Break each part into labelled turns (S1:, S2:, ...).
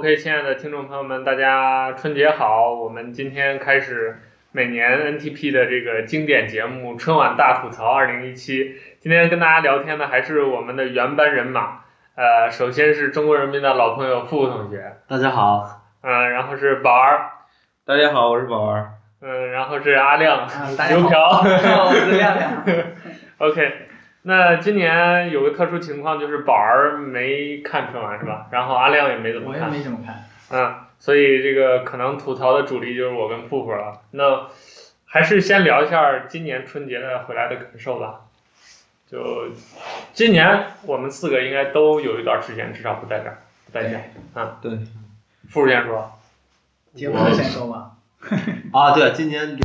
S1: 位亲爱的听众朋友们，大家春节好！我们今天开始每年 NTP 的这个经典节目《春晚大吐槽2017》。今天跟大家聊天的还是我们的原班人马，呃，首先是中国人民的老朋友付同学，
S2: 大家好，
S1: 嗯、然后是宝儿，
S3: 大家好，我是宝儿。
S1: 嗯、然后是阿亮
S2: 嗯大、家好
S1: 油条。
S2: 哦我是亮亮。
S1: OK，那今年有个特殊情况就是宝儿没看春晚是吧？然后阿亮也没怎么
S2: 我也
S1: 看。
S2: 没怎么看，
S1: 嗯，所以这个可能吐槽的主力就是我跟富富了。那还是先聊一下今年春节的回来的感受吧。就今年我们四个应该都有一段时间，至少不在这儿，不在家。
S3: 对，
S1: 富富先说，
S2: 结婚了先说吧。
S4: 啊，对，今年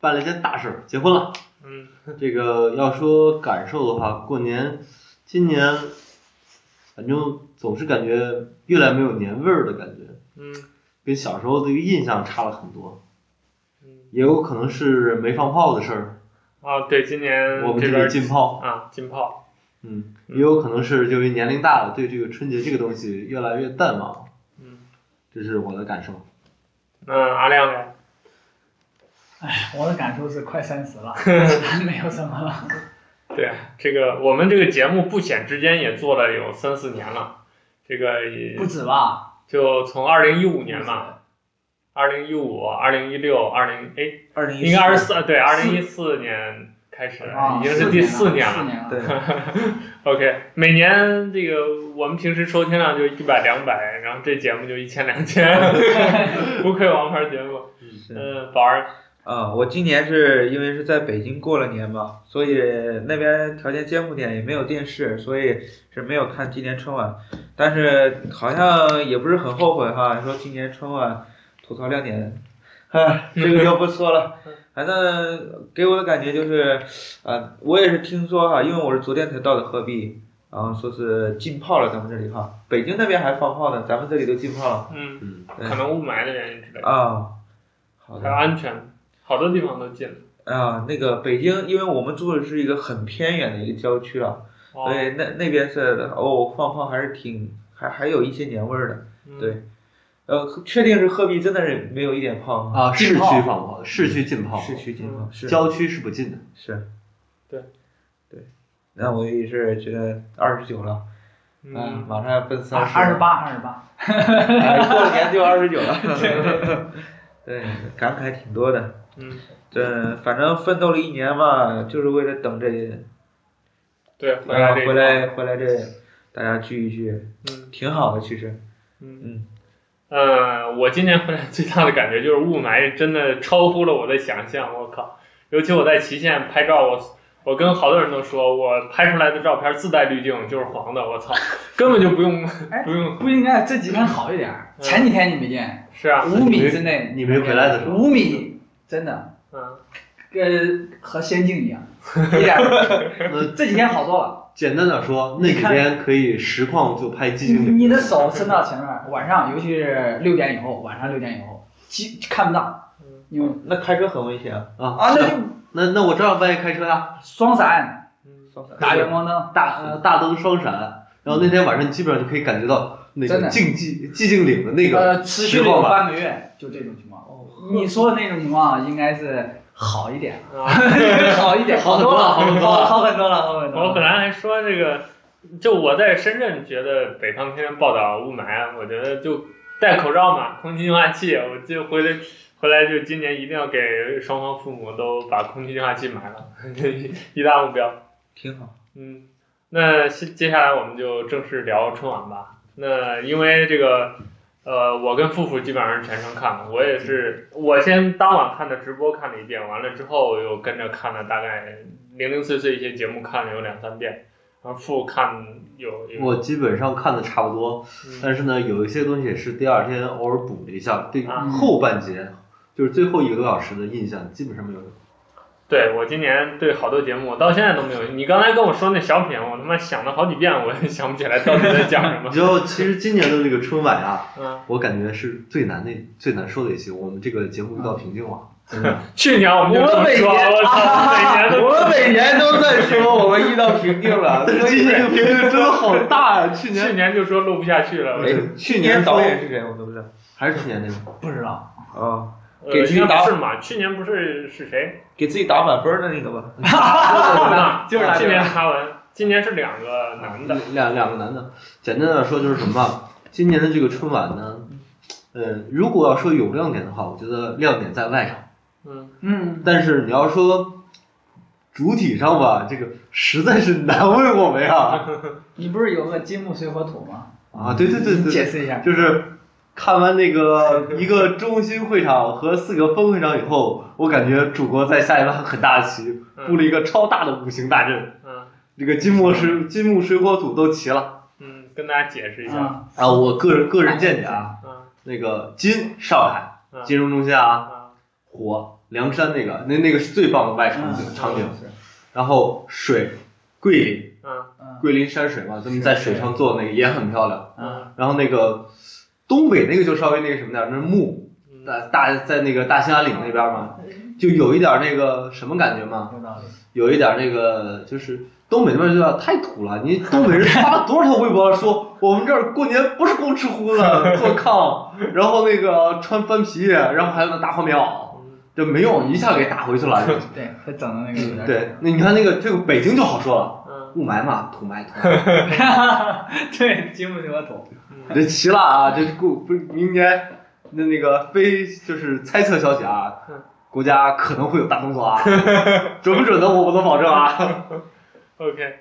S4: 办了一件大事儿，结婚了。
S1: 嗯
S4: 这个要说感受的话，过年，今年，反正总是感觉越来越没有年味儿的感觉，
S1: 嗯
S4: 跟小时候这个印象差了很多。
S1: 嗯，
S4: 也有可能是没放炮的事儿，
S1: 啊，对，今年
S3: 嗯
S4: 我们
S1: 这
S4: 这
S1: 边
S4: 里禁炮，
S1: 啊禁炮，
S4: 嗯，
S1: 嗯
S4: 也有可能是因为年龄大了，对这个春节这个东西越来越淡忘，
S1: 嗯，
S4: 这是我的感受。
S1: 那阿亮呢？
S2: 哎，我的感受是快三十了，其他没有什么 了。
S1: 对，啊这个我们这个节目不显之间也做了有三四年了，这个也
S2: 不止吧？
S1: 就从二零一五
S2: 五
S1: 年嘛，。二零一五、二零一六、二零哎，
S3: 二零一
S1: 应该二十四啊对，二零一四年开始，
S2: 啊，
S1: 已经是第四
S2: 四
S1: 年
S2: 四
S1: 了。
S2: 年了。
S3: 对，
S1: OK，每年这个我们平时收听量就一百两百，然后这节目就一千两千，不愧王牌节目。
S3: 是
S1: 嗯，宝儿，
S3: 啊，我今年是因为是在北京过了年嘛，所以那边条件艰苦点，也没有电视，所以是没有看今年春晚。但是好像也不是很后悔哈，说今年春晚吐槽亮点，唉，这个就不 说了。
S1: 嗯
S3: 反正给我的感觉就是，啊、我也是听说哈，因为我是昨天才到的鹤壁，然后说是禁炮了，咱们这里哈，北京那边还放炮呢，咱们这里都禁炮了
S1: 嗯，
S4: 嗯，
S3: 对
S1: 可能雾霾的原因之类的，
S3: 啊。好
S1: 还
S3: 的
S1: 有。安全，好多地方都禁了。
S3: 啊，那个北京，因为我们住的是一个很偏远的一个郊区啊，
S1: 哦
S3: 所，以那那边是哦，放炮还是挺还还有一些年味儿的。
S1: 嗯
S3: 对呃，确定是鹤壁真的是没有一点炮吗？
S4: 啊，市
S2: 禁
S4: 区
S2: 炮
S4: 放炮，市区禁炮，
S3: 市区禁炮是
S4: 哦郊区是不禁的。
S3: 是，
S1: 对
S3: 对，那我也是觉得二十九了，嗯，
S1: 嗯，
S3: 马上要奔三十，
S2: 啊二十，八，二十八。
S3: 哎，过了年就二十九了，对，感慨挺多的。
S1: 嗯，
S3: 这反正奋斗了一年嘛，就是为了等这
S1: 对，回
S3: 啊
S1: 来这一
S3: 回
S1: 趟，
S3: 来回来这大家聚一聚，
S1: 嗯
S3: 挺好的其实。
S1: 嗯。
S3: 嗯，
S1: 嗯，我今年回来最大的感觉就是雾霾真的超乎了我的想象，我靠！尤其我在祁县拍照，我我跟好多人都说，我拍出来的照片自带滤镜就是黄的，我操，根本就不用
S2: 哎
S1: 不用，
S2: 不应该这几天好一点儿，
S1: 嗯
S2: 前几天你没见，
S1: 是啊，
S2: 五米之内，
S4: 你没回来的时候
S2: 五米，真的
S1: 嗯，
S2: 跟和仙境一样，一点儿。这几天好多了，
S4: 简单点说，那几天可以实况就拍寂
S2: 你
S4: 静岭。
S2: 你的手伸到前面儿，晚上尤其是六点以后，晚上六点以后，几看不到
S1: 嗯，
S2: 因为
S3: 那开车很危险啊。
S4: 啊
S2: 啊，那就
S4: 那那我照样半夜开车呀、
S2: 双闪、大
S3: 打
S2: 远光灯，
S4: 大呃大灯双闪，然后那天晚上你基本上就可以感觉到那
S2: 真的
S4: 个静寂寂静岭的那个
S2: 呃，持续了
S4: 实
S2: 有
S4: 况吧哦
S2: 半个月，就这种情况。你说的那种情况应该是好 一点，
S1: 啊，
S2: 好一点，
S4: 好很
S2: 多
S4: 多
S2: 了，
S4: 了
S2: 好
S4: 好很多
S2: 好
S4: 了
S2: 好很多了，好很多
S1: 我
S2: 了。
S1: 本来还说这个，就我在深圳觉得北方天天报道雾霾，啊我觉得就戴口罩嘛，空气净化器，我就回来回来就今年一定要给双方父母都把空气净化器买了， 一一大目标。
S3: 挺好。
S1: 嗯，那接接下来我们就正式聊春晚吧。那因为这个，呃，我跟富富基本上是全程看了，我也是，我先当晚看的直播看了一遍，完了之后又跟着看了大概零零碎碎一些节目看了有两三遍，然后富看有有，
S4: 我基本上看的差不多，
S1: 嗯
S4: 但是呢，有一些东西也是第二天偶尔补了一下，对
S1: 啊
S4: 后半节，就是最后一个多小时的印象基本上没有。
S2: 啊
S1: 对我今年对好多节目我到现在都没有，你刚才跟我说那小品，我他妈想了好几遍，我也想不起来到底在讲什
S4: 你
S1: 么。
S4: 知道，其实今年的这个春晚啊，
S1: 嗯，
S4: 我感觉是最难的、最难受的一期。我们这个节目遇到瓶颈了，
S1: 去年啊我们就这么说，我操，每年都
S3: 我们每年都在说我们遇到瓶颈
S2: 啊
S3: 了，
S4: 但是今年这个瓶颈真的好大呀、去
S1: 去
S4: 年
S1: 年就说录不下去了。我
S3: 哎，去年导演是谁我都不知道。
S4: 还是去年那个，
S2: 不知道，
S3: 啊，
S1: 呃，
S3: 给自己
S1: 应该
S3: 打
S1: 不是嘛？去年不是是 谁？
S3: 给自己打满分的那个吧。
S2: 就是他
S1: 啊今年哈文，今年是两个男的。
S4: 两两个男的。简单的说就是什么吧，今年的这个春晚呢，呃，如果要说有亮点的话，我觉得亮点在外场，
S1: 嗯，
S2: 嗯，
S4: 但是你要说主体上吧，这个实在是难为我们呀。
S2: 你不是有个金木水火土吗？
S4: 啊，对对对对
S2: 你
S4: 对，
S2: 解释一下。
S4: 就是看完那个一个中心会场和四个分会场以后，我感觉祖国在下一盘很大棋，
S1: 嗯
S4: 布了一个超大的五行大阵，
S1: 嗯
S4: 这个金木水金木水火土都齐了。
S1: 嗯，跟大家解释一下。
S2: 嗯，
S4: 啊，我个人个人见解啊，
S1: 嗯
S4: 那个金上海
S1: 嗯
S4: 金融中心啊，
S1: 嗯
S4: 火梁山那个那那个是最棒的外场景
S2: 嗯
S4: 场景，
S2: 是
S4: 然后水桂林
S1: 嗯
S2: 嗯
S4: 桂林山水嘛，咱们在水上做那个也很漂亮。
S2: 嗯
S4: 然后那个东北那个就稍微那个什么点儿，那是木
S1: 嗯
S4: 大大在那个大兴安岭那边嘛，就有一点那个什么感觉嘛，
S2: 有道理。
S4: 有一点那个就是东北那边就叫太土了。你东北人发了多少条微博说我们这儿过年不是光吃荤的， 做炕，然后那个穿翻皮，然后还有那大花棉袄，
S1: 嗯
S4: 就没有一下给打回去了。
S2: 对，他整的那个有点。
S4: 嗯对，那你看那个这个北京就好说了，
S1: 嗯
S4: 雾霾嘛，土霾，土霾，
S2: 对，金木水火土。
S1: 嗯
S4: 这齐了啊，这是故不是明年那那个非就是猜测消息啊
S1: 嗯，
S4: 国家可能会有大动作啊，准不准的我不能保证啊。
S1: OK，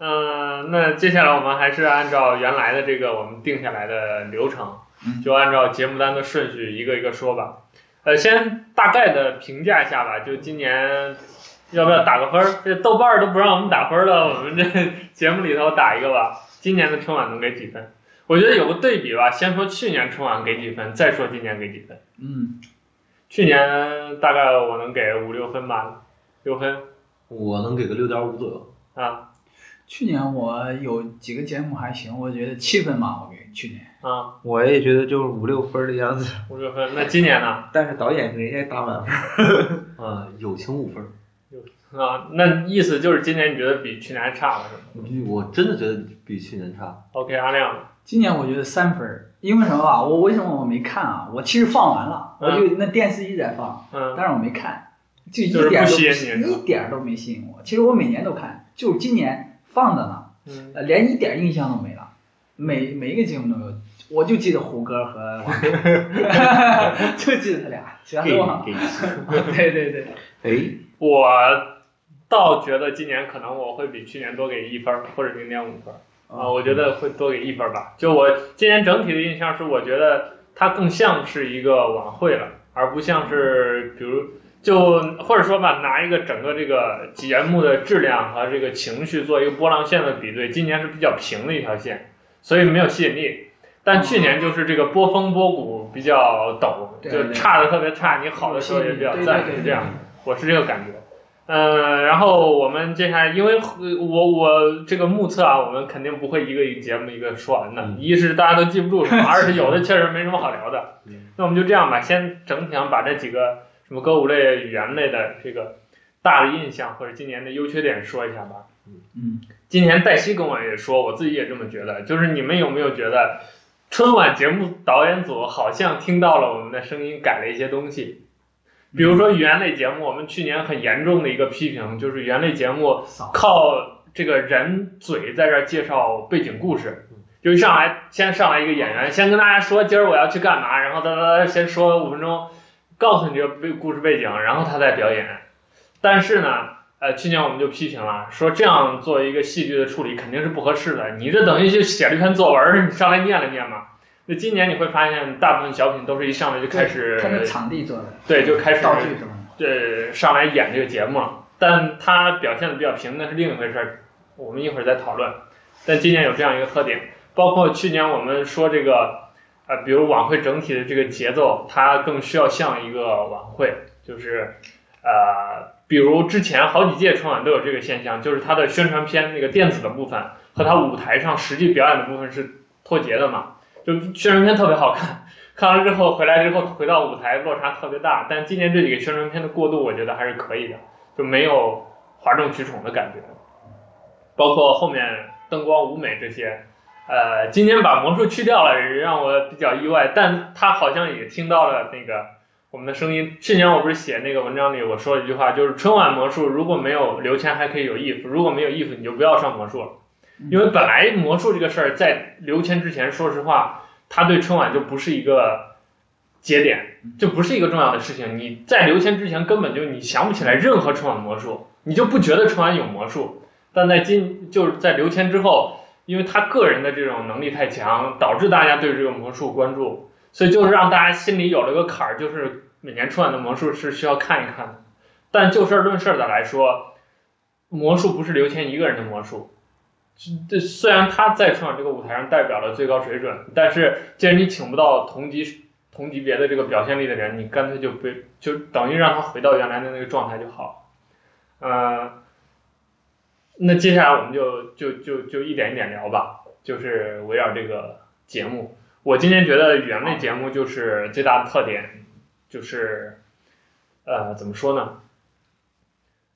S1: 嗯，那接下来我们还是按照原来的这个我们定下来的流程，
S2: 嗯
S1: 就按照节目单的顺序一个一个说吧。呃，先大概的评价一下吧，就今年要不要打个分儿？这豆瓣儿都不让我们打分儿了，我们这 节目里头打一个吧。今年的春晚能给几分？我觉得有个对比吧，先说去年春晚给几分，再说今年给几分。
S2: 嗯，
S1: 去年大概我能给五六分吧，六分
S4: 我能给个六点五左右，
S1: 啊
S2: 去年我有几个节目还行，我觉得气氛嘛，我给去年。
S1: 啊
S3: 我也觉得就是五六分的样子，
S1: 五六分。那今年呢？
S3: 但是导演人家打满分。
S4: 呃，友情五分。
S1: 啊，那意思就是今年你觉得比去年还差了是吗
S4: 我真的觉得比去年差。
S1: ？OK，阿亮，
S2: 今年我觉得三分儿，因为什么吧？我为什么我没看啊？我其实放完了，我就那电视一直在放，
S1: 嗯
S2: 但是我没看，就一
S1: 就是
S2: 点儿
S1: 不
S2: 都
S1: 吸引你是吧
S2: 一点儿都没吸引我。其实我每年都看，就是今年放着呢，
S1: 嗯
S2: 呃连一点儿印象都没了。每每一个节目都有，我就记得胡歌和王 菲， 就记得他俩，其他都忘了。
S4: 给
S2: 对对对，
S3: 哎，
S1: 我倒觉得今年可能我会比去年多给一分儿或者零点五分儿啊，我觉得会多给一分儿吧。就我今年整体的印象是，我觉得它更像是一个晚会了，而不像是比如。就或者说吧，拿一个整个这个节目的质量和这个情绪做一个波浪线的比对，今年是比较平的一条线，所以没有吸引力。但去年就是这个波峰波谷比较陡，
S2: 对
S1: 就
S2: 对
S1: 差的特别差，你好的时候也比较赞，
S2: 对对对
S1: 是这样。我是这个感觉。呃，然后我们接下来，因为呃我我这个目测啊，我们肯定不会一个一个节目一个说完的。
S4: 嗯
S1: 一是大家都记不住 什么，二是有的确实没什么好聊的。
S4: 嗯
S1: 那我们就这样吧，先整体上把这几个什么歌舞类、语言类的这个大的印象或者今年的优缺点说一下吧。
S2: 嗯，
S1: 今年黛西跟我也说，我自己也这么觉得，就是你们有没有觉得春晚节目导演组好像听到了我们的声音，改了一些东西？比如说语言类节目，我们去年很严重的一个批评就是语言类节目
S2: 少
S1: 靠这个人嘴在这儿介绍背景故事，就一上来先上来一个演员，先跟大家说今儿我要去干嘛，然后哒哒哒先说五分钟，告诉你这个背故事背景，然后他再表演。但是呢，呃，去年我们就批评了，说这样做一个戏剧的处理肯定是不合适的，你这等于就写了一篇作文儿，你上来念了念嘛。那今年你会发现，大部分小品都是一上来就开始，
S2: 他那场地做的，
S1: 对，就开始
S2: 道具什么的。
S1: 对，上来演这个节目了，但他表现的比较平，那是另一回事儿，我们一会儿再讨论。但今年有这样一个特点，包括去年我们说这个，呃，比如晚会整体的这个节奏，它更需要像一个晚会，就是，呃，比如之前好几届春晚都有这个现象，就是它的宣传片那个电子的部分和它舞台上实际表演的部分是脱节的嘛，就宣传片特别好看，看完之后回来之后回到舞台落差特别大，但今年这几个宣传片的过渡，我觉得还是可以的，就没有哗众取宠的感觉。包括后面灯光、舞美这些，呃，今年把魔术去掉了，让我比较意外，但他好像也听到了那个我们的声音。去年我不是写那个文章里我说了一句话，就是春晚魔术如果没有刘谦还可以有 if，如果没有 if 你就不要上魔术了，因为本来魔术这个事儿在刘谦之前，说实话，他对春晚就不是一个节点，就不是一个重要的事情。你在刘谦之前根本就你想不起来任何春晚魔术，你就不觉得春晚有魔术。但在今就是在刘谦之后，因为他个人的这种能力太强，导致大家对这个魔术关注，所以就是让大家心里有了个坎儿，就是每年春晚的魔术是需要看一看的。但就事儿论事儿的来说，魔术不是刘谦一个人的魔术。这虽然他在春晚这个舞台上代表了最高水准，但是既然你请不到同级同级别的这个表现力的人，你干脆就别就等于让他回到原来的那个状态就好。呃，那接下来我们就就就就一点一点聊吧，就是围绕这个节目。我今天觉得语言类节目就是最大的特点，就是呃怎么说呢？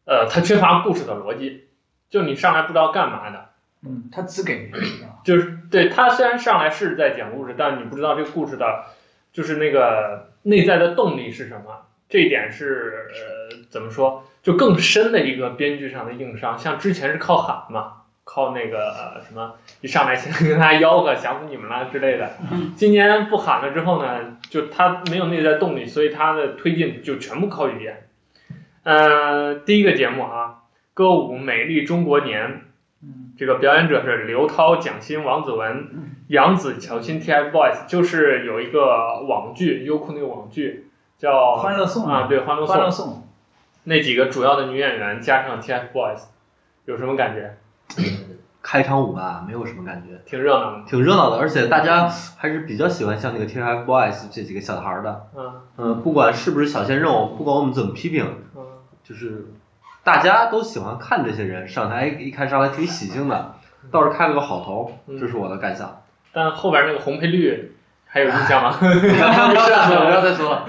S1: 呃，它缺乏故事的逻辑，就你上来不知道干嘛的。
S2: 嗯，他只给人家
S1: 就是对他虽然上来是在讲故事，但你不知道这个故事的，就是那个内在的动力是什么。这一点是、呃、怎么说？就更深的一个编剧上的硬伤。像之前是靠喊嘛，靠那个、呃什么一上来先跟大家吆喝“想死你们了”之类的。
S2: 嗯
S1: 今年不喊了之后呢，就他没有内在动力，所以他的推进就全部靠语言。呃，第一个节目啊，歌舞《美丽中国年》。
S2: 嗯，
S1: 这个表演者是刘涛、蒋欣、王子文、杨紫、乔欣、TFBOYS，就是有一个网剧，优酷那个网剧叫
S2: 欢乐颂
S1: 啊，对，《欢乐颂
S2: 欢》乐颂，
S1: 那几个主要的女演员加上 TFBOYS，有什么感觉？
S4: 开场舞吧，没有什么感觉，
S1: 挺热闹的，
S4: 挺热闹的，而且大家还是比较喜欢像那个 TFBOYS 这几个小孩儿的。
S1: 嗯
S4: 嗯，不管是不是小鲜肉，不管我们怎么批评，
S1: 嗯，
S4: 就是大家都喜欢看这些人上台，一开始上来挺喜庆的，倒是开了个好头，
S1: 嗯
S4: 这是我的 感想。
S1: 但后边那个红配绿还有印象吗？
S4: 不要再说了，不要再说了，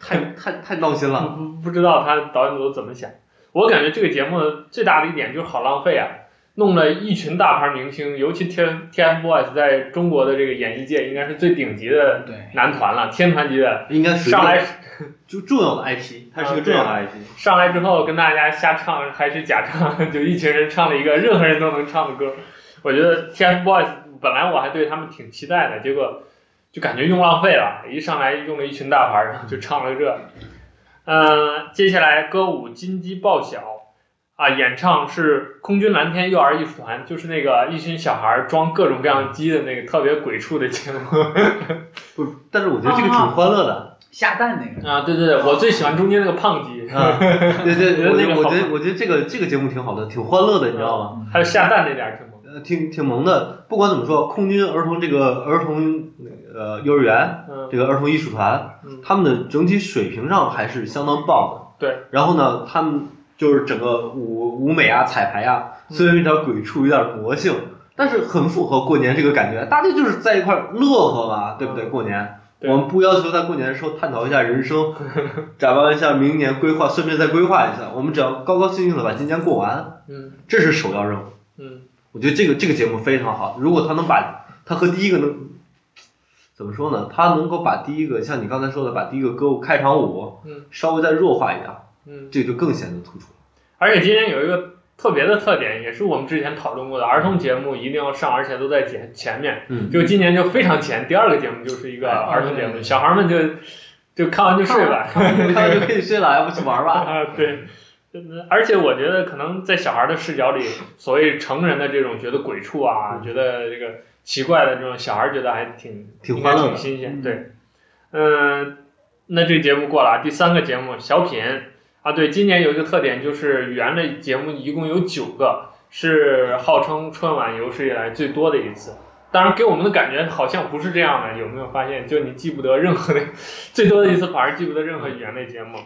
S4: 太太太闹心了。
S1: 不不知道他导演组怎么想。我感觉这个节目最大的一点就是好浪费啊，弄了一群大牌明星，尤其 T T F Boys 在中国的这个演艺界应该是最顶级的
S2: 对，
S1: 男团了，天团级的。
S4: 应该属于
S1: 上来啊
S4: 就重要的 IP，它是个重要的 IP。
S1: 上来之后跟大家瞎唱还是假唱， 就一群人唱了一个任何人都能唱的歌。我觉得 TFBOYS 本来我还对他们挺期待的，结果就感觉用浪费了，一上来用了一群大牌儿，然后就唱了这。嗯，接下来歌舞金鸡报晓啊，演唱是空军蓝天幼儿艺术团，就是那个一群小孩儿装各种各样鸡的那个特别鬼畜的节目。
S4: 不，但是我觉得这个挺欢乐的。
S2: 下蛋那个，
S1: 啊，对对对，我最喜欢中间那个胖鸡，
S4: 啊，对对，我觉得
S1: 我
S4: 我
S1: 觉
S4: 觉
S1: 得
S4: 得我觉得这个这个节目挺好的，挺欢乐的，你知道吗？
S1: 还有下蛋那点儿挺萌。
S4: 呃，挺挺萌的。不管怎么说，空军儿童这个儿童呃幼儿园
S1: 嗯
S4: 这个儿童艺术团，
S1: 嗯
S4: 他们的整体水平上还是相当棒的。
S1: 对。
S4: 然后呢，他们就是整个舞舞美啊、彩排啊，
S1: 嗯
S4: 虽然有点鬼畜、有点魔性，但是很符合过年这个感觉。大家就是在一块儿乐呵嘛，对不对？过年。
S1: 嗯对
S4: 我们不要求在过年的时候探讨一下 人生，展望一下明年规划，顺便再规划一下。我们只要高高兴兴的把今年过完，
S1: 嗯
S4: 这是首要任务。
S1: 嗯。
S4: 我觉得这个这个节目非常好，如果他能把他和第一个能怎么说呢？他能够把第一个像你刚才说的，把第一个歌舞开场舞，
S1: 嗯，
S4: 稍微再弱化一点，
S1: 嗯，
S4: 这就更显得突出。
S1: 而且今天有一个特别的特点，也是我们之前讨论过的，儿童节目一定要上，而且都在前前面。
S4: 嗯，
S1: 就今年就非常前，第二个节目就是一个
S2: 哎
S1: 儿童节目，
S2: 对
S1: 小孩儿们就就看完就睡吧。
S4: 看完就可以睡了，要不去玩吧？
S1: 啊，对。嗯而且我觉得，可能在小孩的视角里，所谓成人的这种觉得鬼畜啊，觉得这个奇怪的这种，小孩觉得还挺
S4: 挺
S1: 应该
S4: 欢乐
S1: 挺
S4: 的
S1: 新鲜。
S2: 嗯
S1: 对，嗯，那这个节目过了，第三个节目小品啊，对，今年有一个特点就是语言类节目一共有九个，是号称春晚有史以来最多的一次。当然，给我们的感觉好像不是这样的，有没有发现？就你记不得任何的，最多的一次反而记不得任何语言类节目。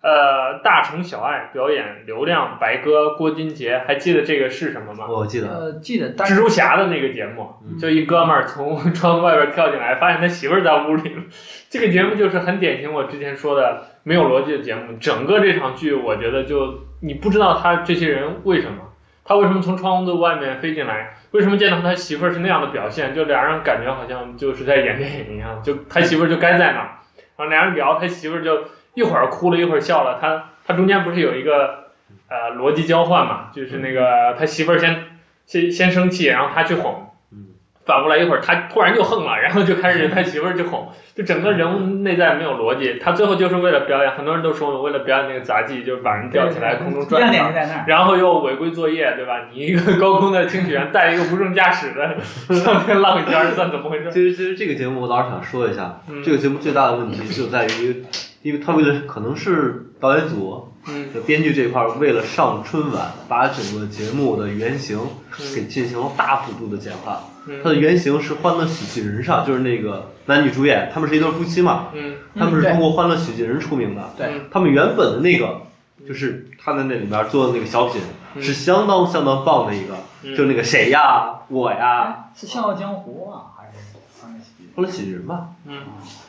S1: 呃，大城小爱表演流量白鸽郭金杰，还记得这个是什么吗？
S4: 我记得，
S2: 呃，记得，但
S1: 蜘
S2: 是
S1: 蛛侠的那个节目，
S4: 嗯
S1: 就一哥们儿从 窗户外边跳进来，发现他媳妇儿在屋里了。这个节目就是很典型我之前说的没有逻辑的节目。整个这场剧，我觉得就你不知道他这些人为什么，他为什么从窗户的外面飞进来，为什么见到他媳妇儿是那样的表现，就俩人感觉好像就是在演电影一样，就他媳妇儿就该在那儿，然后俩人聊，他媳妇儿就一会儿哭了，一会儿笑了。他他中间不是有一个呃逻辑交换嘛，就是那个他媳妇儿先先先生气，然后他去哄。
S4: 嗯，
S1: 反过来一会儿，他突然就横了，然后就开始他媳妇儿就哄，就整个人物内在没有逻辑。他最后就是为了表演，很多人都说我为了表演那个杂技，就是把人吊起来空中转一
S2: 亮点
S1: 圈
S2: 就在那儿。
S1: 然后又违规作业，对吧？你一个高空的清雪员带一个无证驾驶的 上天浪尖儿，算怎么回事？
S4: 其实其实这个节目我倒是想说一下，
S1: 嗯
S4: 这个节目最大的问题就在于，因为他为了可能是导演组、
S1: 嗯
S4: 编剧这一块儿为了上春晚，把整个节目的原型给进行了大幅度的简化。它的
S1: 嗯
S4: 原型是《欢乐喜剧人》上，就是那个男女主演，他们是一对夫妻嘛，
S1: 嗯
S4: 他们
S2: 嗯
S4: 是
S2: 对
S4: 通过《欢乐喜剧人》出名的。
S2: 对，
S4: 他们原本的那个，就是他在那里面做的那个小品，
S1: 嗯
S4: 是相当相当棒的一个，
S1: 嗯
S4: 就那个谁呀，我呀，
S2: 哎是《笑傲江湖》啊，还是欢乐喜剧？
S4: 《欢乐喜剧人》吧，
S1: 嗯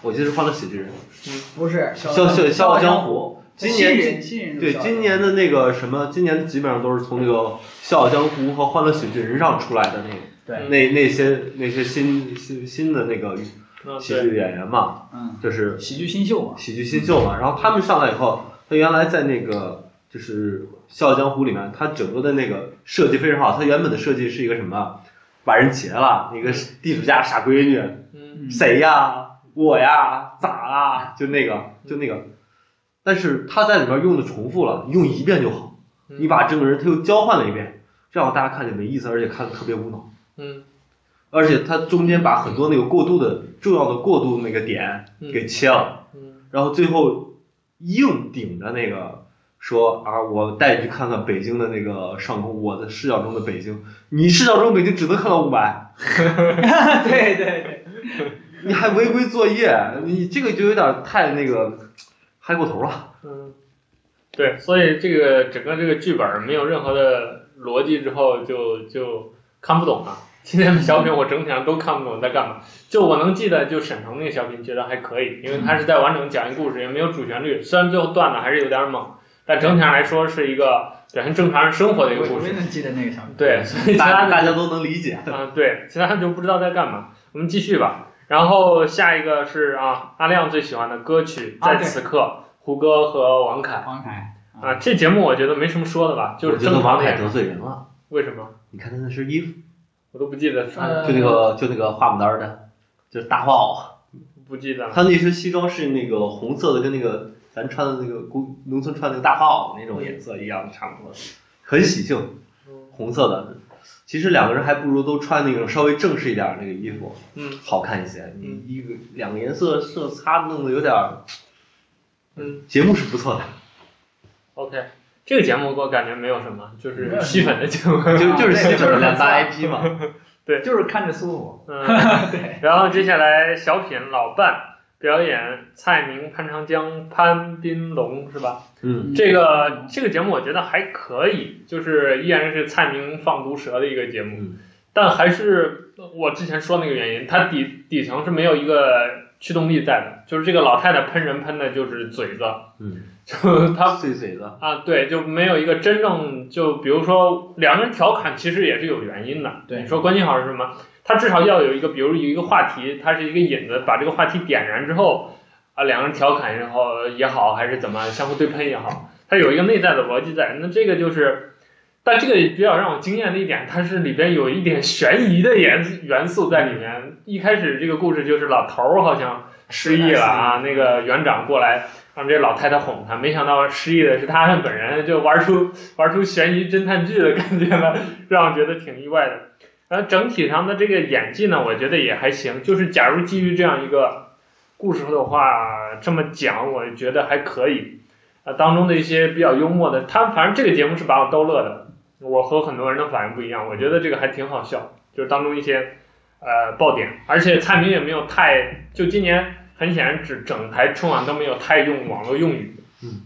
S4: 我记得是《欢乐喜剧人》。
S2: 啊不是《
S4: 笑笑
S2: 笑
S4: 笑傲江
S2: 湖》。
S4: 湖，今
S2: 新人
S4: 年
S2: 新人
S4: 对今年的那个什么，今年基本上都是从那个《笑傲江湖》和《欢乐喜剧人》上出来的那
S2: 对
S4: 那那些那些新新新的那个
S1: 嗯，
S4: 喜
S1: 对，
S4: 剧演员嘛，
S2: 嗯
S4: 就是
S2: 喜剧新秀嘛，
S4: 喜剧新秀嘛。
S1: 嗯
S4: 然后他们上来以后，他原来在那个就是《笑傲江湖》里面，他整个的那个设计非常好。他原本的设计是一个什么，啊把人劫了，一个地主家傻闺女，
S1: 嗯
S2: 嗯
S4: 谁呀？我呀？咋啦？就那个，就那个。但是他在里面用的重复了，用一遍就好。
S1: 嗯
S4: 你把这个人他又交换了一遍，这样大家看着没意思，而且看的特别无脑。
S1: 嗯
S4: 而且他中间把很多那个过渡的重要的过渡那个点
S1: 嗯
S4: 给切了，
S1: 嗯
S4: 然后最后硬顶着那个说啊，我带你去看看北京的那个上空，我的视角中的北京，你视角中的北京只能看到雾霾。
S2: 对对对，
S4: 你还违规作业，你这个就有点太那个嗨过头了。
S1: 嗯，对，所以这个整个这个剧本没有任何的逻辑之后就就看不懂了。今天的小品我整体上都看不懂在干嘛，就我能记得就沈腾那个小品觉得还可以，因为他是在完整讲一故事，也没有主旋律，虽然最后断的还是有点猛，但整体上来说是一个表现正常人生活的一个
S2: 我
S1: 故
S2: 我也
S1: 事。
S2: 能记得那个小品。
S1: 对，所以 其他
S4: 大
S1: 的
S4: 大家都能理解。
S1: 嗯，对，其他就不知道在干嘛。我们继续吧。然后下一个是啊，阿亮最喜欢的歌曲，
S2: 啊
S1: 在
S2: 对
S1: 此刻，胡歌和王凯。
S2: 黄凯
S1: 啊，这节目我觉得没什么说的吧，就是
S4: 我觉得
S1: 正
S4: 王
S1: 常
S4: 凯
S1: 点。
S4: 得罪人了，
S1: 为什么？
S4: 你看他那身衣服，
S1: 我都不记得穿，
S2: 呃
S4: 就那个就那个花牡丹儿的，就是大花袄。
S1: 不记得了。
S4: 他那身西装是那个红色的，跟那个咱穿的那个工农村穿的那个大花袄那种颜色一样，差不多，很喜庆，
S1: 嗯
S4: 红色的。其实两个人还不如都穿那种稍微正式一点儿那个衣服，
S1: 嗯
S4: 好看一些。你
S1: 嗯
S4: 一个两个颜色色差弄得有点儿，
S1: 嗯
S4: 节目是不错的。
S1: ，OK，这个节目给我感觉没有什么，就是
S2: 嗯
S1: 吸粉的节目。
S4: 就就是
S2: 对
S4: 新
S2: 就是
S4: 粉两大
S2: 很
S4: IP 嘛。
S2: 就是看着舒服。
S1: 嗯，
S2: 对，
S1: 然后接下来小品老伴表演蔡明、潘长江、潘斌龙是吧？
S4: 嗯，
S1: 这个这个节目我觉得还可以，就是依然是蔡明放毒蛇的一个节目，
S4: 嗯
S1: 但还是我之前说那个原因，它底底层是没有一个驱动力在的，就是这个老太太喷人喷的就是嘴子，
S4: 嗯，
S1: 就她
S4: 碎嘴子，
S1: 啊对，就没有一个真正就比如说两个人调侃其实也是有原因的，
S2: 对
S1: 你说关系好是什么？他至少要有一个，比如有一个话题，它是一个引子，把这个话题点燃之后，啊，两个人调侃也好也好，还是怎么相互对喷也好，它有一个内在的逻辑在。那这个就是，但这个比较让我惊艳的一点，它是里边有一点悬疑的元元素在里面。一开始这个故事就是老头儿好像失忆了啊，那个园长过来。让这老太太哄他，没想到失忆的是他本人，就玩出 玩出悬疑侦探剧的感觉了，让我觉得挺意外的。然后整体上的这个演技呢，我觉得也还行。就是假如基于这样一个故事的话，这么讲，我觉得还可以。啊，当中的一些比较幽默的，他反正这个节目是把我逗乐的。我和很多人的反应不一样，我觉得这个还挺好笑，就是当中一些呃爆点，而且蔡明也没有太，就今年很显然只整台春晚都没有太用网络用语。
S4: 嗯。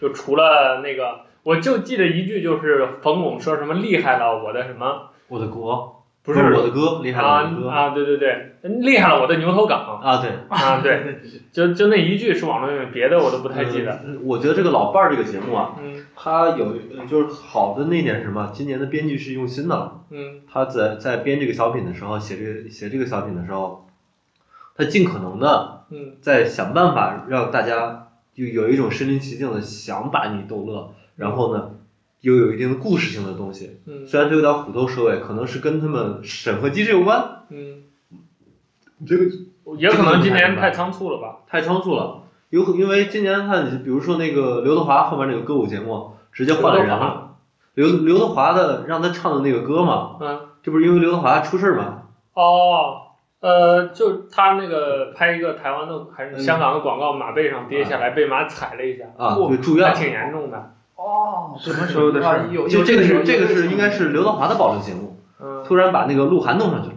S1: 就除了那个，我就记得一句，就是冯巩说什么厉害了我的什么，
S4: 我的国，
S1: 不是
S4: 我的歌，厉害
S1: 啊
S4: 了我的歌
S1: 啊，对对对，厉害了我的牛头 岗
S4: 啊，对，
S1: 啊，对，就就那一句是网络用语，别的我都不
S4: 不
S1: 太记得。。
S4: 嗯我觉得这个老伴儿这个节目啊，
S1: 嗯
S4: 它有呃就是好的那一点是什么？今年的编剧是用心的了。
S1: 嗯
S4: 他在在编这个小品的时候，写这个写这个小品的时候，他尽可能的
S1: 嗯
S4: 在想办法让大家就有一种身临其境的想把你逗乐，然后呢，又有一定的故事性的东西。
S1: 嗯
S4: 虽然这有点虎头蛇尾，可能是跟他们审核机制有关，
S1: 嗯，
S4: 这个
S1: 也可能今年太仓促了吧。
S4: 太仓促了。有可因为今年看，比如说那个刘德华后面那个歌舞节目，直接换了人了。刘刘德华的让他唱的那个歌嘛，
S1: 嗯，
S4: 这不是因为刘德华出事儿吗？
S1: 哦，呃，就他那个拍一个台湾的还是
S4: 嗯
S1: 香港的广告，马背上跌下来，被马踩了一下，
S4: 啊，
S2: 我
S4: 对，住院
S1: 还
S4: 了。
S1: 挺严重的。
S2: 哦，
S3: 什么时候的事
S2: 啊
S3: 儿？
S2: 有
S4: 就
S2: 有
S4: 这个是
S2: 有
S4: 这个是
S2: 有
S4: 应该是刘德华的保留节目，
S1: 嗯，
S4: 突然把那个鹿晗弄上去了。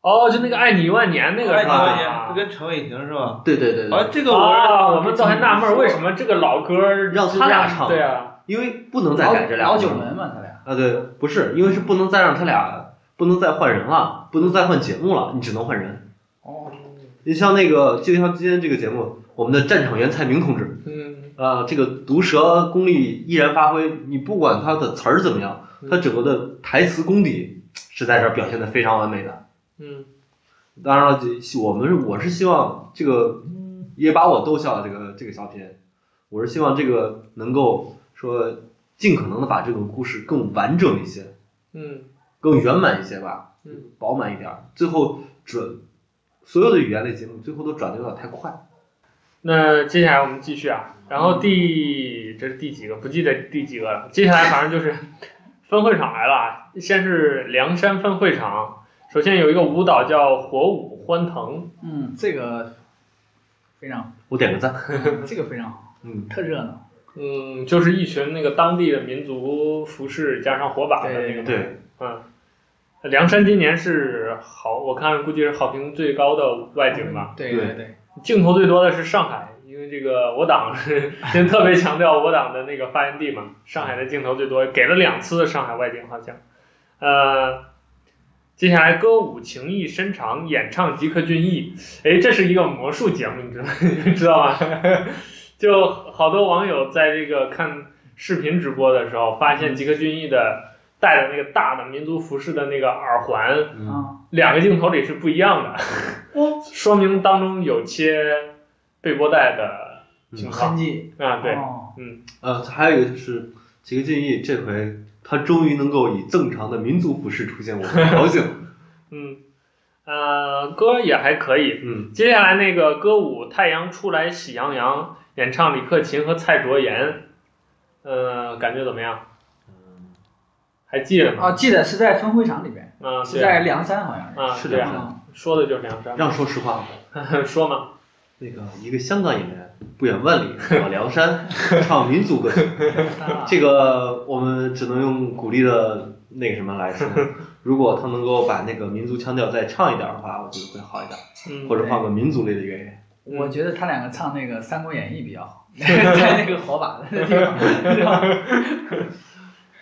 S1: 哦，就那个爱你一万年那个
S3: 哎
S1: 是
S3: 你
S1: 吧？
S3: 发现不跟陈伟霆是吧？
S4: 对对对
S2: 哎
S3: 啊
S4: 对，，
S3: 这个我
S1: 啊，我
S3: 让
S1: 们倒还纳闷儿，为什么这个老歌儿
S4: 让他俩唱
S1: 对啊，
S4: 因为不能再
S2: 老
S4: 改这俩
S2: 老
S4: 人
S2: 九
S4: 了
S2: 门嘛，他俩
S4: 啊，对，不是，因为是不能再让他俩不能再换人了，不能再换节目了，你只能换人。
S2: 哦，
S3: 嗯
S4: 你像那个，就像今天这个节目，我们的战场员蔡明同志，
S1: 嗯，
S4: 啊，这个毒舌功力依然发挥，你不管他的词儿怎么样，
S1: 嗯
S4: 他整个的台词功底是在这儿表现的非常完美的。
S1: 嗯
S4: 当然了，这我们是我是希望这个也把我逗笑了这个这个小品，我是希望这个能够说尽可能的把这个故事更完整一些，
S1: 嗯
S4: 更圆满一些吧，
S1: 嗯，
S4: 饱满一点儿。最后转所有的语言类节目最后都转的有点太快，
S1: 那接下来我们继续啊，然后第这是第几个？不记得第几个了。接下来反正就是 分会场来了啊，先是梁山分会场，首先有一个舞蹈叫火舞欢腾，
S2: 嗯，这个非常
S4: 我点个赞。
S2: 这个非常好，
S4: 嗯，
S2: 特热闹，
S1: 嗯，就是一群那个当地的民族服饰加上火把的那个，
S4: 对，
S1: 嗯。梁山今年是好，我看估计是好评最高的外景吧。
S2: 对
S4: 对
S2: 对对，
S1: 镜头最多的是上海，因为这个我党是先特别强调我党的那个发源地嘛，上海的镜头最多，给了两次上海外景好像。呃，接下来歌舞情意深长，演唱吉克隽逸，哎，这是一个魔术节目，你知道你知道吗？就好多网友在这个看视频直播的时候，发现吉克隽逸的戴的那个大的民族服饰的那个耳环，
S4: 嗯，
S2: 啊，
S1: 两个镜头里是不一样 的，
S2: 哦
S1: 说明当中有切背波带的情
S2: 痕
S1: 况、
S2: 迹，
S1: 啊，对，
S2: 嗯哦
S4: 呃，还有一个就是几个建议，这回他终于能够以正常的民族服饰出现，我很高兴。
S1: 嗯，呃，歌也还可以。
S4: 嗯，
S1: 接下来那个歌舞《太阳出来喜洋洋》，演唱李克勤和蔡卓妍，呃，感觉怎么样？还记得吗？
S2: 啊，记得是在分会场里边，
S1: 嗯、
S2: 是
S1: 对啊，
S2: 在梁山好像是，嗯
S1: 啊，
S4: 是
S1: 对
S4: 的
S1: 啊，说的就是梁山，
S4: 让说实话，
S1: 说嘛，
S4: 那个一个香港演员不远万里到梁山唱民族歌曲，
S2: 啊
S4: 这个我们只能用鼓励的那个什么来说。如果他能够把那个民族腔调再唱一点的话，我觉得会好一点，
S1: 嗯，
S4: 或者放个民族类的乐乐。
S2: 我觉得他两个唱那个《三国演义》比较好， 在那个火把的地方，是吧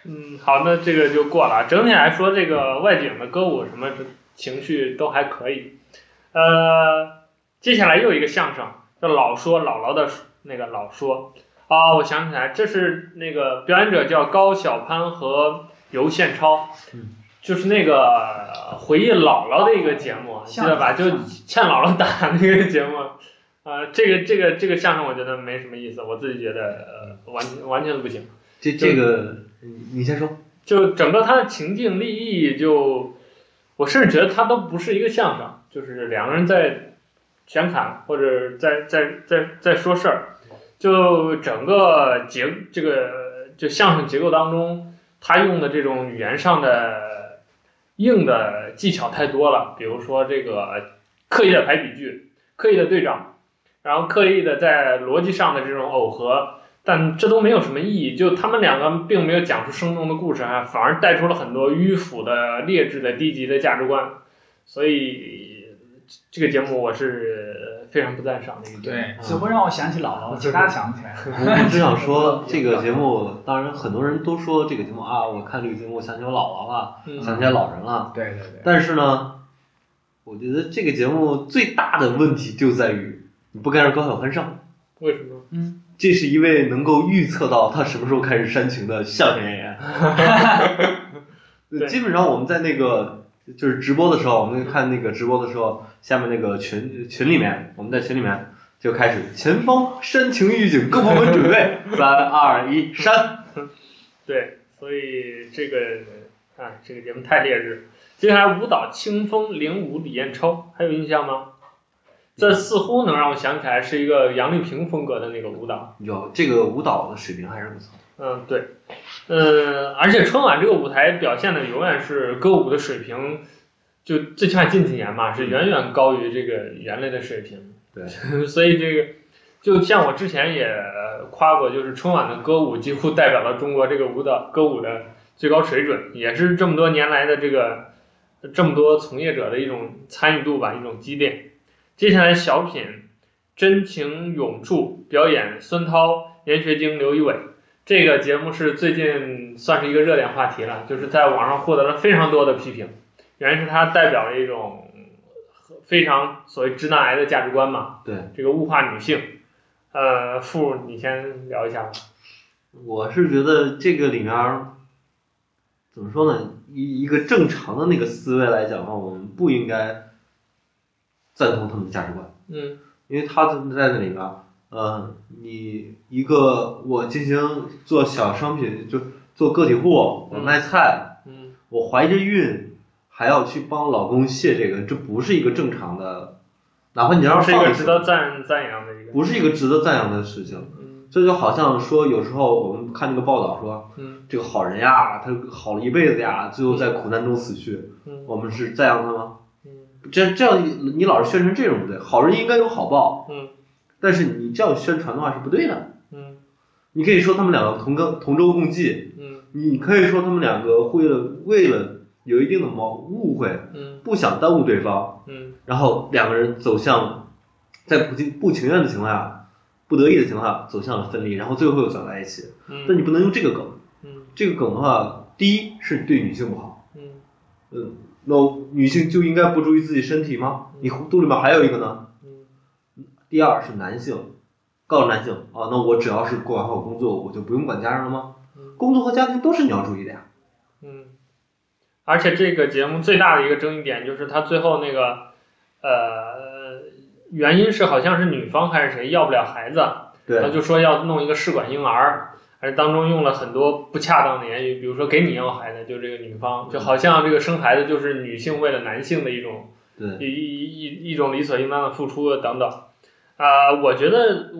S1: 嗯，好，那这个就过了啊。整体来说，这个外景的歌舞什么这情绪都还可以。呃，接下来又一个相声，叫老说姥姥的那个老说啊、我想起来，这是那个表演者叫高晓攀和尤宪超
S4: 嗯，
S1: 就是那个呃回忆姥姥的一个节目，记得吧？就
S2: 相声
S1: 欠姥姥打那个节目。啊，这个这个这个相声我觉得没什么意思，我自己觉得呃完完全不行。
S4: 这这个你你先说，
S1: 就整个他的情境立意就，我甚至觉得他都不是一个相声，就是两个人在闲侃或者在在在在说事儿，就整个结这个就相声结构当中，他用的这种语言上的硬的技巧太多了，比如说这个刻意的排比句，刻意的对仗，然后刻意的在逻辑上的这种耦合，但这都没有什么意义，就他们两个并没有讲出生动的故事啊，反而带出了很多迂腐的、劣质的、低级的价值观，所以这个节目我是非常不赞赏的一点。
S2: 对，只会让我想起姥姥，其他想不起来。
S4: 我只想说，这个节目，当然很多人都说这个节目啊，我看这个节目想起我姥姥了，想
S1: 嗯，
S4: 起老人了。
S2: 对对对，
S4: 但是呢，我觉得这个节目最大的问题就在于你不该让高晓攀上，
S1: 为什么？
S2: 嗯，
S4: 这是一位能够预测到他什么时候开始煽情的相声演员。
S1: 对
S4: 基本上我们在那个就是直播的时候，我们看那个直播的时候，下面那个群群里面，我们在群里面就开始前方煽情预警，各部门准备，三二一，煽！
S1: 对，所以这个啊，这个节目太劣质。接下来舞蹈清风领舞李艳超，还有印象吗？这似乎能让我想起来是一个杨丽萍风格的那个舞蹈。
S4: 有这个舞蹈的水平还是不错。
S1: 嗯，对，嗯，而且春晚这个舞台表现的永远是歌舞的水平，就最起码近几年嘛，是远远高于这个人类的水平。
S4: 对，
S1: 所以这个就像我之前也夸过，就是春晚的歌舞几乎代表了中国这个舞蹈歌舞的最高水准，也是这么多年来的这个这么多从业者的一种参与度吧，一种积淀。接下来小品《真情永驻》表演孙涛、闫学晶、刘仪伟。这个节目是最近算是一个热点话题了，就是在网上获得了非常多的批评。原因是它代表了一种非常所谓直男癌的价值观嘛，
S4: 对，
S1: 这个物化女性。呃，富，你先聊一下吧。
S4: 我是觉得这个里面儿怎么说呢？一一个正常的那个思维来讲的话，我们不应该赞同他们的价值观，
S1: 嗯
S4: 因为他在那里边儿，呃，你一个我进行做小商品，就做个体户，我卖菜，
S1: 嗯
S4: 我怀着孕还要去帮老公卸这个，这不是一个正常的，哪怕你让
S1: 是一
S4: 放
S1: 个
S4: 一
S1: 值得赞赞扬的一个。
S4: 不是一个值得赞扬的事情。
S1: 嗯
S4: 这就好像说，有时候我们看那个报道说。
S1: 嗯
S4: 这个好人呀，他好了一辈子呀，最后在苦难中死去，
S1: 嗯
S4: 我们是赞扬他吗？
S1: 嗯
S4: 这这样你老是宣传这种不对，好人应该有好报，
S1: 嗯
S4: 但是你这样宣传的话是不对的。
S1: 嗯
S4: 你可以说他们两个同根同舟共济，
S1: 嗯
S4: 你可以说他们两个为了为了有一定的矛误会，
S1: 嗯
S4: 不想耽误对方，
S1: 嗯
S4: 然后两个人走向在不情不情愿的情况下，不得已的情况下走向了分离，然后最后又走在一起。但你
S1: 嗯
S4: 不能用这个梗，
S1: 嗯
S4: 这个梗的话，第一是对女性不好。
S1: 嗯
S4: 嗯，那女性就应该不注意自己身体吗？你肚里面还有一个呢。
S1: 嗯
S4: 第二是男性，告诉男性啊，那我只要是管好工作，我就不用管家人了吗？
S1: 嗯
S4: 工作和家庭都是你要注意的呀。
S1: 嗯，而且这个节目最大的一个争议点就是他最后那个，呃，原因是好像是女方还是谁要不了孩子，他
S4: 对，
S1: 就说要弄一个试管婴儿，而当中用了很多不恰当的言语，比如说给你要孩子，就这个女方，就好像这个生孩子就是女性为了男性的一种
S4: 对，
S1: 一一一一种理所应当的付出等等。啊、我觉得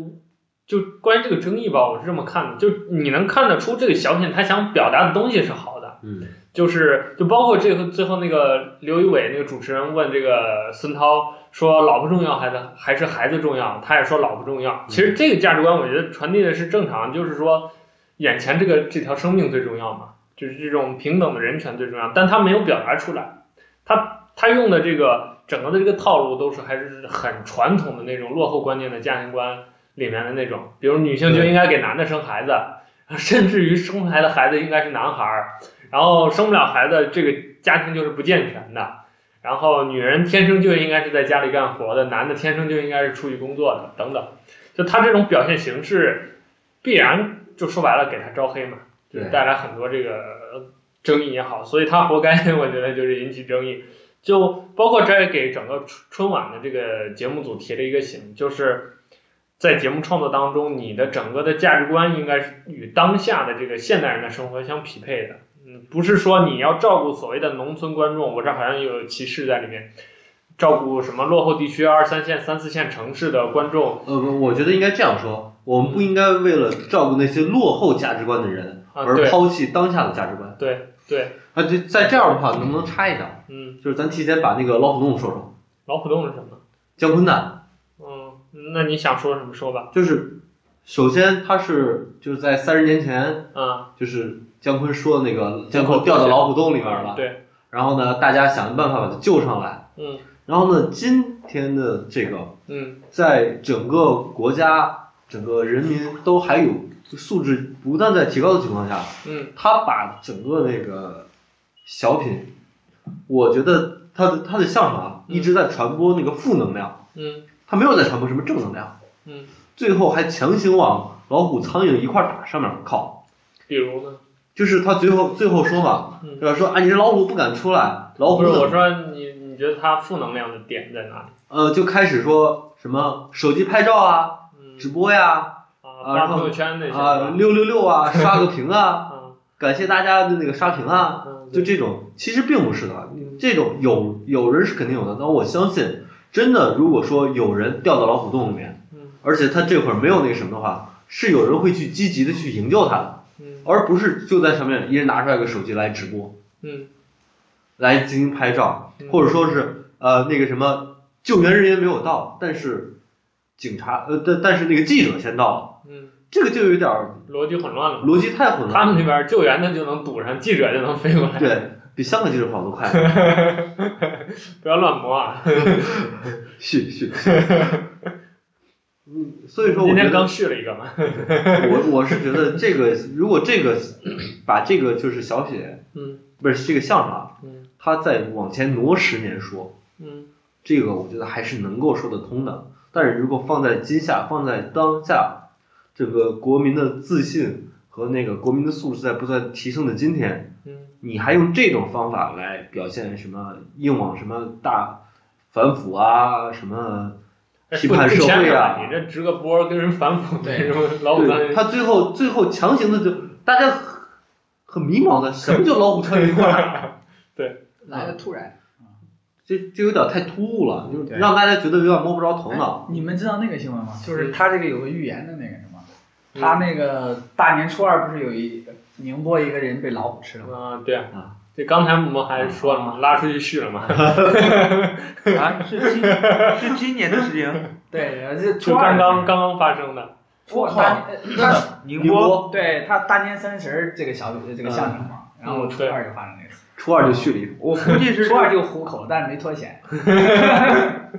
S1: 就关于这个争议吧，我是这么看的，就你能看得出这个小品他想表达的东西是好的。
S4: 嗯，
S1: 就是就包括这个最后那个刘仪伟那个主持人问这个孙涛说老婆重要还是还是孩子重要，他也说老婆重要。其实这个价值观我觉得传递的是正常，就是说眼前这个这条生命最重要嘛，就是这种平等的人权最重要，但他没有表达出来，他他用的这个整个的这个套路都是还是很传统的那种落后观念的家庭观里面的那种，比如女性就应该给男的生孩子，甚至于生出来的孩子应该是男孩儿，然后生不了孩子，这个家庭就是不健全的。然后女人天生就应该是在家里干活的，男的天生就应该是出去工作的，等等。就他这种表现形式，必然就说白了给他招黑嘛，就是
S4: 对
S1: 带来很多这个呃争议也好，所以他活该，我觉得就是引起争议。就包括这给整个春春晚的这个节目组提了一个醒，就是在节目创作当中，你的整个的价值观应该是与当下的这个现代人的生活相匹配的。嗯，不是说你要照顾所谓的农村观众，我这好像有歧视在里面，照顾什么落后地区、二三线、三四线城市的观众。
S4: 呃，不我觉得应该这样说，我们不应该为了照顾那些落后价值观的人
S1: 啊
S4: 而
S1: 对
S4: 抛弃当下的价值观。
S1: 对对，
S4: 啊，就在这样的话，能不能插一下？
S1: 嗯，
S4: 就是咱提前把那个老虎洞说说，
S1: 老虎洞是什么？
S4: 姜昆呐。
S1: 嗯，那你想说什么说吧。
S4: 就是首先他是就是在三十年前。
S1: 啊、
S4: 就是姜昆说的那个姜昆掉到老虎洞里面了。
S1: 对。
S4: 然后呢，大家想办法把他救上来。
S1: 嗯，
S4: 然后呢，今天的这个，
S1: 嗯
S4: 在整个国家、整个人民都还有素质不断在提高的情况下，
S1: 嗯
S4: 他把整个那个小品，我觉得他的他的相声啊，
S1: 嗯
S4: 一直在传播那个负能量，
S1: 嗯
S4: 他没有在传播什么正能量，
S1: 嗯，
S4: 最后还强行往老虎、苍蝇一块儿打上面靠，
S1: 比如呢？
S4: 就是他最后最后说嘛，
S1: 嗯
S4: 对吧？说啊，你这老虎不敢出来，老虎
S1: 不是
S4: 怎么
S1: 我说你，你觉得它负能量的点在哪里？
S4: 呃，就开始说什么手机拍照啊、
S1: 嗯
S4: 直播呀、
S1: 啊，
S4: 啊
S1: 发
S4: 然后
S1: 朋友圈那些
S4: 啊
S1: 是吧
S4: 六六六啊、刷个屏啊，
S1: 啊
S4: 感谢大家的那个刷屏啊，
S1: 嗯
S4: 就
S1: 对嗯
S4: 这种其实并不是的，这种有有人是肯定有的，但我相信真的，如果说有人掉到老虎洞里面，
S1: 嗯
S4: 而且他这会儿没有那个什么的话，是有人会去积极的去营救他的，
S1: 嗯
S4: 而不是就在上面一人拿出来个手机来直播，
S1: 嗯
S4: 来进行拍照，
S1: 嗯
S4: 或者说是呃那个什么救援人员没有到，但是警察呃但但是那个记者先到了，
S1: 嗯，
S4: 这个就有点儿
S1: 逻辑混乱了嘛。
S4: 逻辑太混乱了。
S1: 他们那边救援的就能堵上，记者就能飞过来，
S4: 对比香港记者跑得快。
S1: 不要乱摸啊！
S4: 是是。嗯，所以说我
S1: 今
S4: 觉
S1: 天刚
S4: 得
S1: 续了一个嘛，
S4: 我我是觉得这个，如果这个把这个就是小品
S1: 嗯
S4: 不是这个相声啊，
S1: 嗯
S4: 它再往前挪十年说，
S1: 嗯
S4: 这个我觉得还是能够说得通的。但是如果放在今夏，放在当下，这个国民的自信和那个国民的素质在不断提升的今天，
S1: 嗯
S4: 你还用这种方法来表现什么硬往什么大反腐啊，什么
S1: 哎
S4: 批判
S1: 不
S4: 社
S1: 牵扯
S4: 会
S1: 了，
S4: 啊
S1: 你这直个播跟人反腐，什
S2: 对
S1: 么老虎
S4: 对
S1: 干，
S4: 他最后最后强行的就大家很很迷茫的，什么叫老虎车一块儿？
S2: 来的突然。
S4: 啊 这这有点太突兀了，嗯就是
S2: 对
S4: 让大家觉得有点摸不着头脑。
S2: 哎你们知道那个新闻吗？就是
S1: 嗯
S2: 他这个有个预言的那个什么，
S1: 嗯
S2: 他那个大年初二不是有一宁波一个人被老虎吃了 吗？
S1: 啊，对啊
S4: 啊，
S1: 这刚才我们还说了嘛，拉出去续了 嘛，
S3: 啊，是今是今年的事情，
S2: 对，这初
S1: 就
S2: 二
S1: 刚刚刚刚发生 的，
S2: 初大年
S3: 真
S2: 他
S3: 的， 宁
S4: 宁
S3: 波
S4: 波
S2: 呃对他大年三十儿这个小这个相声嘛，然后
S1: 嗯
S2: 初二就发生这个，
S4: 初二就续了一波，
S3: 我估计是
S2: 初二就糊口，但是没脱险，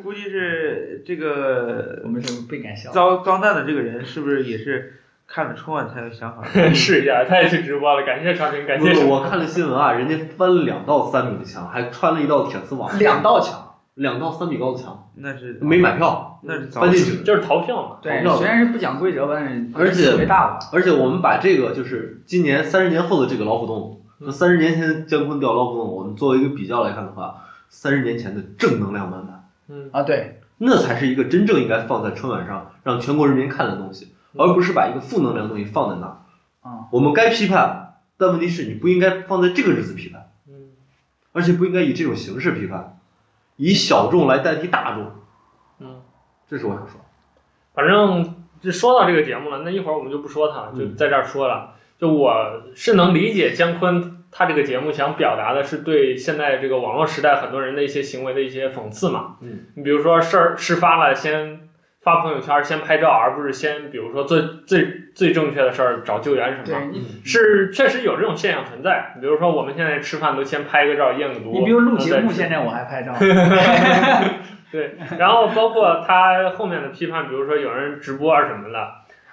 S3: 估计是这个
S2: 我们就倍感笑。
S3: 遭遭难的这个人是不是也是看了春晚才有想法？
S1: 试一下，他也去直播了，感谢长平，感
S4: 不
S1: 谢
S4: 是我看了新闻 啊，人家翻了两道三米的墙，还穿了一道铁丝网，
S2: 两道墙，
S4: 两道三米高的墙，
S3: 那是
S4: 没买，票
S3: 那是早
S4: 翻进去的。
S1: 就是逃票嘛，
S2: 对，
S4: 好
S2: 虽然是不讲规则，但是
S4: 而且
S2: 特别大了。
S4: 而且我们把这个就是今年三十年后的这个老虎洞和三十年前姜昆掉老虎洞，我们作为一个比较来看的话，三十年前的正能量满满。
S1: 嗯
S2: 啊，对，
S4: 那才是一个真正应该放在春晚上让全国人民看的东西，而不是把一个负能量的东西放在那儿。
S2: 啊、
S4: 我们该批判，但问题是你不应该放在这个日子批判，
S1: 嗯
S4: 而且不应该以这种形式批判，以小众来代替大众，
S1: 嗯，
S4: 这是我想说。
S1: 反正就说到这个节目了，那一会儿我们就不说它了，就
S4: 嗯
S1: 在这儿说了，就我是能理解姜昆。他这个节目想表达的是对现在这个网络时代很多人的一些行为的一些讽刺嘛，
S4: 嗯，
S1: 你比如说事儿事发了，先发朋友圈，先拍照，而不是先比如说最最最正确的事儿找救援什么
S2: 对，你
S1: 是确实有这种现象存在。比如说我们现在吃饭都先拍个照验个毒，
S2: 你比如录节目，
S1: 然后再吃
S2: 现在我还拍照，
S1: 对，然后包括他后面的批判，比如说有人直播啊什么的，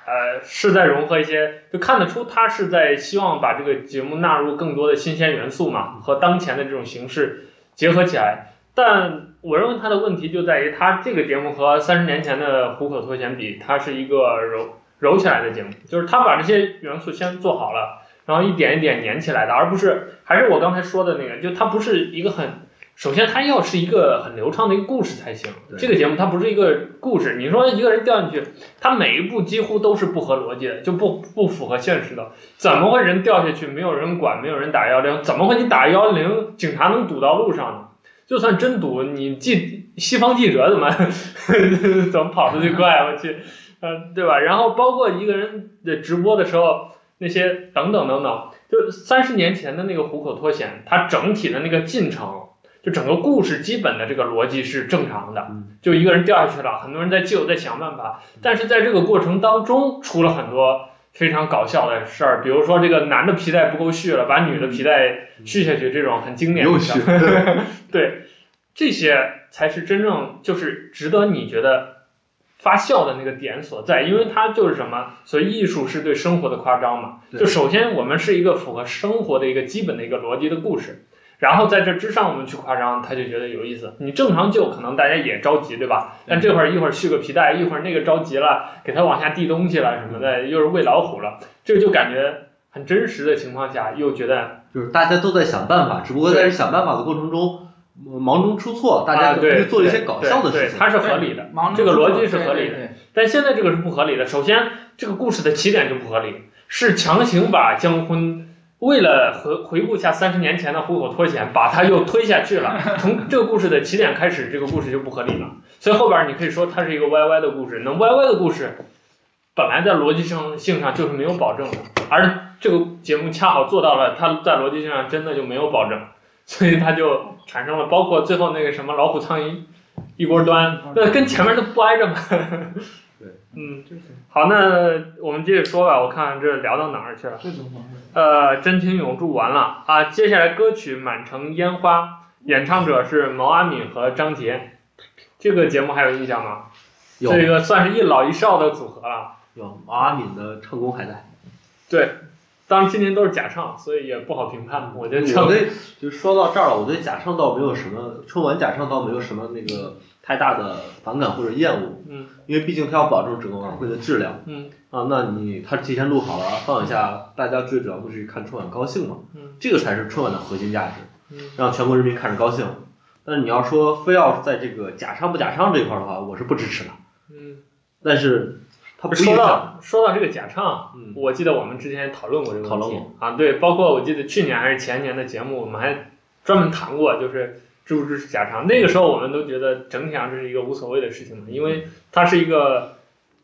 S1: 呃，是在融合一些，就看得出他是在希望把这个节目纳入更多的新鲜元素嘛，和当前的这种形式结合起来。但我认为他的问题就在于，他这个节目和三十年前的《虎口脱险》比，它是一个揉揉起来的节目，就是他把这些元素先做好了，然后一点一点粘起来的，而不是还是我刚才说的那个，就它不是一个很首先，它要是一个很流畅的一个故事才行。
S4: 对
S1: 这个节目它不是一个故事，你说一个人掉进去，他每一步几乎都是不合逻辑的，就不不符合现实的。怎么会人掉下去没有人管，没有人打幺零？怎么会你打幺零，警察能堵到路上呢？就算真堵，你记西方记者怎么 怎么跑出去怪啊我去，呃，对吧？然后包括一个人的直播的时候，那些等等等等，就三十年前的那个虎口脱险，它整体的那个进程。就整个故事基本的这个逻辑是正常的
S4: 嗯，
S1: 就一个人掉下去了，很多人在救，在想办法，但是在这个过程当中出了很多非常搞笑的事儿，比如说这个男的皮带不够续了，把女的皮带续下去，这种很经典的
S4: 又
S1: 事
S4: 续
S1: 儿。，对，这些才是真正就是值得你觉得发笑的那个点所在，因为它就是什么，所以艺术是对生活的夸张嘛。
S4: 对
S1: 就首先我们是一个符合生活的一个基本的一个逻辑的故事，然后在这之上我们去夸张，他就觉得有意思。你正常就可能大家也着急，对吧？但这会儿一会儿续个皮带，一会儿那个着急了，给他往下递东西了什么的，又是喂老虎了，这就感觉很真实的情况下，又觉得
S4: 就是大家都在想办法，只不过在这想办法的过程中呃忙中出错，大
S1: 啊
S4: 家就
S1: 对
S4: 去做一些搞笑的
S1: 对
S4: 事
S1: 对
S4: 情。
S1: 它是合理的。
S2: 忙
S1: 这个逻辑是合理的
S2: 的。对
S1: 但现在这个是不合理的。首先，这个故事的起点就不合理，是强行把姜昆为了回回顾一下三十年前的虎口脱险，把他又推下去了。从这个故事的起点开始，这个故事就不合理了。所以后边儿你可以说它是一个 YY 的故事，那 YY 的故事本来在逻辑上性上就是没有保证的，而这个节目恰好做到了，它在逻辑性上真的就没有保证，所以它就产生了包括最后那个什么老虎苍蝇一锅端，那跟前面都不挨着嘛。
S4: 对，
S1: 嗯，好，那我们接着说吧，我看这聊到哪儿去了？
S2: 这种方式
S1: 呃，真情永驻完了啊，接下来歌曲《满城烟花》，演唱者是毛阿敏和张杰。这个节目还有印象吗？
S4: 有
S1: 这个算是一老一少的组合了。
S4: 有毛阿敏的唱功还在，
S1: 对，当然今年都是假唱，所以也不好评判。我觉得
S4: 我
S1: 唱
S4: 对就说到这儿了，我对假唱倒没有什么，春晚假唱倒没有什么那个太大的反感或者厌恶，
S1: 嗯
S4: 因为毕竟它要保证整个晚会的质量
S1: 嗯
S4: 啊。那你他提前录好了放一下，大家最主要的是看春晚高兴嘛，
S1: 嗯
S4: 这个才是春晚的核心价值。
S1: 嗯
S4: 让全国人民看着高兴。但是你要说非要在这个假唱不假唱这一块儿的话，我是不支持的。
S1: 嗯。
S4: 但是它不
S1: 说
S4: 影响，
S1: 到说到这个假唱，
S4: 嗯，
S1: 我记得我们之前也讨论过这个问题
S4: 讨论过
S1: 啊，对，包括我记得去年还是前年的节目，我们还专门谈过，就是支不支持假唱。那个时候我们都觉得整体上这是一个无所谓的事情嘛，
S4: 嗯
S1: 因为它是一个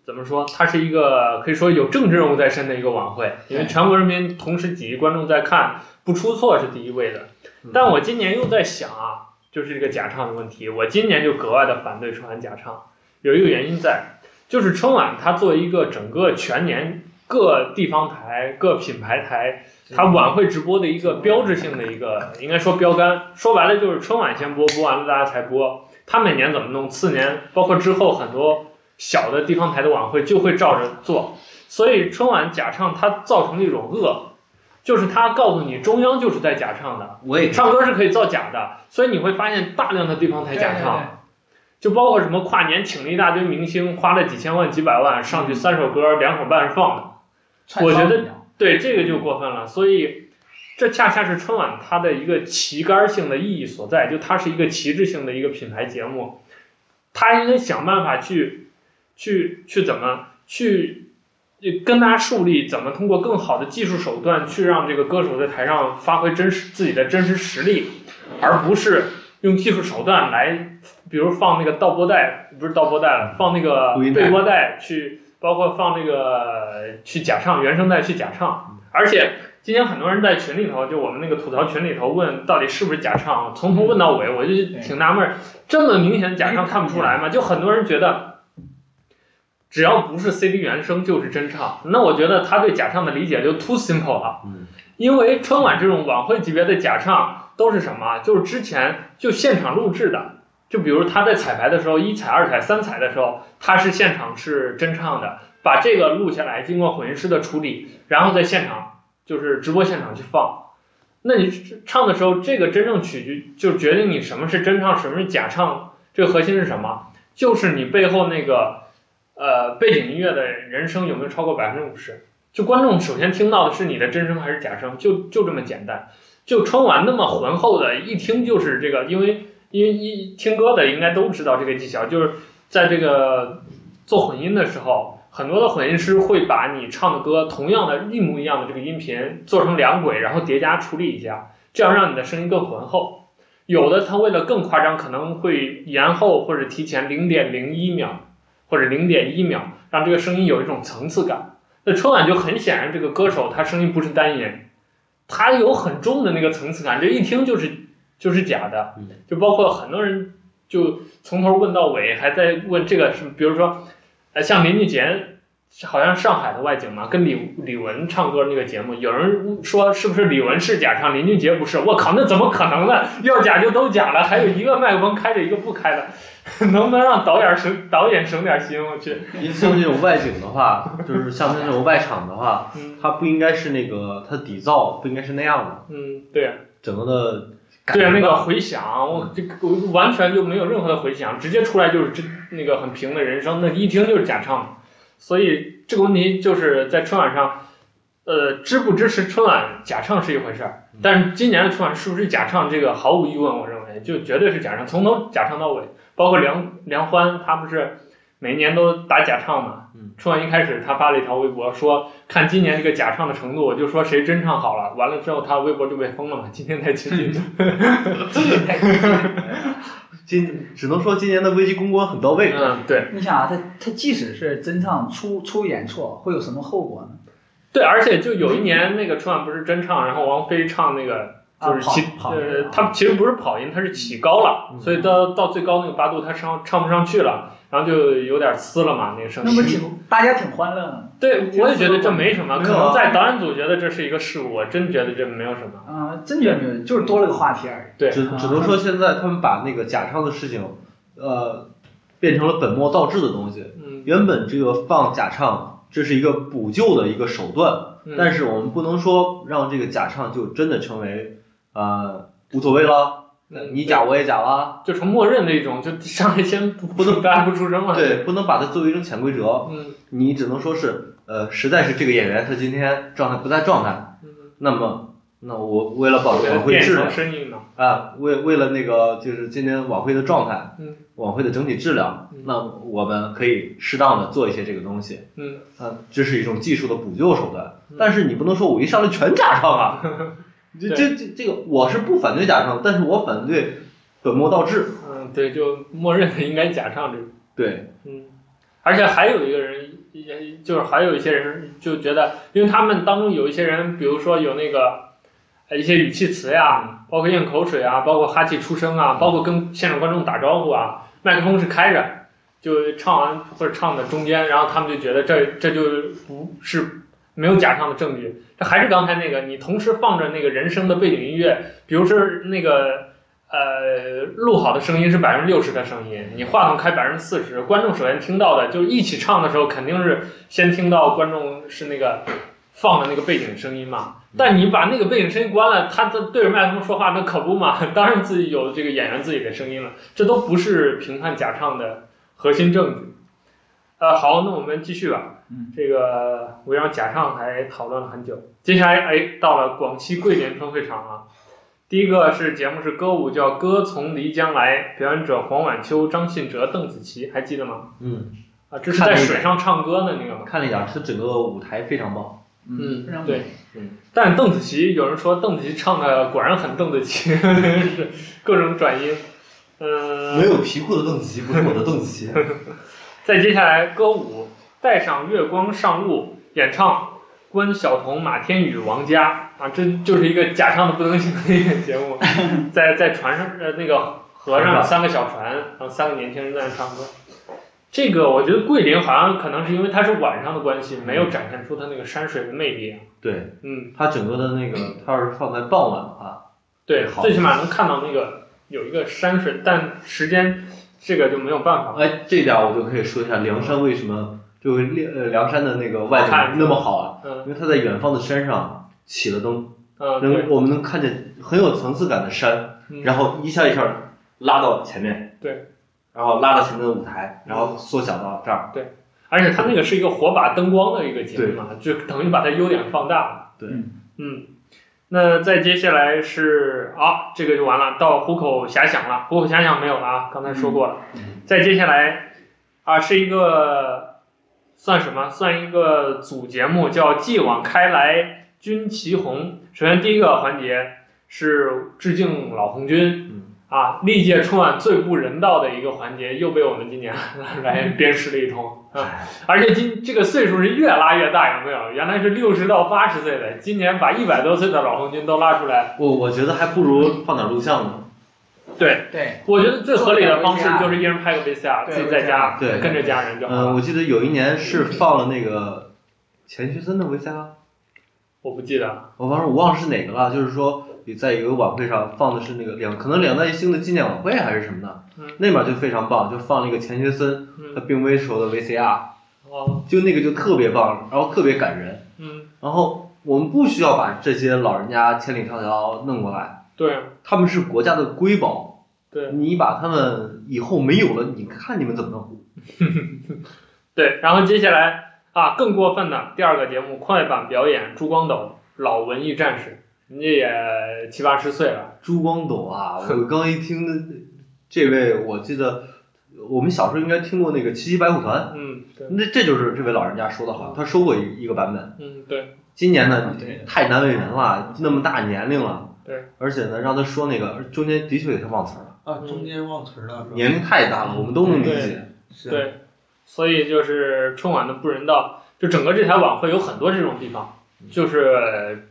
S1: 怎么说，它是一个可以说有政治任务在身的一个晚会，因为全国人民同时几亿观众在看，不出错是第一位的。
S4: 嗯
S1: 但我今年又在想啊，就是这个假唱的问题，我今年就格外的反对春晚假唱，有一个原因在，就是春晚它作为一个整个全年各地方台、各品牌台，它晚会直播的一个标志性的一个，应该说标杆。说白了就是春晚先播，播完了大家才播。它每年怎么弄？次年包括之后很多小的地方台的晚会就会照着做，所以春晚假唱它造成了一种恶，就是它告诉你中央就是在假唱的，
S4: 我也
S1: 唱歌是可以造假的，所以你会发现大量的地方台假唱。，就包括什么跨年请了一大堆明星，花了几千万、几百万上去三首歌、两首半是放的，
S2: 对对对
S1: 我觉得
S2: 串烧一样
S1: 对这个就过分了。所以这恰恰是春晚它的一个旗杆性的意义所在，就它是一个旗帜性的一个品牌节目，它应该想办法去去去怎么去。去跟大家树立怎么通过更好的技术手段去让这个歌手在台上发挥真实自己的真实实力，而不是用技术手段来，比如放那个倒波带，不是倒波带了，放那个
S4: 录音带
S1: 背波带去，包括放那个去假唱原声带去假
S4: 嗯
S1: 唱，而且今天很多人在群里头，就我们那个吐槽群里头问到底是不是假唱，从头问到尾，我就挺纳闷儿，这么明显假唱看不出来吗？就嗯很多人觉得。只要不是 CD 原声就是真唱，那我觉得他对假唱的理解就 too simple 了。
S4: 嗯，
S1: 因为春晚这种晚会级别的假唱都是什么？就是之前就现场录制的，就比如他在彩排的时候，一彩、二彩、三彩的时候，他是现场是真唱的，把这个录下来，经过混音师的处理，然后在现场就是直播现场去放。那你唱的时候，这个真正曲句就决定你什么是真唱，什么是假唱，这个核心是什么？就是你背后那个呃背景音乐的人声有没有超过百分之五十。就观众首先听到的是你的真声还是假声，就就这么简单。就春晚那么浑厚的，一听就是这个，因为因为一听歌的应该都知道这个技巧，就是在这个做混音的时候，很多的混音师会把你唱的歌同样的一模一样的这个音频做成两轨，然后叠加处理一下，这样让你的声音更浑厚。有的他为了更夸张，可能会延后或者提前零点零一秒或者零点一秒，让这个声音有一种层次感。那春晚就很显然，这个歌手他声音不是单音，他有很重的那个层次感，这一听就是就是假的
S4: 嗯。
S1: 就包括很多人就从头问到尾，还在问这个是，比如说，呃，像林俊杰好像上海的外景嘛，跟李李玟唱歌那个节目，有人说是不是李玟是假唱，林俊杰不是？我靠，那怎么可能呢？要假就都假了，还有一个麦克风开着，一个不开的， 能不能让导演省导演省点心？我去，
S4: 因为像这种外景的话，就是像这种外场的话，
S1: 嗯
S4: 它不应该是那个它底噪不应该是那样的，
S1: 嗯，对呀、
S4: 整个的感
S1: 对呀、啊
S4: 觉嗯
S1: 那个
S4: 吧
S1: 回响，我这我完全就没有任何的回响，直接出来就是真那个很平的人声，那一听就是假唱。所以这个问题就是在春晚上，呃，支不支持春晚假唱是一回事儿，
S4: 嗯
S1: 但是今年的春晚是不是假唱，这个毫无疑问，我认为就绝对是假唱，从头假唱到尾，包括梁梁欢他不是每年都打假唱嘛
S4: 嗯，
S1: 春晚一开始他发了一条微博说，看今年这个假唱的程度，我就说谁真唱好了，完了之后他微博就被封了嘛，今天才清 醒。
S4: 今只能说今年的危机公关很到位。
S1: 嗯，对
S2: 你想啊，他他即使是真唱出出演错，会有什么后果呢？
S1: 对，而且就有一年那个春晚不是真唱，然后王菲唱那个
S2: 啊
S1: 就是起、
S2: 跑跑
S1: 呃，她其实不是跑音，她是起高了，
S4: 嗯
S1: 所以到到最高那个八度她唱唱不上去了，然后就有点呲了嘛那个声
S2: 那不
S1: 音。
S2: 挺大家挺欢乐呢？
S1: 对，我也觉得这没什么，
S4: 没
S1: 可
S4: 有啊
S1: 能在导演组觉得这是一个事故，我真觉得这没有什么。
S2: 啊、真觉得没有，就是多了个话题而已。
S1: 对，
S4: 只只能说现在他们把那个假唱的事情，呃，变成了本末倒置的东西。
S1: 嗯，
S4: 原本这个放假唱，这是一个补救的一个手段，
S1: 嗯
S4: 但是我们不能说让这个假唱就真的成为呃无所谓了，
S1: 嗯
S4: 你假我也假啦，
S1: 就成默认的一种，就 上来先不不能大家不出声了。，
S4: 对，不能把它作为一种潜规则，
S1: 嗯
S4: 你只能说是呃，实在是这个演员他今天状态不在状态，
S1: 嗯，
S4: 那么那我为了保证晚会
S1: 变
S4: 质
S1: 成
S4: 量
S1: 声音嘛，
S4: 啊，为为了那个就是今天晚会的状态，
S1: 嗯，
S4: 晚会的整体质量
S1: 嗯，
S4: 那我们可以适当的做一些这个东西。
S1: 嗯，
S4: 嗯，这是一种技术的补救手段，但是你不能说我一上来全假唱 啊。这这这这个我是不反对假唱，但是我反对本末倒置。
S1: 嗯，对，就默认的应该假唱这种。
S4: 对，
S1: 嗯，而且还有一个人，也就是还有一些人就觉得，因为他们当中有一些人，比如说有那个呃一些语气词呀，包括咽口水啊，包括哈气出声啊，包括跟现场观众打招呼啊，麦克风是开着，就唱完或者唱的中间，然后他们就觉得这这就不是没有假唱的证据，这还是刚才那个，你同时放着那个人声的背景音乐，比如说那个呃，录好的声音是百分之六十的声音，你话筒开百分之四十，观众首先听到的就是一起唱的时候，肯定是先听到观众是那个放的那个背景声音嘛。但你把那个背景声音关了，他在对着麦克风说话，那可不嘛， 当然自己有这个演员自己的声音了，这都不是评判假唱的核心证据。呃，好，那我们继续吧。
S2: 嗯，
S1: 这个围绕假唱还讨论了很久，接下来哎，到了广西桂林春会场啊。第一个是节目是歌舞，叫《歌从漓江来》，表演者黄婉秋、张信哲、邓紫棋，还记得吗？
S4: 嗯，
S1: 啊，这是在水上唱歌的那个嘛。
S4: 看了一眼，它整个舞台非常棒。
S1: 嗯
S2: 非常
S1: 对
S2: 美
S1: 但邓紫棋，有人说邓紫棋唱的果然很邓紫棋， 是各种转音。嗯、
S4: 有皮裤的邓紫棋不是我的邓紫棋。
S1: 再接下来歌舞，带上月光上路，演唱关晓彤、马天宇、王佳啊，这就是一个假唱的不能行的一个节目，在在船上呃那个河上有三个小船，然后三个年轻人在那唱歌。这个我觉得桂林好像可能是因为它是晚上的关系，没有展现出它那个山水的魅力啊。
S4: 对，
S1: 嗯，
S4: 它整个的那个，它要是放在傍晚的话，
S1: 对，
S4: 好
S1: 最起码能看到那个有一个山水，但时间这个就没有办法了。
S4: 哎，这点我就可以说一下梁山为什么就是梁呃梁山的那个外景
S1: 好看
S4: 那么好啊，
S1: 嗯
S4: 因为它在远方的山上起了灯，
S1: 嗯，对
S4: 能我们能看见很有层次感的山，
S1: 嗯
S4: 然后一下一下拉到前面，
S1: 对，
S4: 然后拉到前面的舞台，然后缩小到这儿，
S1: 而且它那个是一个火把灯光的一个节目嘛，就等于把它优点放大了。
S4: 对
S2: 嗯
S1: 嗯，那再接下来是啊，这个就完了，到虎口遐想了，虎口遐想没有了啊，刚才说过了。
S4: 嗯
S1: 再接下来啊，是一个算什么？算一个组节目，叫“继往开来军旗红”。首先第一个环节是致敬老红军。
S4: 嗯
S1: 啊，历届春晚最不人道的一个环节，又被我们今年 来鞭尸了一通啊！
S4: 哎
S1: 而且今这个岁数是越拉越大，有没有？原来是六十到八十岁的，今年把一百多岁的老红军都拉出来，
S4: 我我觉得还不如放点录像呢，
S1: 对，
S2: 对，
S1: 我觉得最合理的方式就是一人拍个 VCR，
S2: 对
S1: 自己在家
S4: 对
S1: 跟着家人就好
S4: 嗯，
S1: 了。
S4: 我记得有一年是放了那个钱学森的 VCR，
S1: 我不记得，
S4: 我忘了我忘了是哪个了，就是说你在一个晚会上放的是那个两可能两弹一星的纪念晚会还是什么的，
S1: 嗯
S4: 那边就非常棒，就放了一个钱学森他
S1: 嗯，
S4: 病危时候的 VCR，
S1: 哦，
S4: 就那个就特别棒，然后特别感人，
S1: 嗯，
S4: 然后我们不需要把这些老人家千里迢迢弄过来，
S1: 对
S4: 他们是国家的瑰宝，
S1: 对
S4: 你把他们以后没有了，你看你们怎么弄？
S1: 对。然后接下来啊，更过分的第二个节目快板表演《珠光斗老文艺战士》，人家也七八十岁了，
S4: 朱光斗啊，我刚一听这位，我记得我们小时候应该听过那个七七白虎团，
S1: 嗯，对，
S4: 那这就是这位老人家说的好，他说过一一个版本。
S1: 嗯对，
S4: 今年呢
S2: 对，
S4: 太难为人了，那么大年龄了，
S1: 对，
S4: 而且呢，让他说那个中间的确有些忘词儿了，
S3: 啊，中间忘词儿了，
S4: 年龄太大了，我们都能理解。
S3: 是啊
S1: 对所以就是春晚的不人道，就整个这台晚会有很多这种地方，就是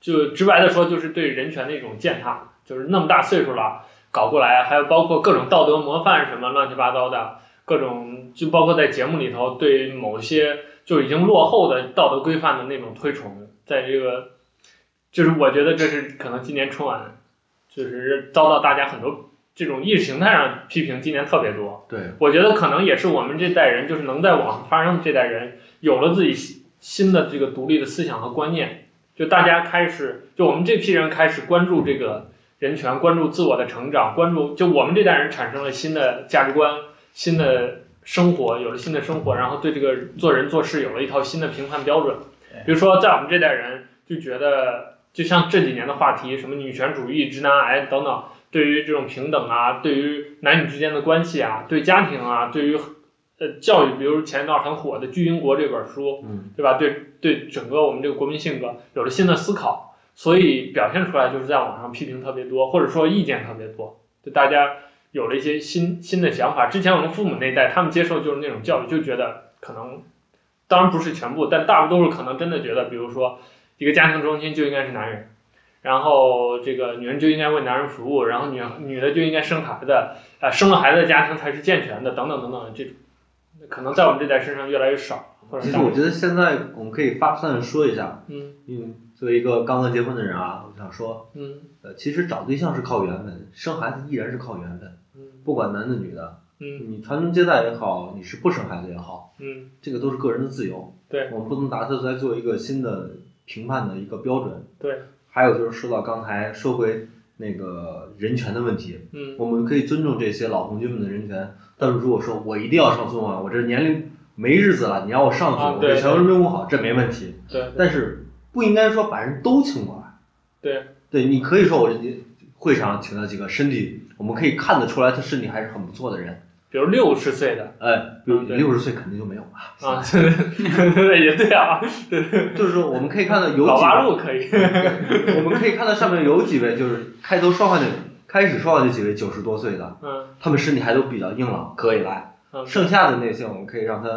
S1: 就直白的说，就是对人权的一种践踏，就是那么大岁数了搞过来，还有包括各种道德模范什么乱七八糟的各种，就包括在节目里头对某些就已经落后的道德规范的那种推崇，在这个就是我觉得这是可能今年春晚就是遭到大家很多这种意识形态上批评，今年特别多。
S4: 对，
S1: 我觉得可能也是我们这代人，就是能在网上发声的这代人，有了自己新新的这个独立的思想和观念，就大家开始，就我们这批人开始关注这个人权，关注自我的成长，关注就我们这代人产生了新的价值观、新的生活，有了新的生活，然后对这个做人做事有了一套新的评判标准
S2: 对。
S1: 比如说，在我们这代人就觉得，就像这几年的话题，什么女权主义、直男癌等等。对于这种平等啊，对于男女之间的关系啊，对家庭啊，对于呃教育，比如前一段很火的《巨婴国》这本书，
S4: 嗯，
S1: 对吧？对对，整个我们这个国民性格有了新的思考，所以表现出来就是在网上批评特别多，或者说意见特别多，就大家有了一些新新的想法。之前我们父母那一代，他们接受就是那种教育，就觉得可能，当然不是全部，但大多数可能真的觉得，比如说一个家庭中心就应该是男人，然后这个女人就应该为男人服务，然后女女的就应该生孩子，啊、生了孩子的家庭才是健全的，等等等等的这种，可能在我们这代身上越来越少。或者
S4: 其实
S1: 少
S4: 我觉得现在我们可以发散说一下，
S1: 嗯
S4: 嗯，作为一个刚刚结婚的人啊，我想说，
S1: 嗯
S4: 呃，其实找对象是靠缘分，生孩子依然是靠缘分，
S1: 嗯
S4: 不管男的女的，
S1: 嗯
S4: 你传宗接代也好，你是不生孩子也好，
S1: 嗯
S4: 这个都是个人的自由。
S1: 对
S4: 我们不能拿它来做一个新的评判的一个标准。
S1: 对。
S4: 还有就是说到刚才说回那个人权的问题，
S1: 嗯，
S4: 我们可以尊重这些老红军们的人权，但是如果说我一定要上春晚，我这年龄没日子了，你让我上去，
S1: 啊
S4: 我
S1: 对
S4: 给全国人民服务好，这没问题。
S1: 对嗯对
S4: 但是不应该说把人都请过来。
S1: 对。
S4: 对，你可以说我会上请了几个身体，我们可以看得出来他身体还是很不错的人。
S1: 比如六十岁的
S4: 哎，比如
S1: 嗯对
S4: 六十岁肯定就没有了。
S1: 啊， 也对啊，
S4: 就是说我们可以看到有
S1: 老
S4: 几
S1: 八
S4: 位，
S1: 路可以，
S4: 我们可以看到上面有几位就是开头说话那开始说话那几位九十多岁的，
S1: 嗯
S4: 他们身体还都比较硬朗，可以来。
S1: 嗯，
S4: 剩下的那些我们可以让他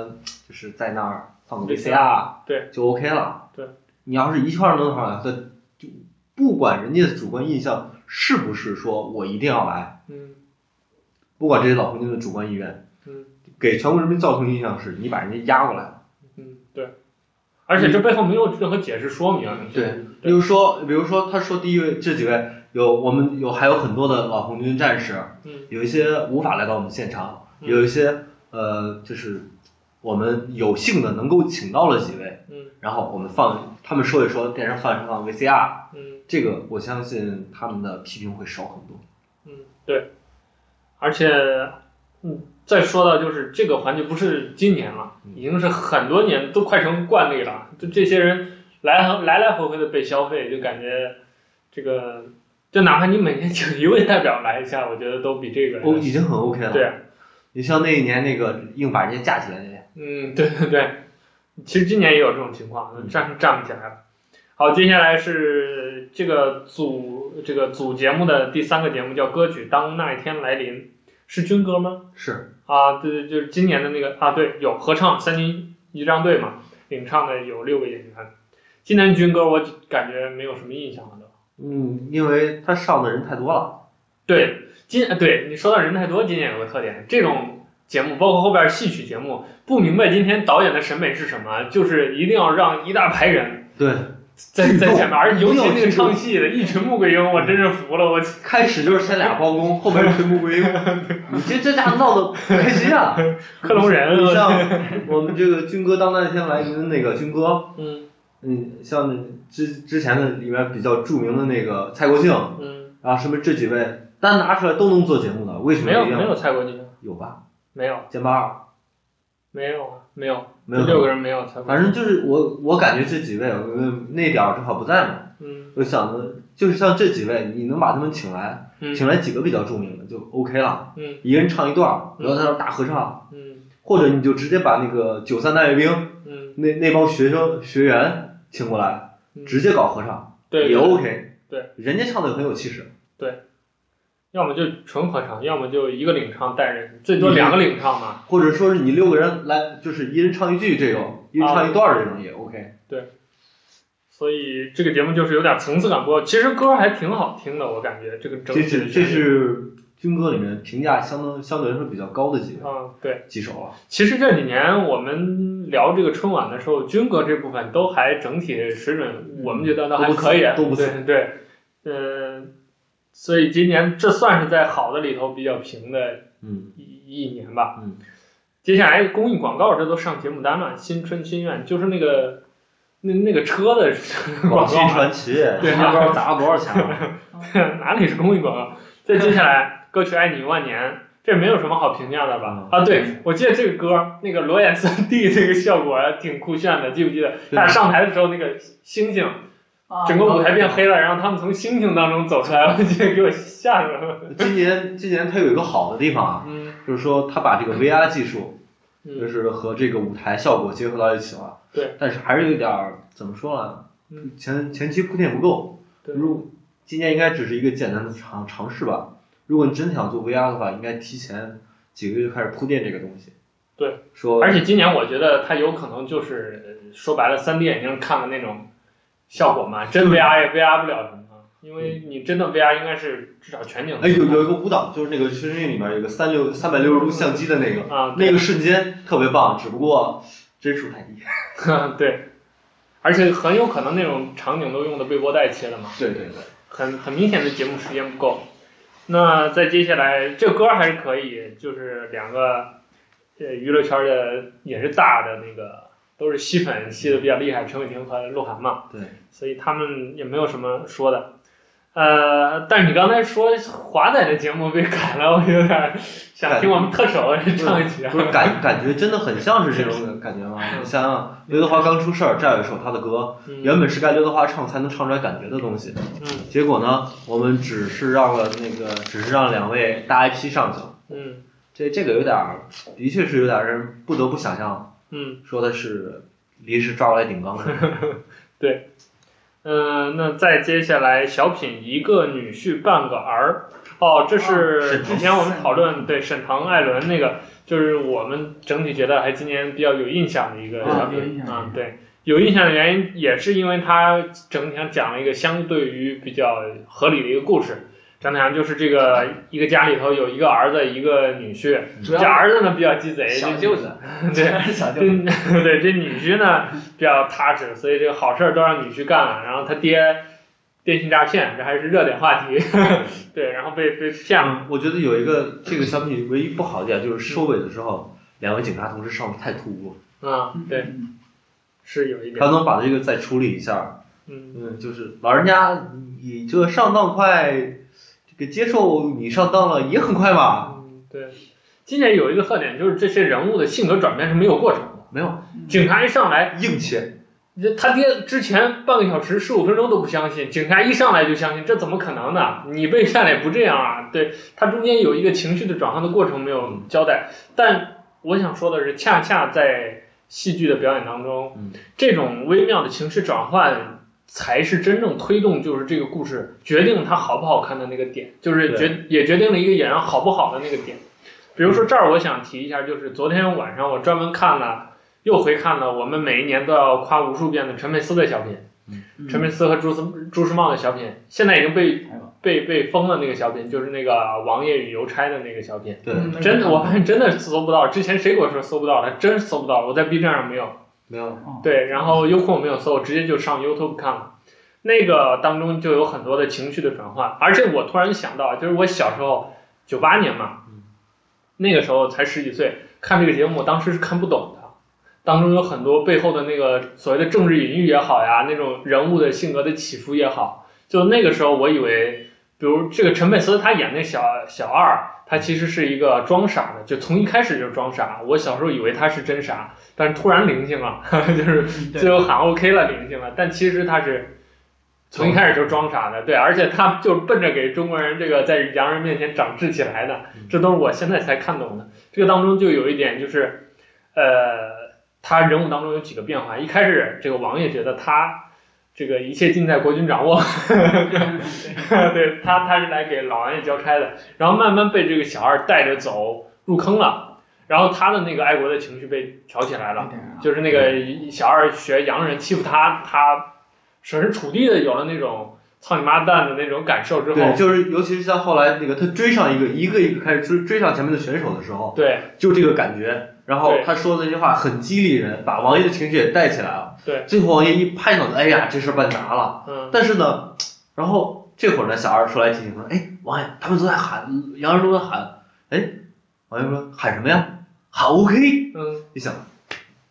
S4: 就是在那儿放个 VCR，
S1: 对，
S4: 就 OK 了。
S1: 对，
S4: 你要是一圈儿弄上来，他就不管人家的主观印象是不是说我一定要来，
S1: 嗯
S4: 不管这些老红军的主观意愿，
S1: 嗯
S4: 给全国人民造成印象是你把人家压过来了。
S1: 嗯，对，而且这背后没有任何解释说明，啊嗯
S4: 对比
S1: 对
S4: 如说，比如说，他说第一位这几位有我们有还有很多的老红军战士，
S1: 嗯
S4: 有一些无法来到我们现场，
S1: 嗯
S4: 有一些呃，就是我们有幸的能够请到了几位，
S1: 嗯
S4: 然后我们放他们说一说电视放一放 VCR，
S1: 嗯
S4: 这个我相信他们的批评会少很多。
S1: 嗯，对，而且嗯，再说到就是这个环节不是今年了，已经是很多年都快成惯例了，就这些人来来来回回的被消费，就感觉这个。就哪怕你每年请一位代表来一下，我觉得都比这个
S4: 哦，已经很 OK 了。
S1: 对啊，
S4: 你像那一年那个硬把人家架起来那位，
S1: 嗯，对对对，其实今年也有这种情况，站站不起来了。好，接下来是这个组这个组节目的第三个节目叫歌曲《当那一天来临》，是军歌吗？
S4: 是
S1: 啊，对对，就是今年的那个啊，对，有合唱三军仪仗队嘛，领唱的有六个演员。今年军歌我感觉没有什么印象了都。
S4: 嗯，因为他上的人太多了。
S1: 对，今对你说到人太多，今年有个特点，这种节目包括后边戏曲节目，不明白今天导演的审美是什么，就是一定要让一大排人
S4: 对，
S1: 在
S4: 剧
S1: 在
S4: 透
S1: 前面，而且尤其那
S4: 一定
S1: 个
S4: 要剧透嗯
S1: 唱戏的，一群穆桂英，我真是服了，我
S4: 开始就是先俩 包公，后面吹穆桂英，你这这家闹得不开心啊！
S1: 克隆人，
S4: 你
S1: 我
S4: 像 我们这个军哥当代天来您那个军哥，
S1: 嗯
S4: 嗯，像之之前的里面比较著名的那个蔡国庆，
S1: 嗯，
S4: 然后什么这几位，单拿出来都能做节目的，为什么
S1: 没有
S4: 一定
S1: 没有蔡国庆，
S4: 有吧？
S1: 没有
S4: 肩膀二
S1: 没有啊没有，
S4: 没
S1: 这六
S4: 有，
S1: 个人没有蔡国
S4: 反
S1: 庆，
S4: 正就是我我感觉这几位呃那点儿正好不在嘛，
S1: 嗯
S4: 我想着就是像这几位，你能把他们请来，
S1: 嗯
S4: 请来几个比较著名的就 OK 了，
S1: 嗯
S4: 一个人唱一段儿，然后在那儿大合唱，
S1: 嗯
S4: 或者你就直接把那个九三大阅兵
S1: 嗯
S4: 那那帮学生学员请过来。
S1: 嗯，
S4: 直接搞合唱
S1: 对
S4: 也
S1: 对
S4: OK。
S1: 对，
S4: 人家唱的很有气势。
S1: 要么就纯合唱，要么就一个领唱带人，最多两个领唱嘛。
S4: 或者说是你六个人来，就是一人唱一句这种，一人唱一段儿这种也
S1: 啊
S4: OK。
S1: 所以这个节目就是有点层次感不够。其实歌还挺好听的，我感觉这个整
S4: 这
S1: 体的旋
S4: 是
S1: 律
S4: 这是军歌里面评价相当相对来说比较高的几位
S1: 嗯对。
S4: 几首了。
S1: 其实这几年我们聊这个春晚的时候，军歌这部分都还整体水准，我们觉得都还可以，
S4: 嗯都不错
S1: 对对，呃，所以今年这算是在好的里头比较平的
S4: 嗯，
S1: 一一年吧。
S4: 嗯。
S1: 接下来公益广告这都上节目单了，《新春心愿》就是那个那那个车的 广
S4: 广
S1: 告
S4: 西
S1: 嘛，
S4: 传奇，
S1: 对
S4: 那边砸了多少钱了？
S1: 哪里是公益广告？再接下来歌曲《爱你一万年》，这没有什么好评价的吧？啊，对，我记得这个歌那个裸眼三 D 这个效果挺酷炫的，记不记得？
S4: 对
S1: 他上台的时候那个星星，
S2: 啊
S1: 整个舞台变黑了，然后他们从星星当中走出来，我觉得给我吓着了。
S4: 今年今年它有一个好的地方啊，
S1: 嗯
S4: 就是说它把这个 VR 技术，就
S1: 嗯
S4: 是和这个舞台效果结合到一起了。
S1: 对，
S4: 但是还是有点儿怎么说呢？
S1: 嗯，
S4: 前前期铺垫不够。
S1: 对，
S4: 如今年应该只是一个简单的尝尝试吧。如果你真想做 VR 的话，应该提前几个月开始铺垫这个东西。
S1: 对，
S4: 说
S1: 而且今年我觉得它有可能就是呃说白了，3 D 眼镜看的那种效果嘛，真 VR 也 VR 不了什么，啊因为你真的 VR 应该是至少全景的。
S4: 嗯哎，有有一个舞蹈，就是那个《新世界》里面有一个三六三百六十度相机的那个，
S1: 啊，对
S4: 那个瞬间特别棒，只不过帧数太低。
S1: 对，而且很有可能那种场景都用的背波带切的嘛，
S4: 对对对，
S1: 很很明显的节目时间不够。那再接下来，这歌还是可以，就是两个呃娱乐圈的也是大的那个，都是吸粉吸的比较厉害，陈伟霆和鹿晗嘛，
S4: 对，
S1: 所以他们也没有什么说的。呃，但是你刚才说华仔的节目被改了，我有点想听我们特首 唱一曲啊。
S4: 不是感感觉真的很像是这种感觉吗？你想想，刘德华刚出事儿，这儿有一首他的歌，
S1: 嗯
S4: 原本是该刘德华唱才能唱出来感觉的东西，
S1: 嗯
S4: 结果呢，我们只是让了那个，只是让两位大 IP 上去了。
S1: 嗯
S4: 这这个有点儿，的确是有点儿让人不得不想象，
S1: 嗯，
S4: 说的是临时抓过来顶 缸的。
S1: 嗯，那再接下来，小品一个女婿半个儿，哦，这是
S4: 沈
S1: 之
S4: 腾
S1: 前我们讨论对沈腾、艾伦那个，就是我们整体觉得还今年比较有印象的一个
S2: 啊
S1: 小
S2: 有印
S1: 品
S2: 象
S1: 啊，对，有印象的原因也是因为他整体上讲了一个相对于比较合理的一个故事，整体上就是这个一个家里头有一个儿子一个女婿，
S2: 主
S1: 这
S2: 要
S1: 儿子呢比较鸡贼，
S2: 是小
S1: 这
S2: 舅子，
S1: 哎对。
S2: 小舅子，
S1: 这嗯对这女婿呢比较踏实，所以这个好事儿都让女婿干了。然后他爹电信诈骗，这还是热点话题。对，然后被被骗了。
S4: 嗯我觉得有一个这个小品唯一不好的点就是收尾的时候，两位警察同时上的太突兀，
S1: 嗯，对，是有一
S4: 他
S1: 点。
S4: 能把这个再处理一下。
S1: 嗯，
S4: 嗯，就是老人家，你这上当快，这个接受你上当了也很快吧？
S1: 嗯对。今年有一个特点，就是这些人物的性格转变是没有过程的。
S4: 没有
S2: 嗯
S1: 警察一上来，
S4: 硬切，
S1: 这他爹之前半个小时、十五分钟都不相信，警察一上来就相信，这怎么可能呢？你被骗了也不这样啊！对他中间有一个情绪的转换的过程没有交代，但我想说的是，恰恰在戏剧的表演当中，
S4: 嗯
S1: 这种微妙的情绪转换才是真正推动，就是这个故事决定它好不好看的那个点，就是决也决定了一个演员好不好的那个点。比如说这儿，我想提一下，就是昨天晚上我专门看了，又回看了我们每一年都要夸无数遍的陈佩斯的小品
S4: 嗯。
S1: 陈佩斯和朱斯朱时茂的小品，现在已经被
S2: 还有
S1: 被被封了那个小品，就是那个王爷与邮差的那个小品。
S4: 对，
S2: 嗯
S1: 真的，我发现真的搜不到。之前谁给我说搜不到，还真搜不到。我在 B 站上没有，
S4: 没有，
S2: 嗯哦
S1: 对，然后优酷没有搜，直接就上 YouTube 看了。那个当中就有很多的情绪的转换，而且我突然想到，就是我小时候，九八年嘛
S4: 嗯，
S1: 那个时候才十几岁，看这个节目，当时是看不懂的。当中有很多背后的那个所谓的政治隐喻也好呀，那种人物的性格的起伏也好，就那个时候我以为，比如这个陈佩斯他演那小小二，他其实是一个装傻的，就从一开始就装傻。我小时候以为他是真傻，但是突然灵性了， 就是最后喊 OK 了，灵性了。但其实他是从一开始就装傻的，对，而且他就是奔着给中国人这个在洋人面前长志气来的
S4: 嗯，
S1: 这都是我现在才看懂的。这个当中就有一点就是，呃，他人物当中有几个变化。一开始这个王爷觉得他这个一切尽在国君掌握，
S2: 嗯
S1: 对他他是来给老王爷交差的，然后慢慢被这个小二带着走入坑了，然后他的那个爱国的情绪被挑起来了。就是那个小二学洋人欺负他，他设身处地的有了那种操你妈蛋的那种感受之后
S4: 对，，就是尤其是像后来那个他追上一个一个一个开始追追上前面的选手的时候，
S1: 对
S4: 就这个感觉。然后
S1: 对
S4: 他说的那句话很激励人，把王爷的情绪也带起来了。
S1: 对，
S4: 最后王爷一拍脑袋，哎呀，这事儿办砸了。
S1: 嗯，
S4: 但是呢，然后这会儿呢，小二出来提醒说：“哎，王爷，他们都在喊，洋人都在喊。”哎，王爷说：“喊什么呀？喊 OK。
S1: 嗯，”
S4: 一想，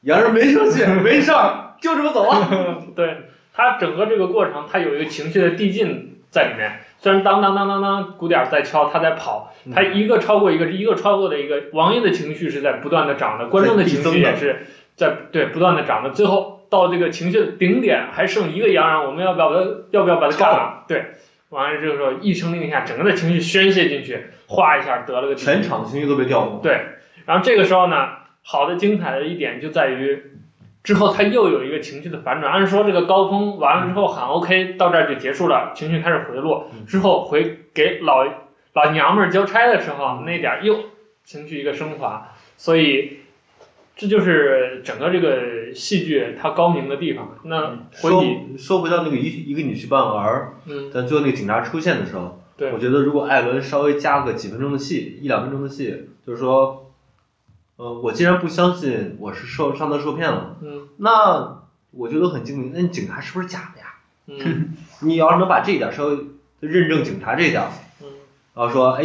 S4: 洋人没生气，没事儿，就这么走啊。
S1: 对他整个这个过程，他有一个情绪的递进在里面。虽然当当当当当鼓点儿在敲，他在跑，他一个超过一个，一个超过的一个，王爷的情绪是在不断的涨的，观众的情绪也是在对不断的涨的，最后到这个情绪的顶点还剩一个洋人，我们要不要把他要不要把他干了？对，完了这个时候一声令下，整个的情绪宣泄进去，哗一下得了个第一
S4: 全场情绪都被调动。
S1: 对，然后这个时候呢，好的精彩的一点就在于，之后他又有一个情绪的反转。按说这个高峰完了之后喊 OK 到这儿就结束了，情绪开始回落，
S4: 嗯
S1: 之后回给老老娘们儿交差的时
S4: 嗯
S1: 候，那点儿又情绪一个升华，所以。这就是整个这个戏剧它高明的地方。那回
S4: 嗯说
S1: 你，
S4: 说回到那个一一个女婿办儿，
S1: 嗯，
S4: 但最后那个警察出现的时候，
S1: 对
S4: 我觉得如果艾伦稍微加个几分钟的戏，一两分钟的戏，就是说，呃，我既然不相信我是受上当受骗了，
S1: 嗯
S4: 那我觉得很精明，那你警察是不是假的呀？
S1: 嗯
S4: 你要是能把这一点稍微认证警察这一点，
S1: 嗯，
S4: 然后说，哎，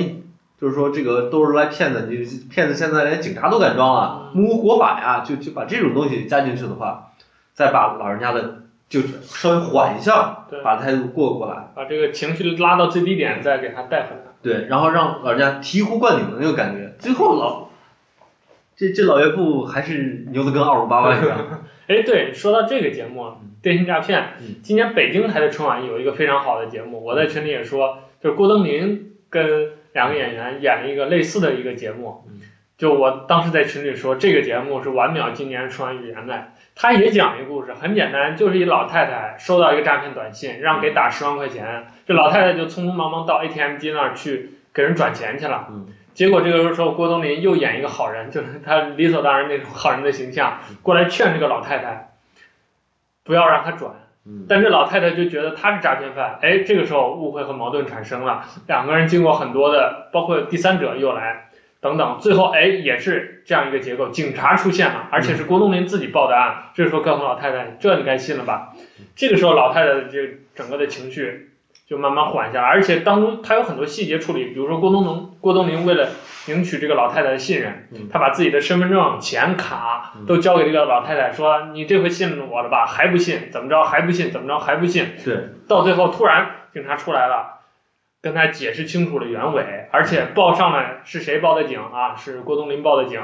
S4: 就是说这个都是来骗的，你骗子现在连警察都敢装了，
S1: 嗯
S4: 目无国法呀，就就把这种东西加进去的话，再把老人家的就稍微缓一下，
S1: 对，
S4: 把态度过过来，
S1: 把这个情绪拉到最低点，再给它带回来。
S4: 对，然后让老人家醍醐灌顶的那个感觉，最后老。这这老岳父还是牛的跟二五八万一样，
S1: 哎，对，说到这个节目啊
S4: 嗯
S1: 《电信诈骗》
S4: 嗯，
S1: 今年北京台的春晚有一个非常好的节目，我在群里也说，就是郭冬临跟两个演员演了一个类似的一个节目
S4: 嗯。
S1: 就我当时在群里说，这个节目是完秒今年春晚语言的。他也讲一故事，很简单，就是一老太太收到一个诈骗短信，让给打十万块钱，这老太太就匆匆忙忙到 ATM 机那儿去给人转钱去了。
S4: 嗯，
S1: 结果这个时候，郭冬临又演一个好人，就是他理所当然那种好人的形象，
S4: 嗯
S1: 过来劝这个老太太，不要让他转。
S4: 嗯
S1: 但这老太太就觉得他是诈骗犯，哎，这个时候误会和矛盾产生了，两个人经过很多的，包括第三者又来等等，最后哎也是这样一个结构，警察出现了，而且是郭冬临自己报的案，这时候告诉老太太，这你该信了吧？这个时候老太太的这整个的情绪就慢慢缓下来，而且当中她有很多细节处理，比如说郭冬临，郭冬临为了赢取这个老太太的信任，
S4: 嗯
S1: 他把自己的身份证、钱卡都交给这个老太太，说：“你这回信我了吧？还不信？怎么着还不信？怎么着还不信？”
S4: 对，
S1: 到最后突然警察出来了，跟他解释清楚了原委，而且报上来是谁报的警啊？是郭冬临报的警，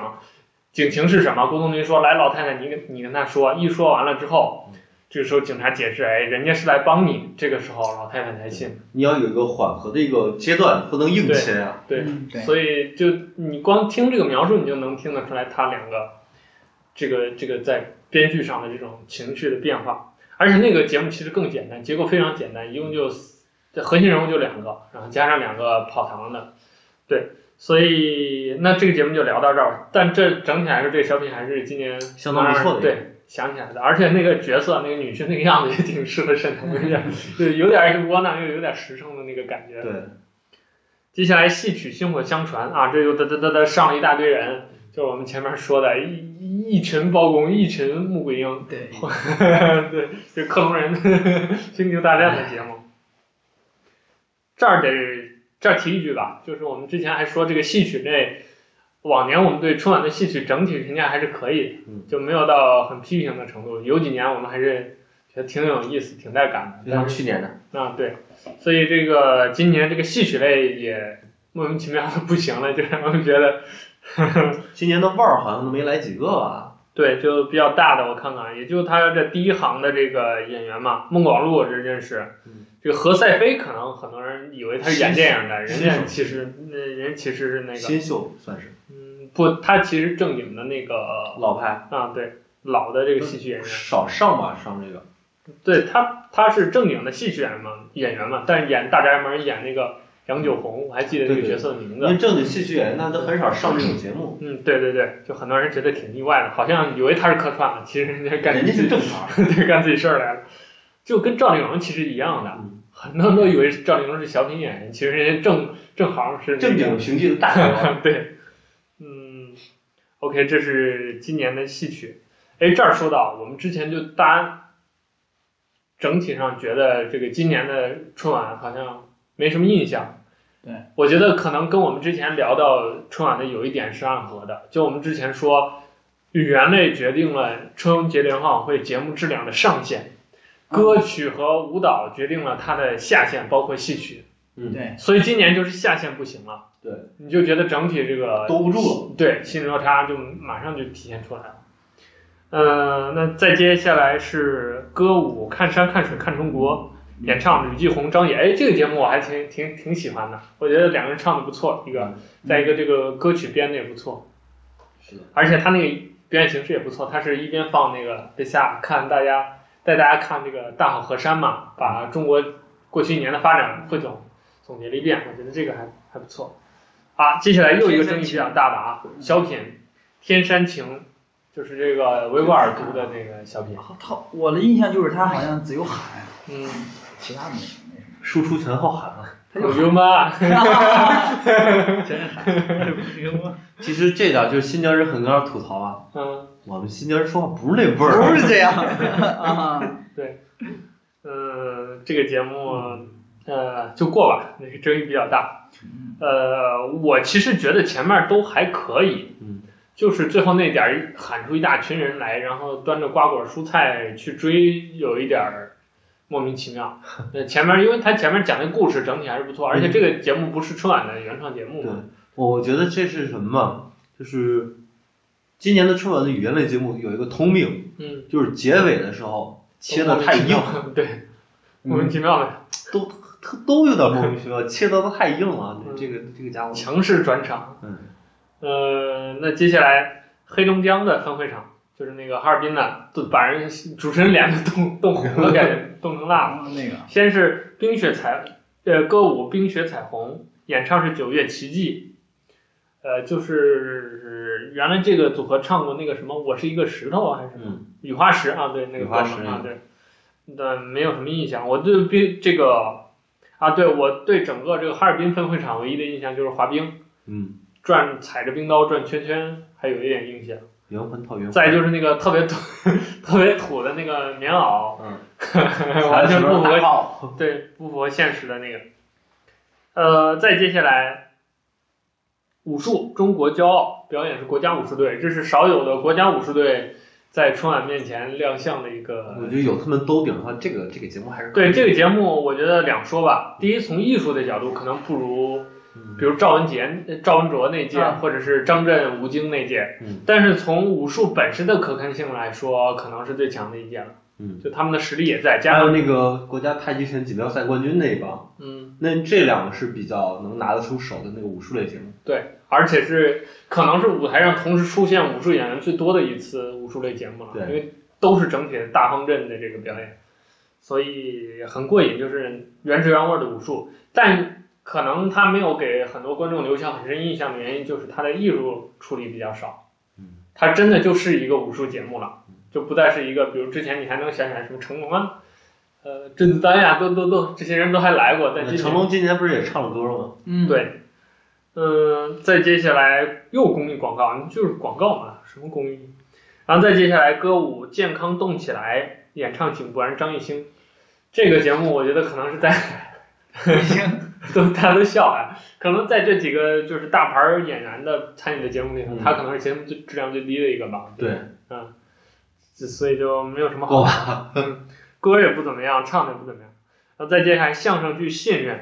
S1: 警情是什么？郭冬临说：“来，老太太，你跟你跟他说。”一说完了之后，这个时候警察解释：“哎，人家是来帮你。”这个时候老太太才信。
S4: 你要有一个缓和的一个阶段，不能硬
S1: 对
S4: 切啊。
S1: 对，
S2: 嗯对，
S1: 所以就你光听这个描述，你就能听得出来他两个这个这个在编剧上的这种情绪的变化。而且那个节目其实更简单，结构非常简单，一共就四这核心人物就两个，然后加上两个跑堂的，对。所以那这个节目就聊到这儿吧，但这整体来说，这个小品还是今年
S4: 相当不错的
S1: 对，想起来的，而且那个角色，那个女性那个样子也挺适合沈腾 的，对，有点窝囊又有点实诚的那个感觉。
S4: 对，
S1: 接下来戏曲薪火相传啊，这又哒哒哒哒上了一大堆人，就是我们前面说的一一一群包公，一群穆桂英，
S2: 对，
S1: 对，就克隆人星球大战的节目。这儿得这儿提一句吧，就是我们之前还说这个戏曲类，往年我们对春晚的戏曲整体评价还是可以的
S4: 嗯，
S1: 就没有到很批评的程度。有几年我们还是觉得挺有意思、挺带感
S4: 就
S1: 的。
S4: 像去年的，
S1: 啊，对，所以这个今年这个戏曲类也莫名其妙的不行了，就让我们觉得，
S4: 今年的腕儿好像都没来几个吧？
S1: 对，就比较大的，我看啊看，也就他这第一行的这个演员嘛，孟广禄我是认识
S4: 嗯，
S1: 这个何赛飞可能很多人以为他是演电影的，人
S4: 新
S1: 家
S4: 手
S1: 其实那人其实是那个，
S4: 新秀算是
S1: 嗯，不，他其实正经的那个
S4: 老派，
S1: 啊，对，老的这个戏曲演员，
S4: 少上吧，上这个
S1: 对他他是正经的戏曲演员嘛，演员嘛，但是演大宅门演那个杨九红，我还记得这个
S4: 对对
S1: 角色的名
S4: 因
S1: 字
S4: 为。正经戏剧演员他都很少上这种节目，
S1: 嗯，对对对，就很多人觉得挺意外的，好像以为他是客串了，其实人家干
S4: 人
S1: 自
S4: 家是
S1: 己
S4: 正牌儿。
S1: 对干自己事儿来了，就跟赵丽蓉其实一样的，
S4: 嗯
S1: 很多人都以为赵丽蓉是小品演员，其实人家正正行是、那个、
S4: 正经评剧的大哥，
S1: 对，嗯，OK，这是今年的戏曲。哎，这儿说到，我们之前就大家整体上觉得这个今年的春晚好像没什么印象。
S2: 对，
S1: 我觉得可能跟我们之前聊到春晚的有一点是暗合的，就我们之前说，语言类决定了春节联欢晚会节目质量的上限，歌曲和舞蹈决定了它的下限，包括戏曲。
S2: 对，
S1: 所以今年就是下限不行了。
S4: 对，
S1: 你就觉得整体这个
S4: 兜不住了。
S1: 对心理落差就马上就体现出来了。呃，那再接下来是歌舞看山看水看中国，演唱吕继红、张也。哎，这个节目我还挺挺挺喜欢的，我觉得两个人唱的不错，一个再一个这个歌曲编的也不错，
S4: 是的，
S1: 而且他那个表演形式也不错，他是一边放那个在下看大家带大家看这个大好河山嘛，把中国过去一年的发展汇总总结了一遍，我觉得这个还还不错。啊，接下来又一个争议比较大的啊，小品《天山情》，就是这个维吾尔族的那个小品。
S2: 他我的印象就是他好像只有喊，
S1: 嗯，
S2: 其他没没什 么，
S4: 输出全靠喊啊了。
S2: 他就
S1: 有幽默。啊
S2: 真是 喊，不是幽默。
S4: 其实这点就是新疆人很多人吐槽啊，
S1: 嗯
S4: 我们新疆人说话不是那味儿，
S2: 不是这样 啊，
S1: 呃，这个节目
S4: 嗯
S1: 呃就过吧，那个争议比较大。
S2: 嗯
S1: 呃，我其实觉得前面都还可以，
S4: 嗯，
S1: 就是最后那点儿喊出一大群人来，然后端着瓜果蔬菜去追，有一点儿莫名其 妙。呃，前面因为他前面讲的故事整体还是不错，
S4: 嗯
S1: 而且这个节目不是春晚的原创节目嘛，
S4: 我觉得这是什么嘛？就是今年的春晚的语言类节目有一个通病，
S1: 嗯，
S4: 就是结尾的时候切的太硬，嗯
S1: 对，莫名其妙的、
S4: 都都都有点莫名其 妙，切的都太硬了。啊这个这个家伙，
S1: 强势转场。
S4: 嗯，
S1: 呃，那接下来黑龙江的分会场，就是那个哈尔滨的，都把人主持人脸都冻冻红了，感觉冻成蜡了。
S2: 然后那个
S1: 先是冰雪彩，呃，歌舞冰雪彩虹，演唱是九月奇迹，呃，就是原来这个组合唱过那个什么，我是一个石头啊，还是什么
S4: 嗯，
S1: 雨花石啊？对，那个
S4: 雨花
S1: 歌
S4: 石
S1: 啊，对，但没有什么印象。我对冰这个啊，对我对整个这个哈尔滨分会场唯一的印象就是滑冰，
S4: 嗯，
S1: 转踩着冰刀转圈圈，还有一点印象。
S4: 圆环套圆环。
S1: 再就是那个特别土、 特别土的那个棉袄，
S4: 嗯，
S1: 完全不符合
S4: 合。
S1: 对，不符合现实的那个。呃，再接下来，武术中国骄傲表演是国家武术队，这是少有的国家武术队在春晚面前亮相的一个。
S4: 我觉得有他们兜底的话，这个嗯这个节目还是
S1: 对这个节目，我觉得两说吧。第一，从艺术的角度，可能不如比
S4: 个，
S1: 如赵文杰、呃赵文卓那届，
S2: 啊
S1: 或者是张震、吴京那届。
S4: 嗯
S1: 但是从武术本身的可看性来说，可能是最强的一届了。
S4: 嗯，
S1: 就他们的实力也在，加
S4: 还有
S1: 上
S4: 那个国家太极拳锦标赛冠军那一帮。
S1: 嗯。
S4: 那这两个是比较能拿得出手的那个武术类节目。
S1: 对，而且是可能是舞台上同时出现武术演员最多的一次武术类节目了，
S4: 对
S1: 因为都是整体的大方阵的这个表演，所以很过瘾，就是原汁原味的武术。但可能他没有给很多观众留下很深印象的原因，就是他的艺术处理比较少。
S4: 嗯，
S1: 他真的就是一个武术节目了
S4: 嗯，
S1: 就不再是一个，比如之前你还能想起来什么成龙啊，呃，甄子丹呀、都都都这些人都还来过，但今年
S4: 成龙今年不是也唱了歌吗？
S2: 嗯，
S1: 对，嗯，再接下来又公益广告，嗯就是广告嘛，什么公益？然后再接下来歌舞《健康动起来》，演唱井柏然、张艺兴。这个节目我觉得可能是在
S2: 行，
S1: 都大家都笑啊，可能在这几个就是大牌儿演员的参与的节目里头，
S4: 嗯
S1: 他可能是节目最质量最低的一个吧。
S4: 对，
S1: 嗯，所以就没有什么好嗯
S4: 够吧，
S1: 歌也不怎么样，唱的也不怎么样。然后再接下来相声剧《信任》，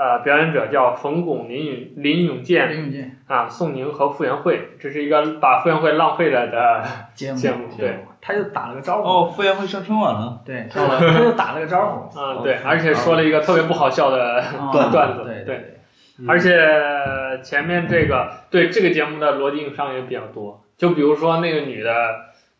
S1: 呃，表演者叫冯巩、林允、林永健
S2: 林永健
S1: 啊、宋宁和傅园慧，这是一个把傅园慧浪费了的
S2: 节目，
S1: 节目，对，
S2: 他就打了个招呼，
S3: 哦，傅园慧上春晚了。
S2: 对，他就打了个招呼，
S4: 哦
S1: 啊、对，而且说了一个特别不好笑的
S2: 啊
S4: 段
S1: 段子，
S2: 对
S1: 对。
S2: 对，
S4: 嗯
S1: 而且前面这个对这个节目的逻辑硬伤也比较多，就比如说那个女的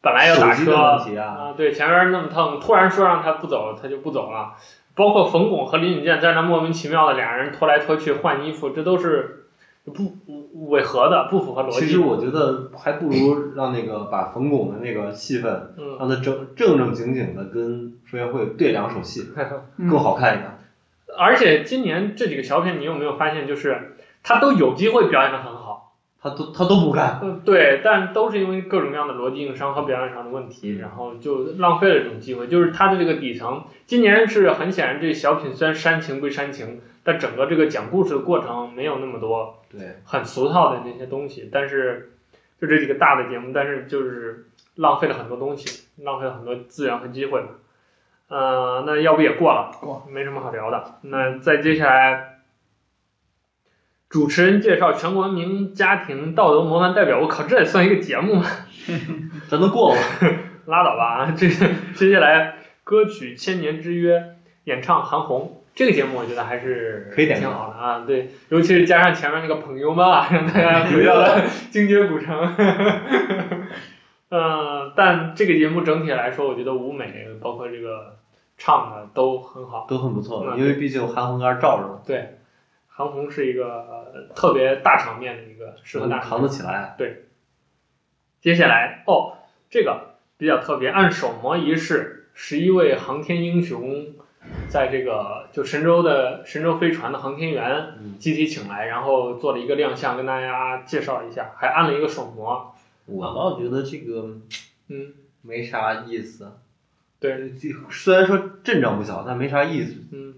S1: 本来要打
S4: 手机的
S1: 车
S4: 问题啊，
S1: 啊，对前面那么蹭，突然说让她不走，她就不走了。包括冯巩和林允健在那莫名其妙的俩人拖来拖去换衣服，这都是不违和的，不符合逻辑。
S4: 其实我觉得还不如让那个把冯巩的那个戏份，
S1: 嗯，
S4: 让他正正正经经的跟傅园慧对两首戏，
S2: 嗯
S4: 更好看一点。
S1: 而且今年这几个小品，你有没有发现，就是他都有机会表演的很好，
S4: 他都他都不干，
S1: 嗯，对，但都是因为各种各样的逻辑硬伤和表演上的问题，然后就浪费了这种机会。就是他的这个底层，今年是很显然，这小品虽然煽情归煽情，但整个这个讲故事的过程没有那么多
S4: 对，
S1: 很俗套的那些东西，但是就这几个大的节目，但是就是浪费了很多东西，浪费了很多资源和机会吧。呃，那要不也过了，
S2: 过
S1: 没什么好聊的。那再接下来，主持人介绍全国名家庭道德模范代表，我靠，这也算一个节目吗？
S4: 咱能过吗？
S1: 拉倒吧 啊！这接下来歌曲《千年之约》，演唱韩红。这个节目我觉得还是
S4: 可以点
S1: 挺
S4: 赞
S1: 好的啊，对，尤其是加上前面那个朋友们啊， 让大家回到了精绝古城。 嗯，但这个节目整体来说，我觉得舞美包括这个唱的都很好。
S4: 都很不错，
S1: 嗯
S4: 因为毕竟韩红杆罩着，
S1: 对，韩红是一个呃特别大场面的一个适合大
S4: 能
S1: 场
S4: 扛
S1: 面。
S4: 得起来。
S1: 接下来哦，这个比较特别，按手模仪式，十一位航天英雄在这个就神舟的神舟飞船的航天员
S4: 嗯，
S1: 集体请来，然后做了一个亮相，跟大家介绍一下，还按了一个手模。
S4: 我倒觉得这个
S1: 嗯
S4: 没啥意思。
S1: 对，
S4: 这虽然说阵仗不小，但没啥意思。
S1: 嗯，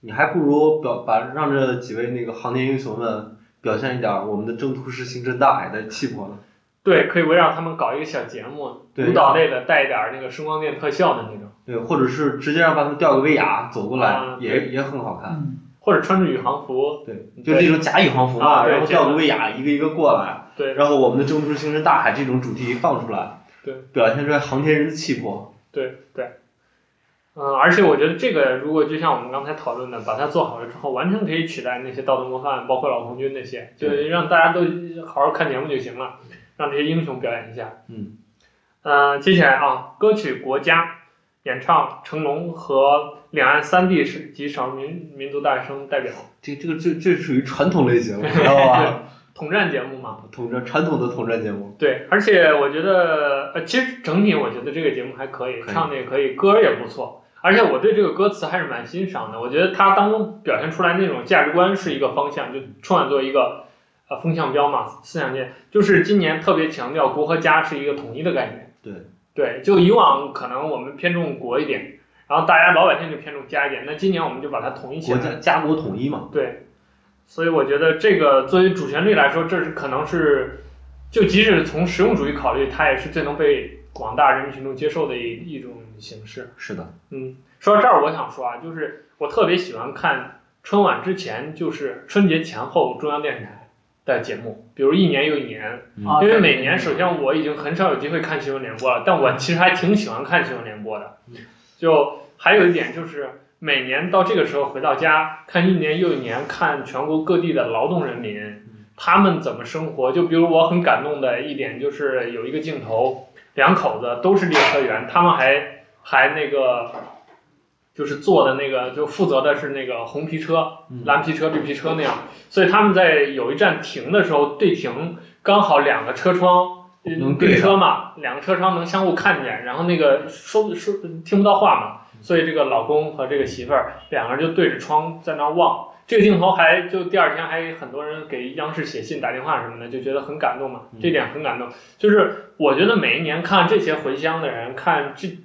S4: 你还不如表把让这几位那个航天英雄们表现一点我们的征途是星辰大海的气魄呢。
S1: 对，可以围绕他们搞一个小节目，
S4: 对
S1: 舞蹈类的，带一点那个声光电特效的那种，
S4: 对，或者是直接让他们吊个威亚走过来，
S1: 啊
S4: 也也很好看。
S2: 嗯，
S1: 或者穿着宇航服，
S4: 对，就
S1: 对
S4: 那种假宇航服嘛，
S1: 啊对
S4: 然后吊个威亚一个一个过来，
S1: 对，
S4: 然后我们的征途是星辰大海这种主题一放出来，
S1: 对，
S4: 表现出来航天人的气魄。
S1: 对对，嗯、而且我觉得这个如果就像我们刚才讨论的，把它做好了之后，完全可以取代那些道德模范，包括老红军那些，就
S4: 对
S1: 让大家都好好看节目就行了，让这些英雄表演一下。
S4: 嗯，
S1: 呃，接下来啊，歌曲《国家》，演唱成龙和两岸三地省及少数民民族大学生代表
S4: 这这个这这属于传统类节目，你知道 吧？
S1: 统战节目嘛，
S4: 统战传统的统战节目，
S1: 嗯对，而且我觉得，呃，其实整体我觉得这个节目还可以，
S4: 可以
S1: 唱的也可以，歌儿也不错。而且我对这个歌词还是蛮欣赏的，我觉得它当中表现出来那种价值观是一个方向，就春晚作为一个呃风向标嘛，思想界就是今年特别强调国和家是一个统一的概念。
S4: 对
S1: 对，就以往可能我们偏重国一点，然后大家老百姓就偏重家一点，那今年我们就把它统一起
S4: 国
S1: 来。
S4: 家家国统一嘛。
S1: 对，所以我觉得这个作为主旋律来说，这是可能是，就即使从实用主义考虑，它也是最能被广大人民群众接受的一一种形式。
S4: 是的，
S1: 嗯，说到这儿，我想说啊，就是我特别喜欢看春晚之前，就是春节前后中央电视台的节目，比如一年又一年，
S2: 啊
S1: 因为每年首先我已经很少有机会看新闻联播了，但我其实还挺喜欢看新闻联播的。就还有一点就是，每年到这个时候回到家，看一年又一年，看全国各地的劳动人民，他们怎么生活。就比如我很感动的一点就是有一个镜头，两口子都是列车员，他们还还那个。就是坐的那个，就负责的是那个红皮车、
S4: 嗯
S1: 蓝皮车、绿皮车那样，所以他们在有一站停的时候，对停刚好两个车窗嗯
S4: 能
S1: 对
S4: 对上
S1: 车嘛，两个车窗能相互看见，然后那个说说听不到话嘛，
S4: 嗯
S1: 所以这个老公和这个媳妇儿两个人就对着窗在那儿望。这个镜头还就第二天还很多人给央视写信打电话什么的，就觉得很感动嘛，
S4: 嗯
S1: 这点很感动。就是我觉得每一年看这些回乡的人，看这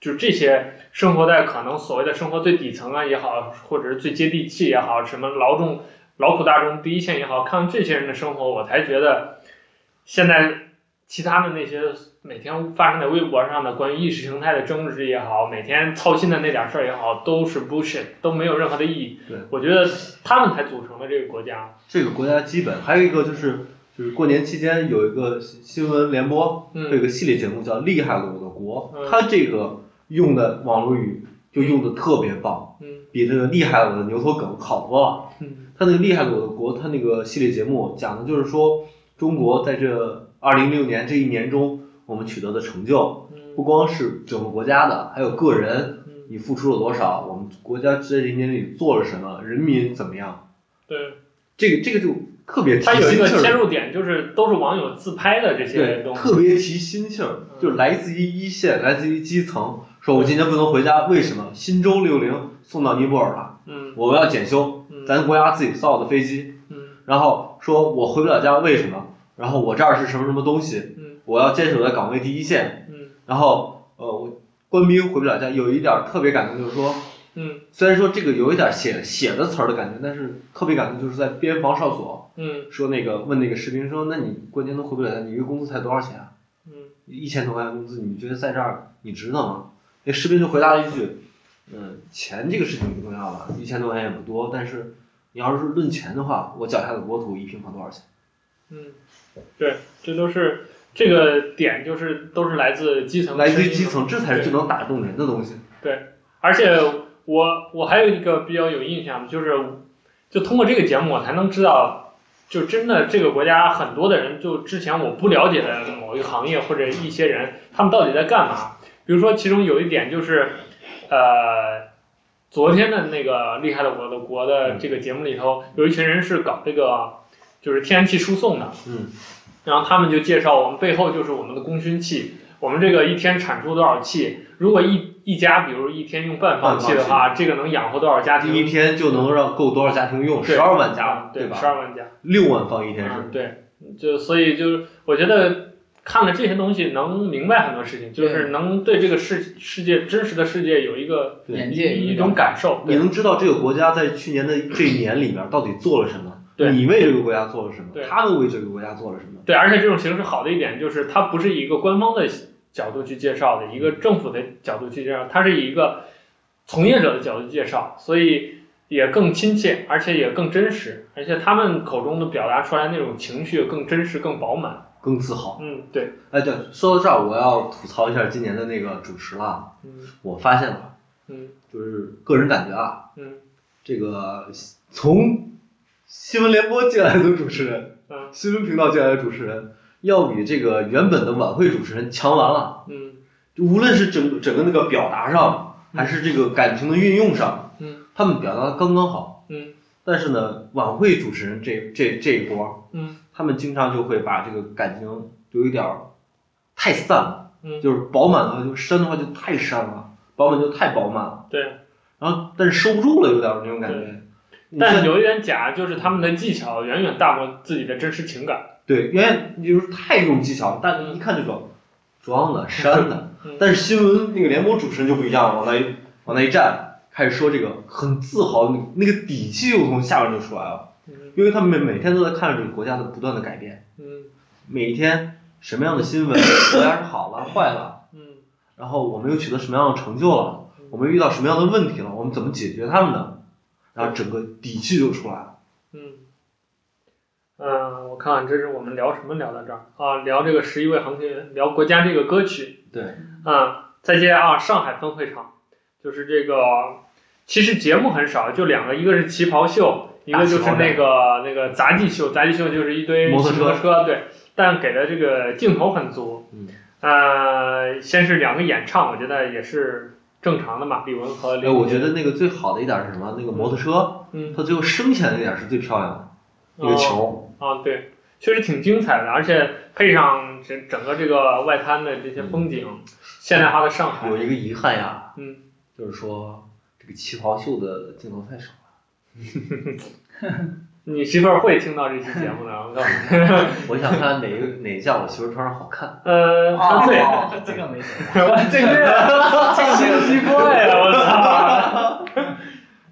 S1: 就这些生活在可能所谓的生活最底层啊也好，或者是最接地气也好，什么劳动劳苦大众第一线也好，看这些人的生活，我才觉得现在其他的那些每天发生在微博上的关于意识形态的争执也好，每天操心的那点事儿也好，都是 bullshit，都没有任何的意义
S4: 对。
S1: 我觉得他们才组成了这个国家。
S4: 这个国家基本，还有一个就是就是过年期间有一个新新闻联播，
S1: 嗯
S4: 这个系列节目叫《厉害了我的国》
S1: 嗯，
S4: 它这个用的网络语就用的特别棒，
S1: 嗯
S4: 比那个《厉害了我的牛头梗》好多了。
S1: 嗯
S4: 他那个厉害的我的国，他那个系列节目讲的就是说，中国在这二零六年这一年中，我们取得的成就，不
S1: 嗯
S4: 光是整个国家的，还有个人，
S1: 嗯，
S4: 你付出了多少，我们国家在这一年里做了什么，人民怎么样，
S1: 对，
S4: 这个这个就特别提
S1: 它有一
S4: 心
S1: 个
S4: 气
S1: 切
S4: 儿，
S1: 入点，就是都是网友自拍的这嗯些
S4: 对，
S1: 东西。
S4: 特别提心气儿，就是来自于一线，来自于基层，说我今天不能回家，为什么？新州六零送到尼泊尔了，
S1: 嗯
S4: 我们要检修，
S1: 嗯
S4: 咱国家自己造的飞机。
S1: 嗯
S4: 然后说我回不了家，为什么？然后我这儿是什么什么东西，
S1: 嗯
S4: 我要坚守在岗位第一线。
S1: 嗯
S4: 然后呃，我官兵回不了家，有一点儿特别感动，就是说，
S1: 嗯
S4: 虽然说这个有一点儿写写的词儿的感觉，但是特别感动，就是在边防哨所
S1: 嗯
S4: 说那个问那个士兵说，那你过年都回不了家，你一个工资才多少钱啊？
S1: 嗯
S4: 一千多块钱工资，你觉得在这儿你值得吗？那士兵就回答了一句，嗯，钱这个事情不重要了，一千多块钱也不多，但是你要是论钱的话，我脚下的国土一平方多少钱？
S1: 嗯，对，这都是这个点，就是都是来自基层，
S4: 来自于基层，这才是最能打动人的东西。
S1: 而且我我还有一个比较有印象，就是就通过这个节目，我才能知道，就真的这个国家很多的人，就之前我不了解的某一个行业或者一些人，他们到底在干嘛。比如说，其中有一点就是，呃，昨天的那个《厉害的我的国》的
S4: 嗯
S1: 这个节目里头，有一群人是搞这个就是天然气输送的，
S4: 嗯，
S1: 然后他们就介绍我们背后就是我们的功勋气，我们这个一天产出多少气，如果一一家比如一天用半方气的话，这个能养活多少家
S4: 第一
S1: 庭？
S4: 天就能让够多少家庭用？
S1: 对
S4: 十二万
S1: 啊
S4: 家，，
S1: 对，十
S4: 吧？
S1: 二万家，
S4: 六万方一天是。
S1: 嗯，对，就所以就是我觉得看了这些东西能明白很多事情，就是能对这个世世界真实的世界有一个
S4: 对
S2: 眼
S1: 一
S2: 界
S1: 一种感受，
S4: 你
S1: 对，
S4: 能知道这个国家在去年的这一年里面到底做了什么？
S1: 对
S4: 你为这个国家做了什么
S1: 对？
S4: 他们为这个国家做了什么？
S1: 对，而且这种形式好的一点就是它不是以一个官方的角度去介绍的，一个政府的角度去介绍，它是以一个从业者的角度介绍，所以也更亲切，而且也更真实，而且他们口中的表达出来那种情绪更真实、更饱满。
S4: 更自豪。
S1: 嗯，对，
S4: 哎，对，说到这儿，我要吐槽一下今年的那个主持了。
S1: 嗯
S4: 我发现了，
S1: 嗯
S4: 就是个人感觉啊，
S1: 嗯
S4: 这个从新闻联播借来的主持人，
S1: 嗯
S4: 新闻频道借来的主持人，要比这个原本的晚会主持人强完了。
S1: 嗯
S4: 无论是整整个那个表达上，还是这个感情的运用上，
S1: 嗯
S4: 他们表达的刚刚好。
S1: 嗯
S4: 但是呢，晚会主持人这这这一波，
S1: 嗯
S4: 他们经常就会把这个感情有一点儿太散了，
S1: 嗯，
S4: 就是饱满的话就深的话就太深了，饱满就太饱满了，
S1: 对。
S4: 然后但是收不住了，有点儿那种感觉。你
S1: 但
S4: 看
S1: 有一点假，就是他们的技巧远远大过自己的真实情感。
S4: 对，原来你就是太用技巧，但是一看就懂，装的、删的。
S1: 嗯
S4: 但是新闻那个联播主持人就不一样了，往那一往那一站，开始说这个很自豪，那个那个底气又从下面就出来了，
S1: 嗯
S4: 因为他们每每天都在看着这个国家的不断的改变，
S1: 嗯
S4: 每一天什么样的新闻， 国家是好了坏了，
S1: 嗯
S4: 然后我们又取得什么样的成就了，我们遇到什么样的问题了，我们怎么解决他们的，然后整个底气就出来了。
S1: 嗯，嗯，我看看这是我们聊什么聊到这儿啊？聊这个十一位航天员，聊国家这个歌曲。
S4: 对，
S1: 嗯，再接啊，上海分会场，就是这个，其实节目很少，就两个，一个是旗袍秀，一个就是那个那个杂技秀，杂技秀就是一堆
S4: 摩托车
S1: 骑摩托车，对，但给的这个镜头很足。
S4: 嗯，
S1: 呃，先是两个演唱，我觉得也是正常的嘛，李玟和
S4: 哎，
S1: 林。
S4: 我觉得那个最好的一点是什么？那个摩托车，
S1: 嗯，
S4: 它最后升起来那点是最漂亮的，那个
S1: 哦
S4: 球，
S1: 啊，对，确实挺精彩的，而且配上整整个这个外滩的这些风景，现代化的上海，
S4: 嗯有一个遗憾呀，
S1: 嗯，
S4: 就是说这个旗袍秀的镜头太少了。
S1: 你媳妇儿会听到这期节目的，我告诉 你。
S4: 我想看哪个 哪一下我媳妇穿上好看。
S1: 呃，啊 对，
S2: 哦，这个没谁，
S1: 这个这个信息怪呀，我操！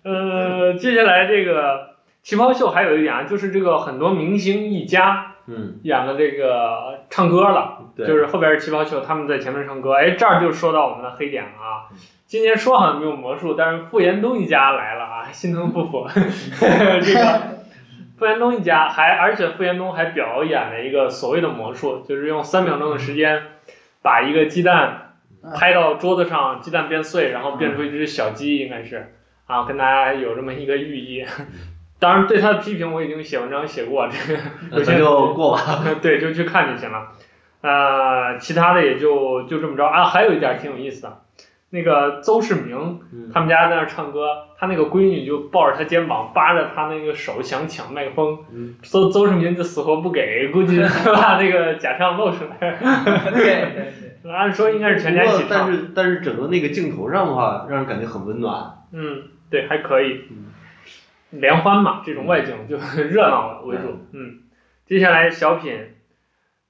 S1: 呃，接下来这个旗袍秀还有一点啊，就是这个很多明星一家
S4: 嗯，
S1: 演了这个唱歌了，
S4: 对，
S1: 就是后边是旗袍秀，他们在前面唱歌。哎，这儿就说到我们的黑点了啊
S4: 嗯。
S1: 今年说好像没有魔术，但是傅延东一家来了啊，心疼不火。这个傅延东一家还，而且傅延东还表演了一个所谓的魔术，就是用三秒钟的时间把一个鸡蛋拍到桌子上，鸡蛋变碎，然后变出一只小鸡，应该是啊，跟大家有这么一个寓意。当然，对他的批评我已经写文章写过，这个
S4: 那
S1: 有
S4: 咱
S1: 些
S4: 就过吧。
S1: 对，就去看就行了。呃，其他的也就就这么着啊。还有一点挺有意思的，那个邹市明
S4: 嗯
S1: 他们家在那儿唱歌，他那个闺女就抱着他肩膀，扒着他那个手想抢麦克风，
S4: 嗯
S1: 邹邹市明就死活不给，估计 把那个假唱露出来。
S2: 对对对，
S1: 按说应该是全家一
S4: 不
S1: 起
S4: 过但
S1: 唱，
S4: 是但是整个那个镜头上的话，让人感觉很温暖。
S1: 嗯，对，还可以
S4: 嗯。
S1: 联欢嘛，这种外景就热闹为主。嗯，接下来小品《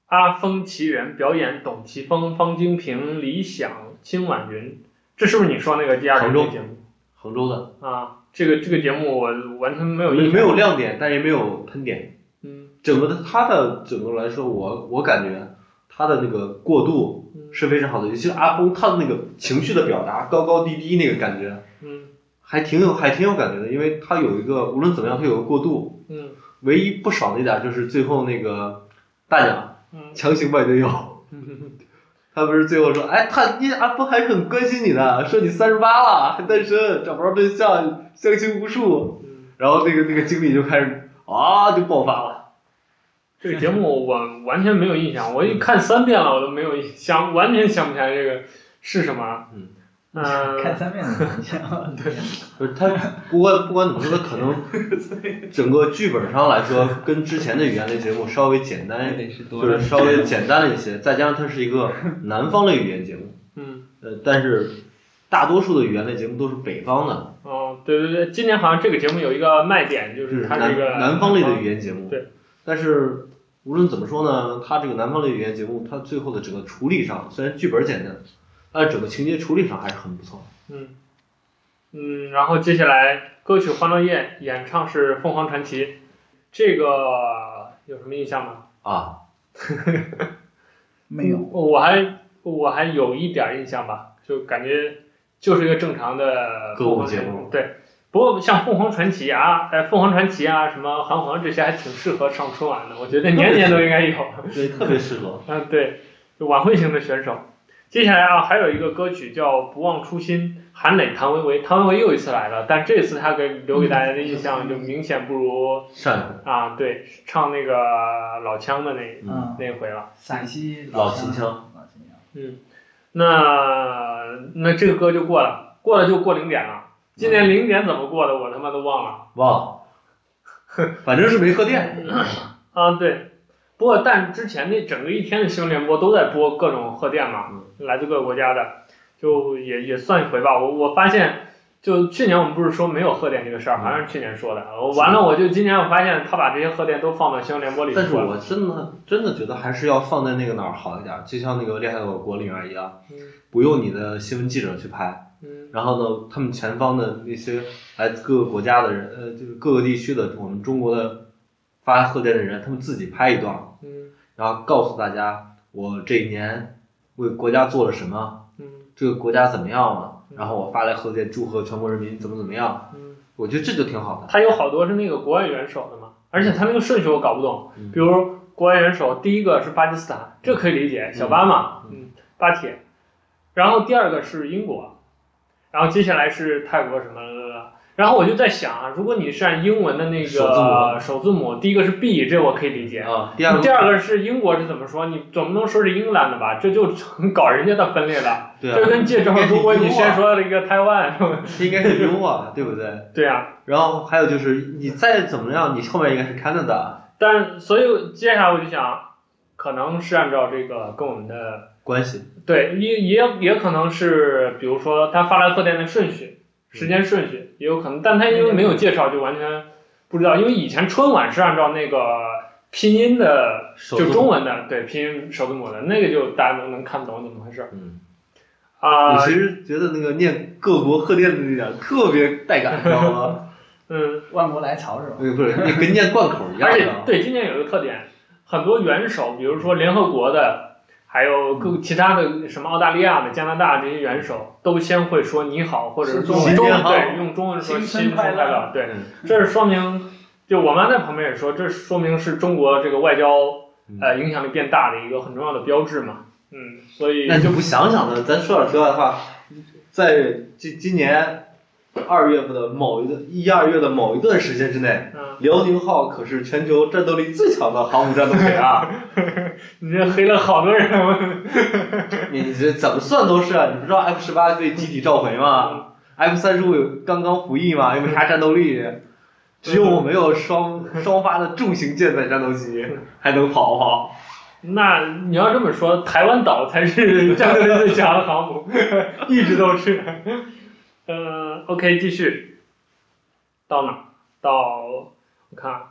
S1: 阿峰奇人》表演董其峰、方精平、李想、金婉云，这是不是你说那个第二
S4: 杭
S1: 轮
S4: 州
S1: 节目
S4: 杭州的
S1: 啊？这个这个节目我完全没有印象。
S4: 没有亮点，但也没有喷点。
S1: 嗯
S4: 整个的它的整个来说，我我感觉它的那个过渡
S1: 嗯
S4: 是非常好的，尤其是阿峰他的那个情绪的表达，高高低低那个感觉，
S1: 嗯
S4: 还挺有还挺有感觉的，因为它有一个无论怎么样，它有个过渡。
S1: 嗯
S4: 唯一不爽的一点就是最后那个大娘
S1: 嗯
S4: 强行卖队友。
S1: 嗯，
S4: 他不是最后说，哎，他你阿峰还很关心你呢，说你三十八了，还单身，找不着对象，相亲无数。
S1: 嗯
S4: 然后那个那个经理就开始啊就爆发了，
S1: 这个节目我完全没有印象，我一看三遍了，我都没有印想，完全想不起来这个是什么。
S4: 嗯
S1: 嗯、
S2: 看三遍的印象，对，
S4: 不是 他，不过不管怎么说，他可能整个剧本上来说，跟之前的语言类节目稍微简单，
S3: 哎得是多
S4: 就是稍微简单了一些，再加上它是一个南方的语言节目，
S1: 嗯。
S4: 呃，但是大多数的语言类节目都是北方的，
S1: 哦，对对对，今年好像这个节目有一个卖点，就是它
S4: 嗯南
S1: 这个嗯
S4: 南方类的语言节目。
S1: 对。
S4: 但是无论怎么说呢，它这个南方类语言节目，它最后的整个处理上，虽然剧本简单，但是整个情节处理上还是很不错。
S1: 嗯嗯，然后接下来歌曲《欢乐夜》，演唱是凤凰传奇，这个有什么印象吗？
S4: 啊，
S2: 没有，
S1: 我还我还有一点印象吧，就感觉就是一个正常的
S4: 歌
S1: 凤
S4: 舞
S1: 凰
S4: 节
S1: 传
S4: 目
S1: 对。不过像凤凰传奇啊，哎，凤凰传奇啊，什么韩红这些还挺适合上春晚的，我觉得年年都应该有。
S4: 对，特别适合。
S1: 嗯，对，就晚会型的选手。接下来啊，还有一个歌曲叫《不忘初心》，韩磊、谭维维，谭维维又一次来了，但这次他给留给大家的印象就明显不如
S4: 上
S1: 啊，对，唱那个老腔的那
S4: 嗯
S2: 嗯，
S1: 那回了。
S2: 陕西
S4: 老
S2: 秦
S4: 秦腔，
S2: 老秦腔，
S1: 嗯，那那这个歌就过了，过了就过零点了。今年零点怎么过的，我他妈都忘了。
S4: 忘 了，反正是没喝电。
S1: 啊，对。不过，但之前那整个一天的新闻联播都在播各种贺电嘛，
S4: 嗯
S1: 来自各个国家的，就也也算一回吧。我我发现，就去年我们不是说没有贺电这个事儿，
S4: 嗯
S1: 好像是去年说的。我完了，我就今年我发现他把这些贺电都放到新闻联播里
S4: 但是
S1: 说了。
S4: 我真的真的觉得还是要放在那个哪儿好一点，就像那个《恋爱我国》里面一样，不用你的新闻记者去拍，
S1: 嗯
S4: 然后呢，他们前方的那些来自各个国家的人，呃，就是各个地区的我们中国的发贺电的人，他们自己拍一段，
S1: 嗯嗯
S4: 然后告诉大家我这一年为国家做了什么，
S1: 嗯
S4: 这个国家怎么样了，
S1: 嗯
S4: 然后我发来贺电，祝贺全国人民怎么怎么样，
S1: 嗯，
S4: 我觉得这就挺好的。
S1: 他有好多是那个国外元首的嘛，而且他那个顺序我搞不懂
S4: 嗯。
S1: 比如国外元首第一个是巴基斯坦，这可以理解，小巴嘛，
S4: 嗯
S1: 嗯，巴铁。然后第二个是英国，然后接下来是泰国什么啦啦啦。然后我就在想啊，如果你是按英文的那
S4: 首字母
S1: 个首字母，第一个是 B，这我可以理解。
S4: 啊，第二
S1: 第
S4: 个，
S1: 二个是英国是怎么说？你总不能说是英格兰的吧？这就很搞人家的分裂了。
S4: 对
S1: 这
S4: 啊，
S1: 跟介绍，如果你先说了一个台湾，
S4: 应该是优啊，对不对？
S1: 对啊，
S4: 然后还有就是你再怎么样，你后面应该是 Canada，
S1: 但所以接下来我就想，可能是按照这个跟我们的
S4: 关系
S1: 对，也也也可能是，比如说他发来贺电的顺序、时间顺序也有可能，但他因为没有介绍，就完全不知道。因为以前春晚是按照那个拼音的，
S4: 手
S1: 就
S4: 动
S1: 中文的，对拼音首字母的那个，就大家都能看懂怎么回事
S4: 嗯，
S1: 啊。
S4: 我其实觉得那个念各国贺电的那点儿特别带感，你知道吗？
S1: 嗯，
S2: 万国来朝是吧？
S4: 嗯，不是，你跟念贯口一样
S1: 而且
S4: 的。
S1: 对今年有一个特点，很多元首，比如说联合国的，还有
S4: 嗯
S1: 各其他的什么澳大利亚的、加拿大这些元首，都先会说你好，或者是
S2: 新
S1: 用
S4: 年
S1: 中文
S4: 好
S1: 对用中文说
S2: 新
S1: 新
S2: 春
S1: 春
S2: 快
S1: 快
S2: 乐
S1: 乐，对，
S4: 嗯
S1: 这是说明，就我妈在旁边也说，这说明是中国这个外交
S4: 嗯
S1: 呃影响力变大的一个很重要的标志嘛，嗯，所以
S4: 那你就不想想了，咱说点题外话，在今今年二月份的某一个一二月的某一段时间之内，
S1: 嗯，
S4: 辽宁号可是全球战斗力最强的航母战斗群啊！
S1: 你这黑了好多人，
S4: 你这怎么算都是啊！你不知道 F 十八被集体召回吗？F 三十五有刚刚服役嘛，又没啥战斗力，只有我们有双 双发的重型舰载战斗机，还能跑跑。
S1: 那你要这么说，台湾岛才是战斗力最强的航母，一直都是。呃，OK，继续，到哪儿？到我看啊，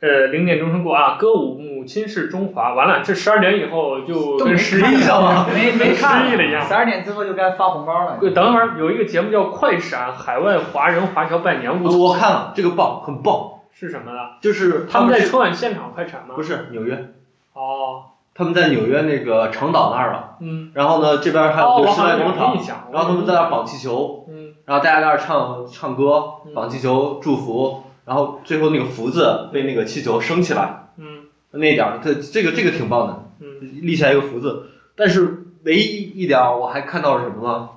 S1: 呃，零点钟声过啊，歌舞《母亲是中华》完了，这十二点以后就
S2: 都
S1: 跟
S2: 没
S1: 失
S2: 看
S1: 忆
S4: 上了
S2: 没没看，啊
S1: 失忆了一样
S2: 十二点之后就该发红包了。
S1: 对，呃等会儿有一个节目叫《快闪海外华人华侨拜年物》，
S4: 我看了这个棒，很棒，
S1: 是什么呢？
S4: 就是
S1: 他们在
S4: 是
S1: 春晚现场快闪吗？
S4: 不
S1: 是，
S4: 是纽约，
S1: 哦，
S4: 他们在纽约那个长岛那儿了。
S1: 嗯，
S4: 然后呢，这边还有
S1: 哦，
S4: 一
S1: 我
S4: 个室
S1: 好
S4: 外
S1: 像有
S4: 广场
S1: 印，象，
S4: 然后他们在那儿绑气球，
S1: 嗯，
S4: 然后大家在那儿唱唱歌
S1: 嗯，
S4: 绑气球祝福，然后最后那个福字被那个气球升起来，
S1: 嗯
S4: 那一点儿，这这个这个挺棒的，
S1: 嗯
S4: 立下一个福字。但是唯一一点儿我还看到了什么呢？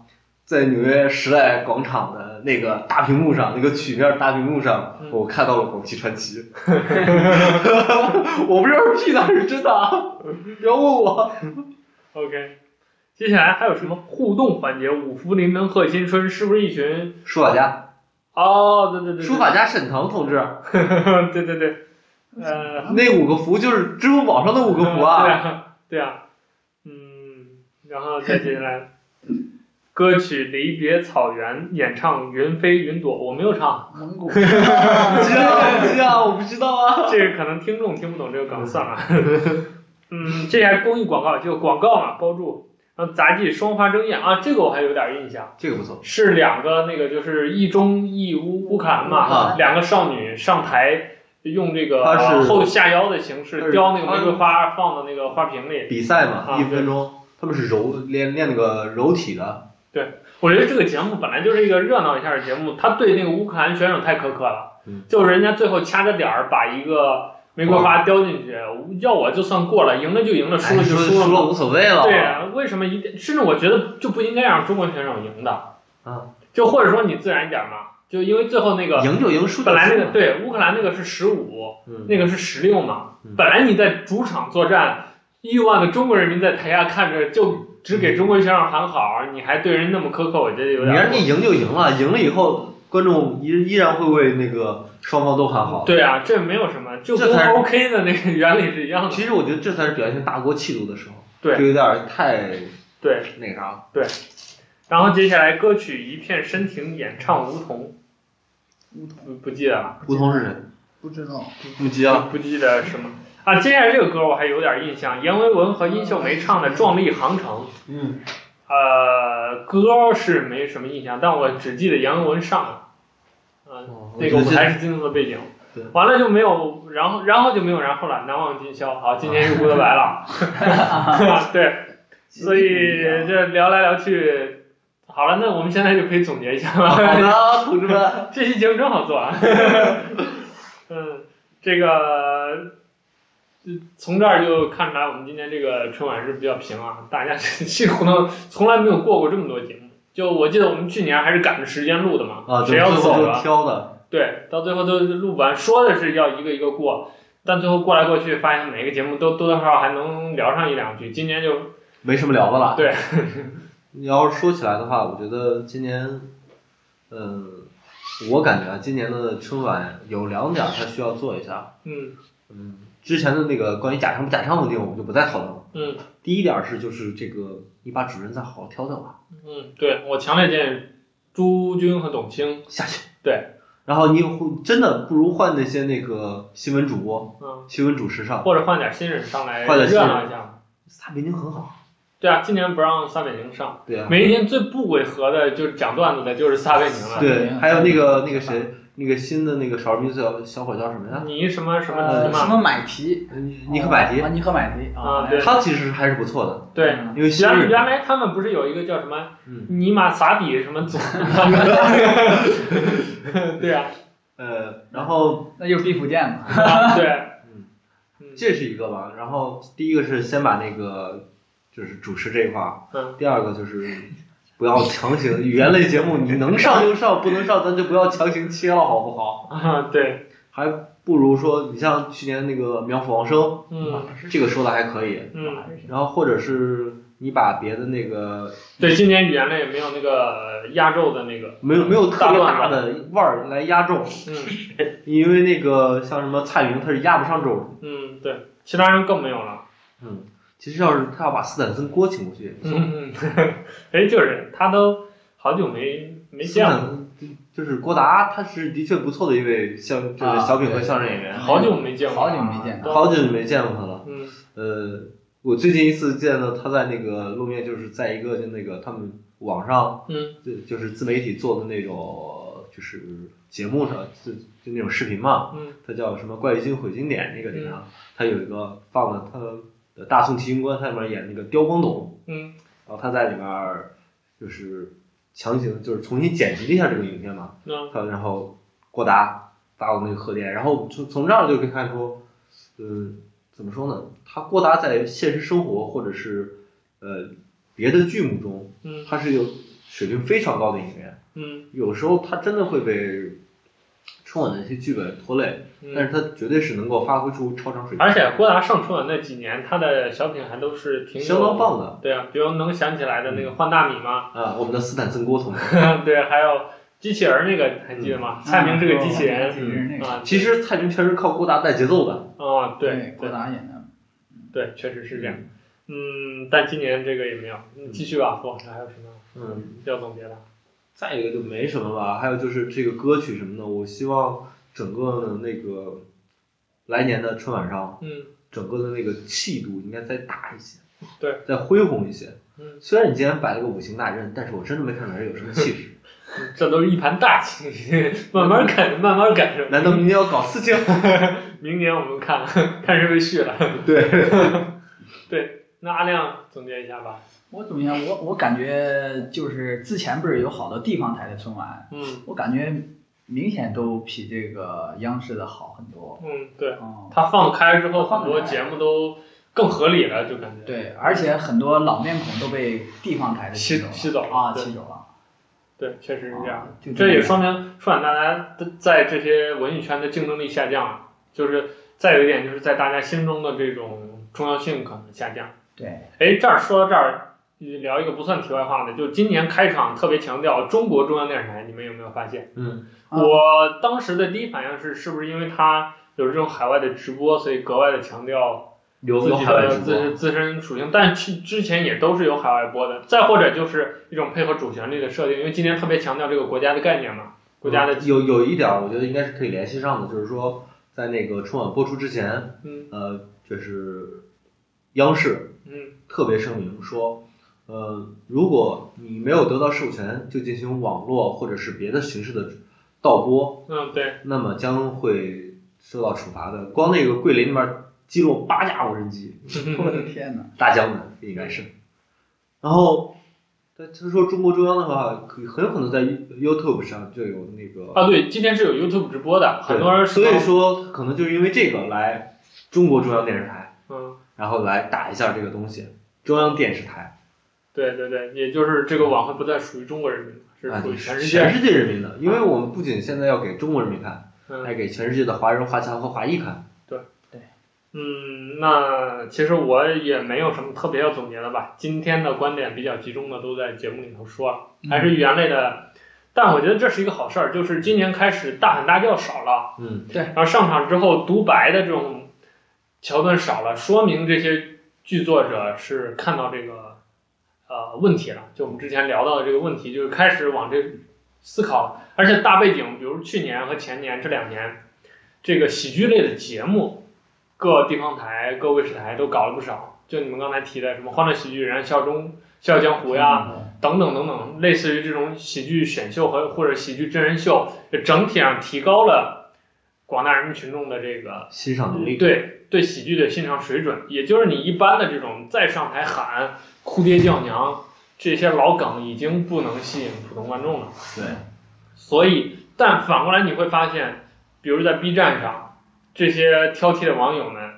S4: 在纽约时代广场的那个大屏幕上，那个曲面大屏幕上
S1: 嗯，
S4: 我看到了广汽传祺， 我不知道是屁的还是真的啊！不要问我，
S1: ，OK。接下来还有什么互动环节？五福临门贺新春，是不是一群？
S4: 书法家，
S1: 哦，对对对，对
S4: 书法，家沈腾同志，
S1: 对对对，呃，
S4: 那五个福就是支付宝上的五个福
S1: 对
S4: 啊。
S1: 啊，对啊，嗯，然后再接下来，歌曲《离别草原》演唱云飞云朵，我没有唱，
S2: 蒙 古，
S4: 不知道，不知道，我不知道啊。
S1: 这个可能听众听不懂这个梗，算了。 嗯，这还公益广告，就广告嘛，包住。然后杂技双花争艳啊，这个我还有点印象，
S4: 这个不错，
S1: 是两个那个就是一中一乌乌克兰嘛，
S4: 啊
S1: 两个少女上台用这个
S4: 她是
S1: 往后下腰的形式
S4: 她是
S1: 叼那个玫瑰花放到那个花瓶里，
S4: 比赛
S1: 啊
S4: 嘛，一分钟，他们是柔练练那个柔体的，
S1: 我觉得这个节目本来就是一个热闹一下的节目，他对那个乌克兰选手太苛刻了，
S4: 嗯
S1: 就是人家最后掐着点儿把一个玫瑰花叼进去，要我就算过了，赢了就赢了，输了
S4: 哎
S1: 就
S4: 输
S1: 输
S4: 了
S1: 了。
S4: 无所谓了。
S1: 对啊，为什么一定？甚至我觉得就不应该让中国选手赢的，
S4: 啊，
S1: 就或者说你自然一点嘛，就因为最后那个
S4: 赢就赢，输就
S1: 本来那个
S4: 输。
S1: 对乌克兰那个是十五，
S4: 嗯，
S1: 那个是十六嘛
S4: 嗯，
S1: 本来你在主场作战，亿万个中国人民在台下看着，就只给中国选手喊好，你还对人那么苛刻，我觉得有
S4: 嗯你
S1: 点过
S4: 让人家
S1: 分。
S4: 赢就赢了，赢了以后观众依依然会为那个双方都喊好。，
S1: 对啊，这没有什么，就跟
S4: 这才是
S1: OK 的那个原理是一样的。
S4: 其实我觉得这才是表现大国气度的时候。
S1: 对
S4: 就有点儿太
S1: 对，
S4: 那啥了。
S1: 然后接下来歌曲《一片深情》演唱梧桐，
S2: 梧桐
S1: 不不记得了，
S4: 吴桐是谁？
S2: 不知道，
S4: 木鸡 啊，
S1: 不记得什么啊。接下来这个歌我还有点印象，阎维文和殷秀梅唱的《壮丽航程》。
S4: 嗯，
S1: 呃，歌是没什么印象，但我只记得阎维文上了，嗯、那个舞台是金色的背景
S4: 对。
S1: 完了就没有，然后然后就没有然后了，难忘今宵。好，今天又不得白了。 对，所以
S2: 啊
S1: 这聊来聊去，好了，那我们现在就可以总结一下
S4: 好
S1: 了。
S4: 的，同志们，
S1: 这期节目真好做啊！嗯，这个呃从这儿就看出来，我们今天这个春晚是比较平啊，大家稀里糊涂，从来没有过过这么多节目。就我记得我们去年还是赶着时间录的嘛，
S4: 啊，
S1: 谁
S4: 最
S1: 要
S4: 后
S1: 走
S4: 就
S1: 了，
S4: 挑的，
S1: 对，到最后都录不完，说的是要一个一个过，但最后过来过去，发现每个节目都多多少少还能聊上一两句。今年就
S4: 没什么聊的了。
S1: 对，
S4: 你要是说起来的话，我觉得今年，呃，我感觉啊，今年的春晚有两点儿它需要做一下。
S1: 嗯
S4: 嗯，之前的那个关于假唱不假唱的地方，我们就不再讨论了。
S1: 嗯
S4: 第一点是，就是这个，你把主任再好好挑挑吧，
S1: 嗯，对我强烈建议朱军和董卿，
S4: 下去。
S1: 对，
S4: 然后你真的不如换那些那个新闻主播、
S1: 嗯，
S4: 新闻主持上，
S1: 或者换点新人上来
S4: 换点新
S1: 热
S4: 人
S1: 闹一下。
S4: 撒北京很好。
S1: 对啊，今年不让撒贝宁上，
S4: 对啊，
S1: 每一年最不违和的，就是讲段子的，就是撒贝宁了。
S4: 对，还有那个那个谁，那个新的那个少数民族小小伙叫什么呀？
S1: 你什么什么
S2: 呃，什
S1: 嘛，
S2: 么买提？
S1: 嗯
S4: 尼克百提
S2: 啊，，尼克买提
S1: 啊对
S4: 他其实还是不错的，
S1: 对，
S2: 嗯
S4: 因为新
S1: 原
S4: 人
S1: 原来他们不是有一个叫什么
S4: 嗯
S1: 尼玛撒比什么 组？ 对啊，
S4: 呃，然后
S2: 那就是毕福剑嘛。
S1: 啊对，嗯
S4: 这是一个吧，然后第一个是先把那个就是主持这一块儿，
S1: 嗯
S4: 第二个就是不要强行语言类节目，你能上就上，不能上咱就不要强行切了，好不好？
S1: 啊对，
S4: 还不如说你像去年那个苗阜王声，
S1: 嗯
S4: 这个说的还可以，
S1: 嗯，
S2: 啊
S4: 然后或者是你把别的那个
S1: 对，今年语言类没有那个压轴的那个，
S4: 没有没有特别大的腕儿来压轴，
S1: 嗯
S4: 因为那个像什么蔡明他是压不上轴的。
S1: 嗯对，其他人更没有了。
S4: 嗯，其实要是他要把斯坦森郭请过去，
S1: 嗯嗯， 哎就是他都好久没没
S4: 斯
S1: 见了，
S4: 坦就是郭达，他是的确不错的一位相就是
S2: 啊
S4: 小品和相声演员，
S1: 好久没见过，
S2: 好久没见了。
S1: 对
S4: 好久没见过他了。
S1: 嗯
S4: 呃，我最近一次见到他在那个露面，就是在一个就那个他们网上
S1: 嗯
S4: 就就是自媒体做的那种就是节目上就就那种视频嘛，
S1: 嗯
S4: 它叫什么《怪异经毁经典》那个地方，它有一个放的他的《大宋提刑官》，它里面演那个刁光斗，
S1: 嗯
S4: 然后他在里面儿就是强行就是重新剪辑了一下这个影片嘛，
S1: 嗯
S4: 他然后郭达打我那个贺电，然后从从这儿就可以看出，嗯，怎么说呢？他郭达在现实生活或者是呃别的剧目中，
S1: 嗯
S4: 他是有水平非常高的演员，
S1: 嗯
S4: 有时候他真的会被春晚的一些剧本拖累。但
S1: 嗯，
S4: 是他绝对是能够发挥出超常水平，
S1: 而且郭达上春晚那几年，他的小品还都是挺有
S4: 相当棒的
S1: 对啊，比如能想起来的那个换大米 嘛，
S4: 啊！我们的斯坦森郭同学，
S1: 对，还有机器人儿那个还记得
S4: 嗯
S1: 吗？蔡明这
S4: 啊
S1: 个机器人
S2: 机器人那个
S1: 啊，
S4: 其实蔡明全是靠郭达带节奏的，
S1: 啊，对
S2: 对，郭达演的。
S1: 对，确实是这样。嗯，但今年这个也没有。你继续吧，我还有什么
S4: 嗯，
S1: 要总结的？
S4: 再一个就没什么吧，还有就是这个歌曲什么的，我希望整个的那个来年的春晚上，
S1: 嗯
S4: 整个的那个气度应该再大一些，
S1: 对，
S4: 再恢宏一些。
S1: 嗯，
S4: 虽然你今天摆了个五行大阵，但是我真的没看出来有什么气势。
S1: 嗯这都是一盘大棋， 慢慢啃，慢慢啃。是吧
S4: 难道明年要搞四 庆？
S1: 明年我们看 看是不是续了？
S4: 对，
S1: 对，那阿亮总结一下吧。
S2: 我怎么样？我我感觉就是之前不是有好多地方台的春晚，
S1: 嗯
S2: 我感觉明显都比这个央视的好很多。
S1: 嗯，对，
S2: 嗯，
S1: 他放开之后，很多
S2: 放开
S1: 节目都更合理了，就感觉。
S2: 对，而且很多老面孔都被地方台的
S1: 吸吸
S2: 吸
S1: 走了
S2: 走了啊，
S1: 对
S2: 吸走了。
S1: 对，确实是这样
S2: 啊。就
S1: 这也
S2: 这
S1: 说明春晚大家的在这些文艺圈的竞争力下降了，就是再有一点就是在大家心中的这种重要性可能下降。
S2: 对，
S1: 哎，这儿说到这儿，聊一个不算题外话的，就今年开场特别强调中国中央电视台，你们有没有发现？
S4: 嗯，
S2: 啊
S1: 我当时的第一反应是，是不是因为它有这种海外的直播，所以格外的强调
S4: 有
S1: 自
S4: 有
S1: 己
S4: 海外
S1: 的
S4: 直播
S1: 自，自身属性？但其之前也都是有海外播的。再或者就是一种配合主旋律的设定，因为今年特别强调这个国家的概念嘛，国家的
S4: 有有一点儿，我觉得应该是可以联系上的，就是说在那个春晚播出之前，
S1: 嗯
S4: 呃，就是央视
S1: 嗯
S4: 特别声明说，呃，如果你没有得到授权就进行网络或者是别的形式的盗播，
S1: 嗯对
S4: 那么将会受到处罚的。光那个桂林那边击落八架无人机，
S1: 嗯
S2: 我的天哪！
S4: 大江南应该是。然后，他他说中国中央的话，可很有可能在 YouTube 上就有那个
S1: 啊对，今天是有 YouTube 直播的，很多人
S4: 所以说可能就是因为这个来中国中央电视台。
S1: 嗯
S4: 然后来打一下这个东西。中央电视台
S1: 对对对，也就是这个晚会不再属于中国人民了，是
S4: 啊
S1: 属于，全
S4: 全
S1: 世界。
S4: 世界人民的，因为我们不仅现在要给中国人民看，
S1: 嗯
S4: 还给全世界的华人、华侨和华裔看。
S1: 嗯，那其实我也没有什么特别要总结的吧。今天的观点比较集中的都在节目里头说了，还
S2: 嗯
S1: 是语言类的。但我觉得这是一个好事儿，就是今年开始大喊大叫少了，
S4: 嗯，
S1: 然后上场之后独白的这种桥段少了，说明这些剧作者是看到这个呃问题了，就我们之前聊到的这个问题，就是开始往这思考了。而且大背景，比如去年和前年这两年，这个喜剧类的节目，各地方台、各卫视台都搞了不少。就你们刚才提的什么《欢乐喜剧人》、《笑中笑傲江湖》呀，
S2: 嗯
S1: 等等等等，类似于这种喜剧选秀和或者喜剧真人秀，就整体上提高了广大人民群众的这个
S4: 欣赏能力。
S1: 对对喜剧的欣赏水准。也就是你一般的这种再上台喊哭爹叫娘这些老梗，已经不能吸引普通观众了。
S4: 对，
S1: 所以，但反过来你会发现，比如在 B 站上，这些挑剔的网友们，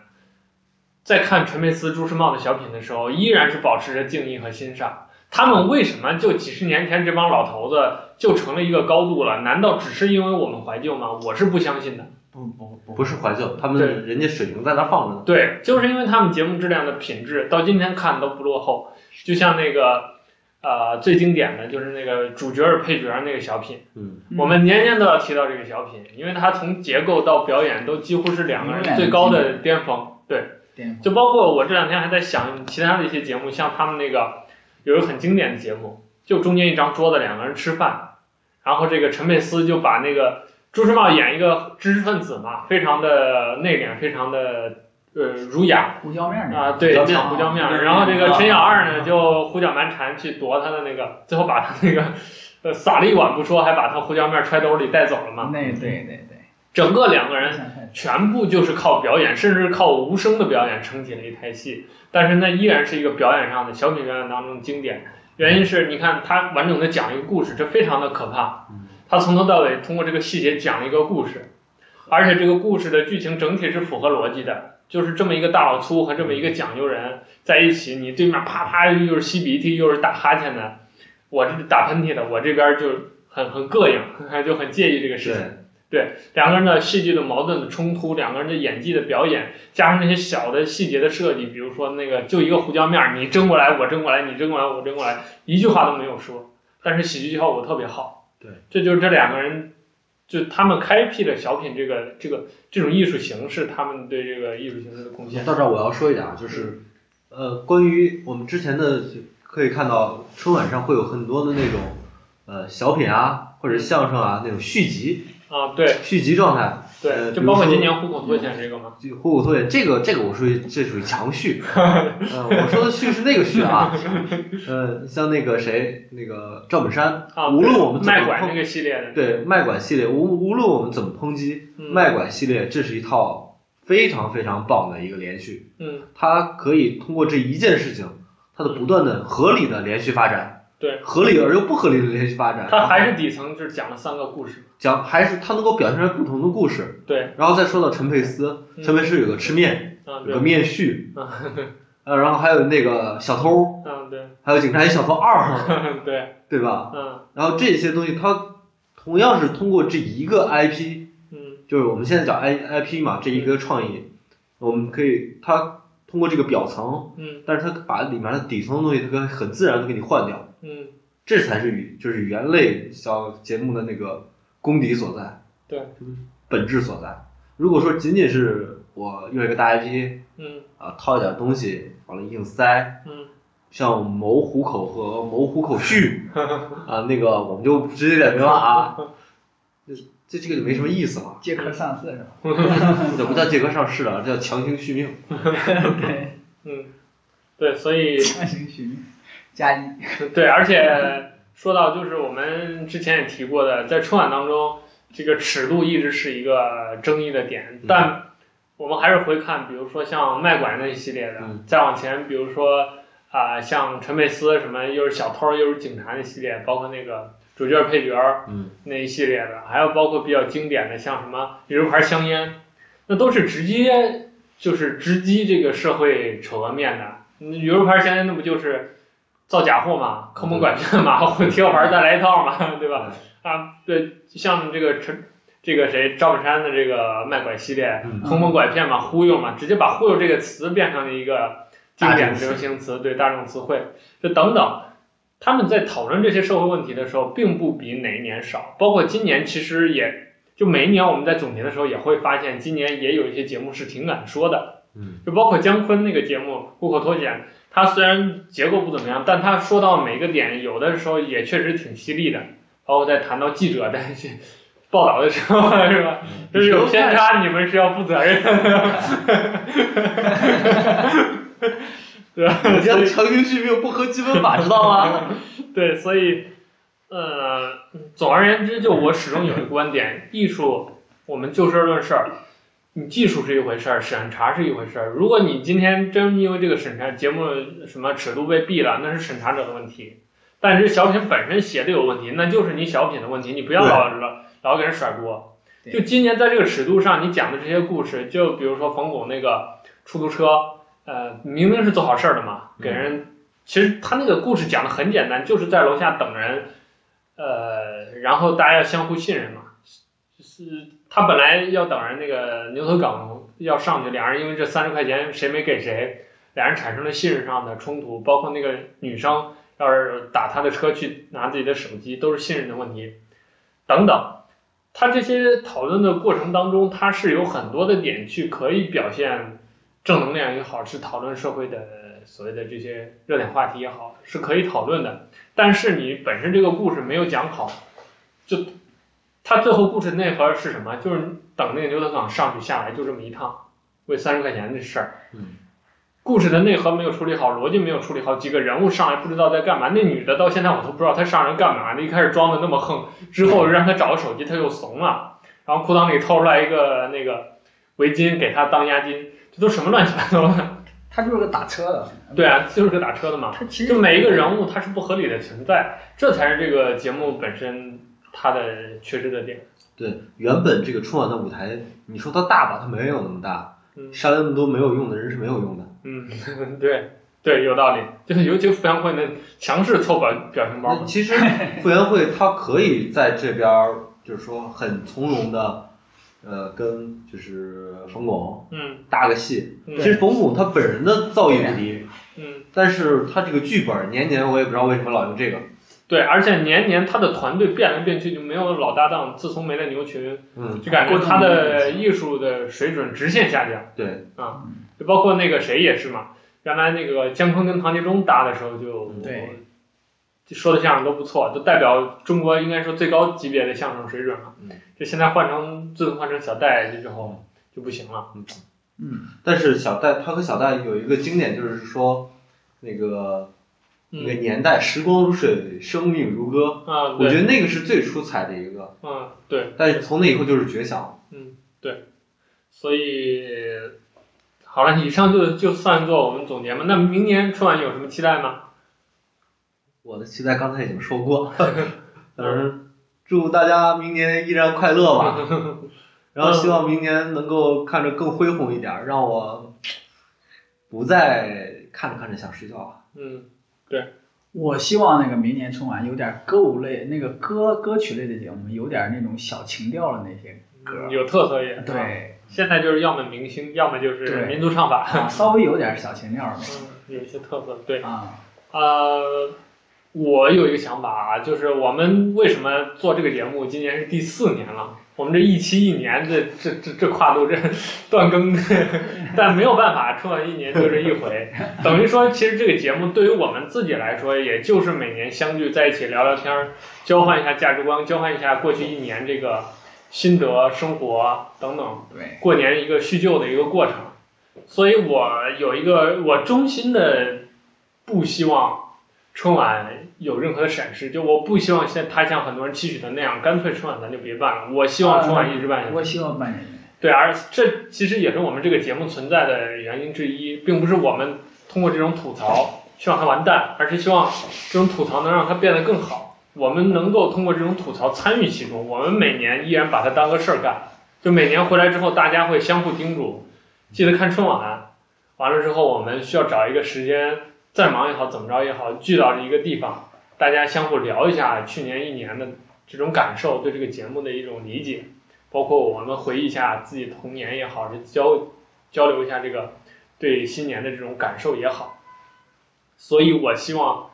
S1: 在看陈佩斯、朱时茂的小品的时候，依然是保持着敬意和欣赏。他们为什么就几十年前这帮老头子就成了一个高度了？难道只是因为我们怀旧吗？我是不相信的。
S2: 不不不，
S4: 不是怀旧，他
S1: 对
S4: 们人家水平在那放着呢。
S1: 对，就是因为他们节目质量的品质，到今天看都不落后。就像那个，呃，最经典的就是那个主角儿配角儿那个小品。
S4: 嗯，
S1: 我们年年都要提到这个小品，因为它从结构到表演都几乎是两个人最高的巅峰。对，
S2: 颠覆
S1: 就包括我这两天还在想其他的一些节目，像他们那个有一个很经典的节目，就中间一张桌子两个人吃饭，然后这个陈佩斯就把那个朱时茂演一个知识分子嘛，非常的内敛，非常的呃儒雅
S2: 胡椒面儿那
S1: 啊，对，
S4: 胡椒面
S1: 抢胡椒面儿。
S2: 嗯
S1: 然后这个陈小二呢
S2: 嗯
S1: 就胡搅蛮缠去夺他的那个，最后把他那个呃撒了一碗不说，还把他胡椒面揣兜里带走了嘛。
S2: 个，那对对 对，
S1: 整个两个
S2: 我
S1: 人
S2: 想看
S1: 全部就是靠表演，甚至是靠无声的表演撑起了一台戏。但是那依然是一个表演上的小品表演当中的经典。原因是你看他完整的讲一个故事，这非常的可怕
S4: 嗯。
S1: 他从头到尾通过这个细节讲了一个故事，而且这个故事的剧情整体是符合逻辑的。就是这么一个大老粗和这么一个讲究人在一起，你对面啪啪又是吸鼻涕又是打哈欠的，我这打喷嚏的，我这边就很很膈应， 就很介意这个事情。
S4: 对，
S1: 两个人的戏剧的矛盾的冲突，两个人的演技的表演，加上那些小的细节的设计，比如说那个就一个胡椒面儿，你争过来我争过来，你争过来我争过来，一句话都没有说，但是喜剧效果特别好。
S4: 对，
S1: 这就是这两个人，就他们开辟了小品这个这个这种艺术形式，他们对这个艺术形式的贡献。
S4: 到这儿我要说一点啊，就是，呃，关于我们之前的，可以看到春晚上会有很多的那种，呃，小品啊，或者相声啊那种续集，
S1: 啊，对
S4: 续集状态。
S1: 对，
S4: 呃
S1: 就包括
S4: 比如
S1: 今
S4: 说
S1: 年虎口脱险这个嘛，
S4: 就虎口脱险，这个这个我属于这属于强续，呃，我说的续是那个续啊，呃，像那个谁，那个赵本山，
S1: 啊，
S4: 无论我们怎么
S1: 卖拐那
S4: 抨，
S1: 个系列的，
S4: 对卖拐系列，无无论我们怎么抨击
S1: 嗯
S4: 卖拐系列，这是一套非常非常棒的一个连续，
S1: 嗯，
S4: 它可以通过这一件事情，它的不断的合理的连续发展，
S1: 对，
S4: 合理而又不合理的连续发 展，
S1: 它还是底层就是讲了三个故事，
S4: 讲还是它能够表现出来不同的故事，
S1: 对，
S4: 然后再说到陈佩斯，
S1: 嗯
S4: 陈佩斯有个吃面。
S1: 啊
S4: 有
S1: 对
S4: 个，面絮，
S1: 啊
S4: 呃，然后还有那个小偷，
S1: 嗯对，
S4: 还有警察与小偷二，
S1: 对，
S4: 对吧？
S1: 嗯
S4: 然后这些东西它同样是通过这一个 IP，
S1: 嗯。
S4: 就是我们现在讲 I IP 嘛，这一个创意，我们可以它通过这个表层，
S1: 嗯
S4: 但是它把里面的底层的东西，它可以很自然的给你换掉，
S1: 嗯，
S4: 这才是语就是语言类小节目的那个功底所在，
S1: 对，
S4: 本质所在。如果说仅仅是我用一个大 IP
S1: 嗯
S4: 啊套一点东西往里硬塞，
S1: 嗯
S4: 像谋虎口和谋虎口序啊，那个我们就直接点名了啊。这这这个就没什么意思了，
S2: 借壳上 市是吧？
S4: 这不叫借壳上市了，这叫强行续命。
S2: 对，
S1: 嗯，对，所以
S2: 强行续命加一，
S1: 对，而且说到就是我们之前也提过的，在春晚当中，这个尺度一直是一个争议的点，但我们还是回看，比如说像卖拐那一系列的，
S4: 嗯
S1: 再往前，比如说啊、像陈佩斯什么又是小偷又是警察那系列，包括那个主角配角儿
S4: 嗯，
S1: 那一系列的，还有包括比较经典的像什么比如牌香烟，那都是直接就是直击这个社会丑恶面的。嗯旅游牌香烟那不就是造假货嘛，坑蒙拐骗嘛， 混贴牌再来一套嘛，对吧？啊，对，像这个陈这个谁赵本山的这个卖拐系列，
S4: 嗯
S1: 坑蒙拐骗嘛，忽悠嘛，直接把忽悠这个词变成了一个经典
S4: 大众
S1: 的
S4: 词
S1: 流行词，对大众词汇，就等等。他们在讨论这些社会问题的时候，并不比哪一年少，包括今年，其实也就每一年我们在总结的时候也会发现，今年也有一些节目是挺敢说的，
S4: 嗯
S1: 就包括姜昆那个节目《户口脱检》，它虽然结构不怎么样，但他说到每个点，有的时候也确实挺犀利的。包括在谈到记者的一 些报道的时候，是吧？就是有偏差，你们是要负责任的，对吧？
S4: 你这样强行续命不合基本法，知道吗？
S1: 对，所以，呃，总而言之，就我始终有一个观点，艺术我们就事论事儿，你技术是一回事儿，审查是一回事儿。如果你今天真因为这个审查节目什么尺度被毙了，那是审查者的问题。但是小品本身写的有问题，那就是你小品的问题，你不要老老老给人甩锅。
S2: 对
S1: 就今年在这个尺度上，你讲的这些故事，就比如说冯巩那个出租车，呃，明明是做好事儿的嘛，给人其实他那个故事讲的很简单，就是在楼下等人，呃，然后大家要相互信任嘛。是他本来要等人那个牛头梗要上去，俩人因为这三十块钱谁没给谁，俩人产生了信任上的冲突，包括那个女生要是打他的车去拿自己的手机，都是信任的问题，等等。他这些讨论的过程当中，他是有很多的点去可以表现正能量也好，是讨论社会的所谓的这些热点话题也好，是可以讨论的。但是你本身这个故事没有讲好，就他最后故事内核是什么？就是等那个牛头岗上去下来就这么一趟，为三十块钱的事儿。
S4: 嗯。
S1: 故事的内核没有处理好，逻辑没有处理好，几个人物上来不知道在干嘛。那女的到现在我都不知道她上来干嘛的，一开始装的那么横，之后让她找个手机，她又怂了，然后裤裆里掏出来一个那个围巾给她当押金，这都什么乱七八糟的。
S2: 他就是个打车的，
S1: 对啊，就是个打车的嘛。
S2: 他其实
S1: 就每一个人物他是不合理的存在，这才是这个节目本身它的缺失的点。
S4: 对，原本这个春晚的舞台，你说它大吧，它没有那么大，
S1: 嗯
S4: 杀了那么多没有用的人是没有用的。
S1: 嗯， 对对，有道理。就是尤其傅园慧那强势凑表表情包
S4: 那
S1: 嘛，
S4: 其实傅园慧她可以在这边儿，就是说很从容的，呃，跟就是冯巩
S1: 嗯
S4: 搭个戏。
S1: 嗯
S4: 其实冯巩他本人的造诣不低，
S1: 嗯，
S4: 但是他这个剧本年年我也不知道为什么老用这个。
S1: 对，而且年年他的团队变来变去，就没有老搭档。自从没了牛群，
S4: 嗯，
S1: 就感觉
S2: 郭冬
S1: 他
S2: 临
S1: 的艺术的水准直线下降。
S4: 对，
S1: 就包括那个谁也是嘛，原来那个姜昆跟唐杰忠搭的时候就
S2: 嗯对，
S1: 就说的相声都不错，都代表中国应该说最高级别的相声水准了
S4: 嗯。
S1: 这现在换成自从换成小戴之后就不行了。
S2: 嗯，
S4: 但是小戴他和小戴有一个经典，就是说那个那个
S1: 嗯
S4: 年代，时光如水，生命如歌。
S1: 啊，
S4: 我觉
S1: 对，
S4: 得那个是最出彩的一个，
S1: 嗯对，
S4: 但是从那以后就是绝响。
S1: 所以好了，以上就就算作我们总结嘛。那明年春晚有什么期待吗？
S4: 我的期待刚才已经说过，嗯，祝大家明年依然快乐 吧。然后希望明年能够看着更恢宏一点儿，让我不再看着看着想睡觉了。
S1: 嗯
S2: 我希望那个明年春晚有点歌舞类、那个歌歌曲类的节目，有点那种小情调的那些歌。
S1: 有特色也是吧，
S2: 啊对，
S1: 现在就是要么明星，要么就是
S2: 对
S1: 民族唱法，
S2: 啊，稍微有点小情调的那种
S1: 嗯，有一些特色，对。
S2: 啊，
S1: 呃，我有一个想法啊，就是我们为什么做这个节目？今年是第四年了，我们这一期一年，这这这这跨度，这断更， 但没有办法，春晚一年就这一回，等于说，其实这个节目对于我们自己来说，也就是每年相聚在一起聊聊天儿，交换一下价值观，交换一下过去一年这个心得、生活等等。
S2: 对，
S1: 过年一个叙旧的一个过程，所以我有一个我衷心的不希望春晚有任何的闪失，就我不希望像他像很多人期许的那样，干脆春晚咱就别办了。我希望春晚一直办下去。
S2: 我希望扮演
S1: 对，而这其实也是我们这个节目存在的原因之一，并不是我们通过这种吐槽希望它完蛋，而是希望这种吐槽能让它变得更好。我们能够通过这种吐槽参与其中，我们每年依然把它当个事儿干。就每年回来之后，大家会相互叮嘱，记得看春晚。啊完了之后，我们需要找一个时间，再忙也好，怎么着也好，聚到一个地方，大家相互聊一下去年一年的这种感受，对这个节目的一种理解。包括我们回忆一下自己童年也好，是交交流一下这个对新年的这种感受也好。所以我希望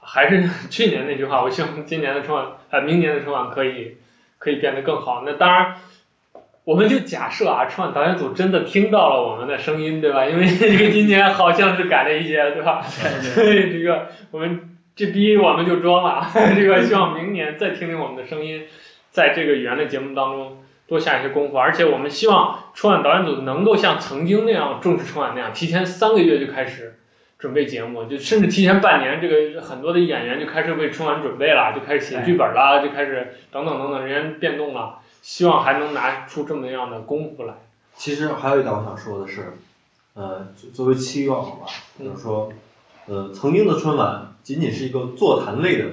S1: 还是去年那句话，我呃希望今年的春晚，呃，明年的春晚可以可以变得更好。那当然，我们就假设啊，春晚导演组真的听到了我们的声音，对吧？因为这个今年好像是改了一些，对吧？所以这个 我们这逼我们就装了， 这个希望明年再听听我们的声音，在这个原来节目当中多下一些功夫，而且我们希望春晚导演组能够像曾经那样重视春晚那样，提前三个月就开始准备节目，就甚至提前半年，这个很多的演员就开始为春晚准备了，就开始写剧本啦，就开始等等等等，人员变动了，希望还能拿出这么样的功夫来。
S4: 其实还有一点我想说的是，呃，作作为期望吧，就是说，呃，曾经的春晚仅仅是一个座谈类的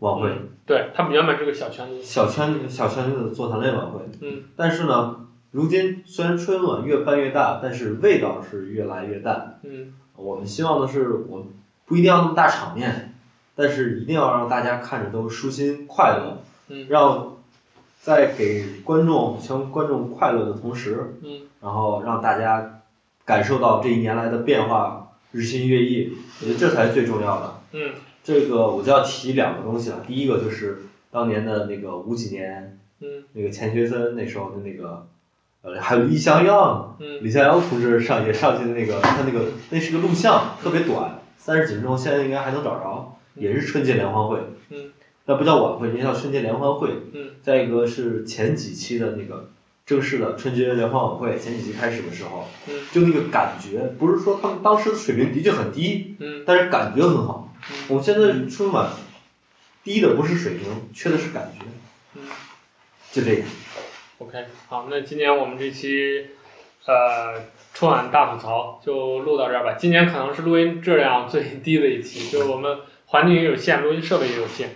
S4: 晚会，
S1: 嗯对他们原本是个小圈子，
S4: 小圈小圈子的座谈类晚会。
S1: 嗯。
S4: 但是呢，如今虽然春晚越办越大，但是味道是越来越淡。
S1: 嗯
S4: 我们希望的是，我们不一定要那么大场面，但是一定要让大家看着都舒心快乐，
S1: 嗯
S4: 让在给观众向观众快乐的同时，
S1: 嗯
S4: 然后让大家感受到这一年来的变化，日新月异。我觉得这才是最重要的。
S1: 嗯
S4: 这个我就要提两个东西了，第一个就是当年的那个五几年
S1: 嗯
S4: 那个钱学森那时候的那个，呃，还有李向阳，
S1: 嗯
S4: 李向阳同志上也上去的那个，他那个那是个录像，特别短，三十几分钟，现在应该还能找着，也是春节联欢会，
S1: 嗯，
S4: 那不叫晚会，那叫春节联欢会，
S1: 嗯
S4: 再一个是前几期的那个正式的春节联欢晚会，前几期开始的时候，
S1: 嗯
S4: 就那个感觉，不是说他们当时的水平的确很低，
S1: 嗯
S4: 但是感觉很好
S1: 嗯。
S4: 我们现在春晚低的不是水平，缺的是感觉，
S1: 嗯。
S4: 就这个。
S1: OK，好，那今年我们这期呃春晚大吐槽就录到这儿吧。今年可能是录音质量最低的一期，就是我们环境也有限，录音设备也有限，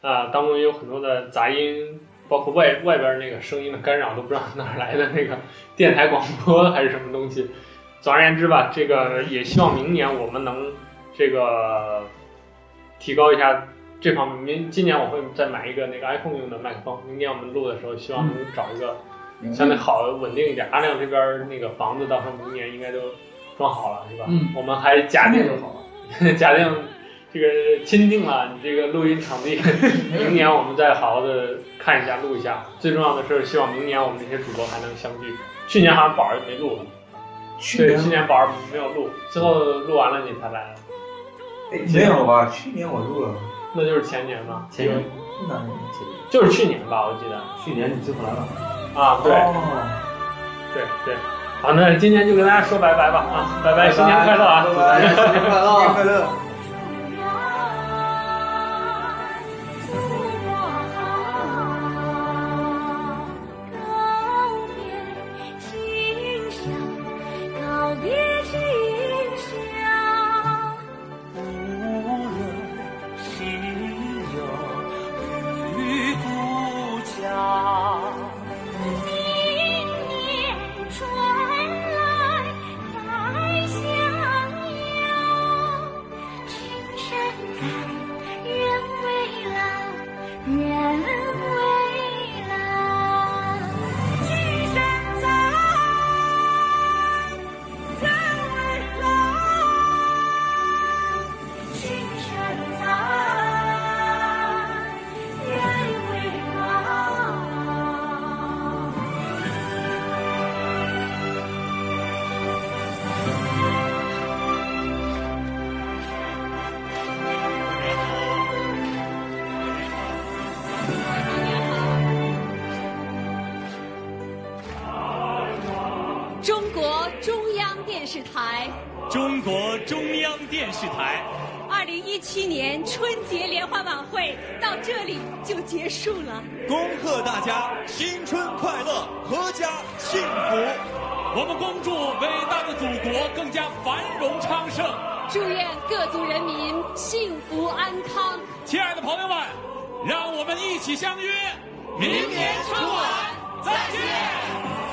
S1: 啊、当中也有很多的杂音，包括外外边那个声音的干扰，都不知道哪儿来的那个电台广播还是什么东西。总而言之吧，这个也希望明年我们能这个提高一下这方面。明今年我会再买一个那个 iPhone 用的麦克风，明年我们录的时候希望能找一个。相对好稳定一点。阿亮这边儿那个房子到时候明年应该都装好了，是吧？
S2: 嗯
S1: 我们还假
S2: 假定
S1: 定
S2: 就好了，
S1: 假定这个钦定了你这个录音场地，明年我们再好好的看一下录一下。最重要的是，希望明年我们这些主播还能相聚。去年好像宝儿没录了，啊
S3: 去
S1: 对，去年宝儿没有录，最后录完了你才来，
S3: 没有吧？去年我录了，
S1: 那就是前年嘛，
S4: 前年，
S3: 是哪年？
S4: 前年，
S1: 就是去年吧，我记得
S4: 去年你最后来了。
S1: 啊，对、
S3: 哦
S1: 对对。好，那今天就跟大家说拜拜吧啊，拜拜，新年快乐啊！
S4: 拜拜，新年快乐
S3: 哦新年。快乐。
S5: 告别今宵。
S6: 无论西游与故乡。
S5: 今年春来再相邀，青山在，人未老，人未老。青山在，人未老，青山在，人未老。
S7: 中国中央电视台
S8: 中国中央电视台
S7: 二零一七年春节联欢晚会到这里就结束了。
S8: 恭贺大家新春快乐，阖家幸福。我们恭祝伟大的祖国更加繁荣昌盛。
S7: 祝愿各族人民幸福安康。
S8: 亲爱的朋友们，让我们一起相约，明年春晚再见。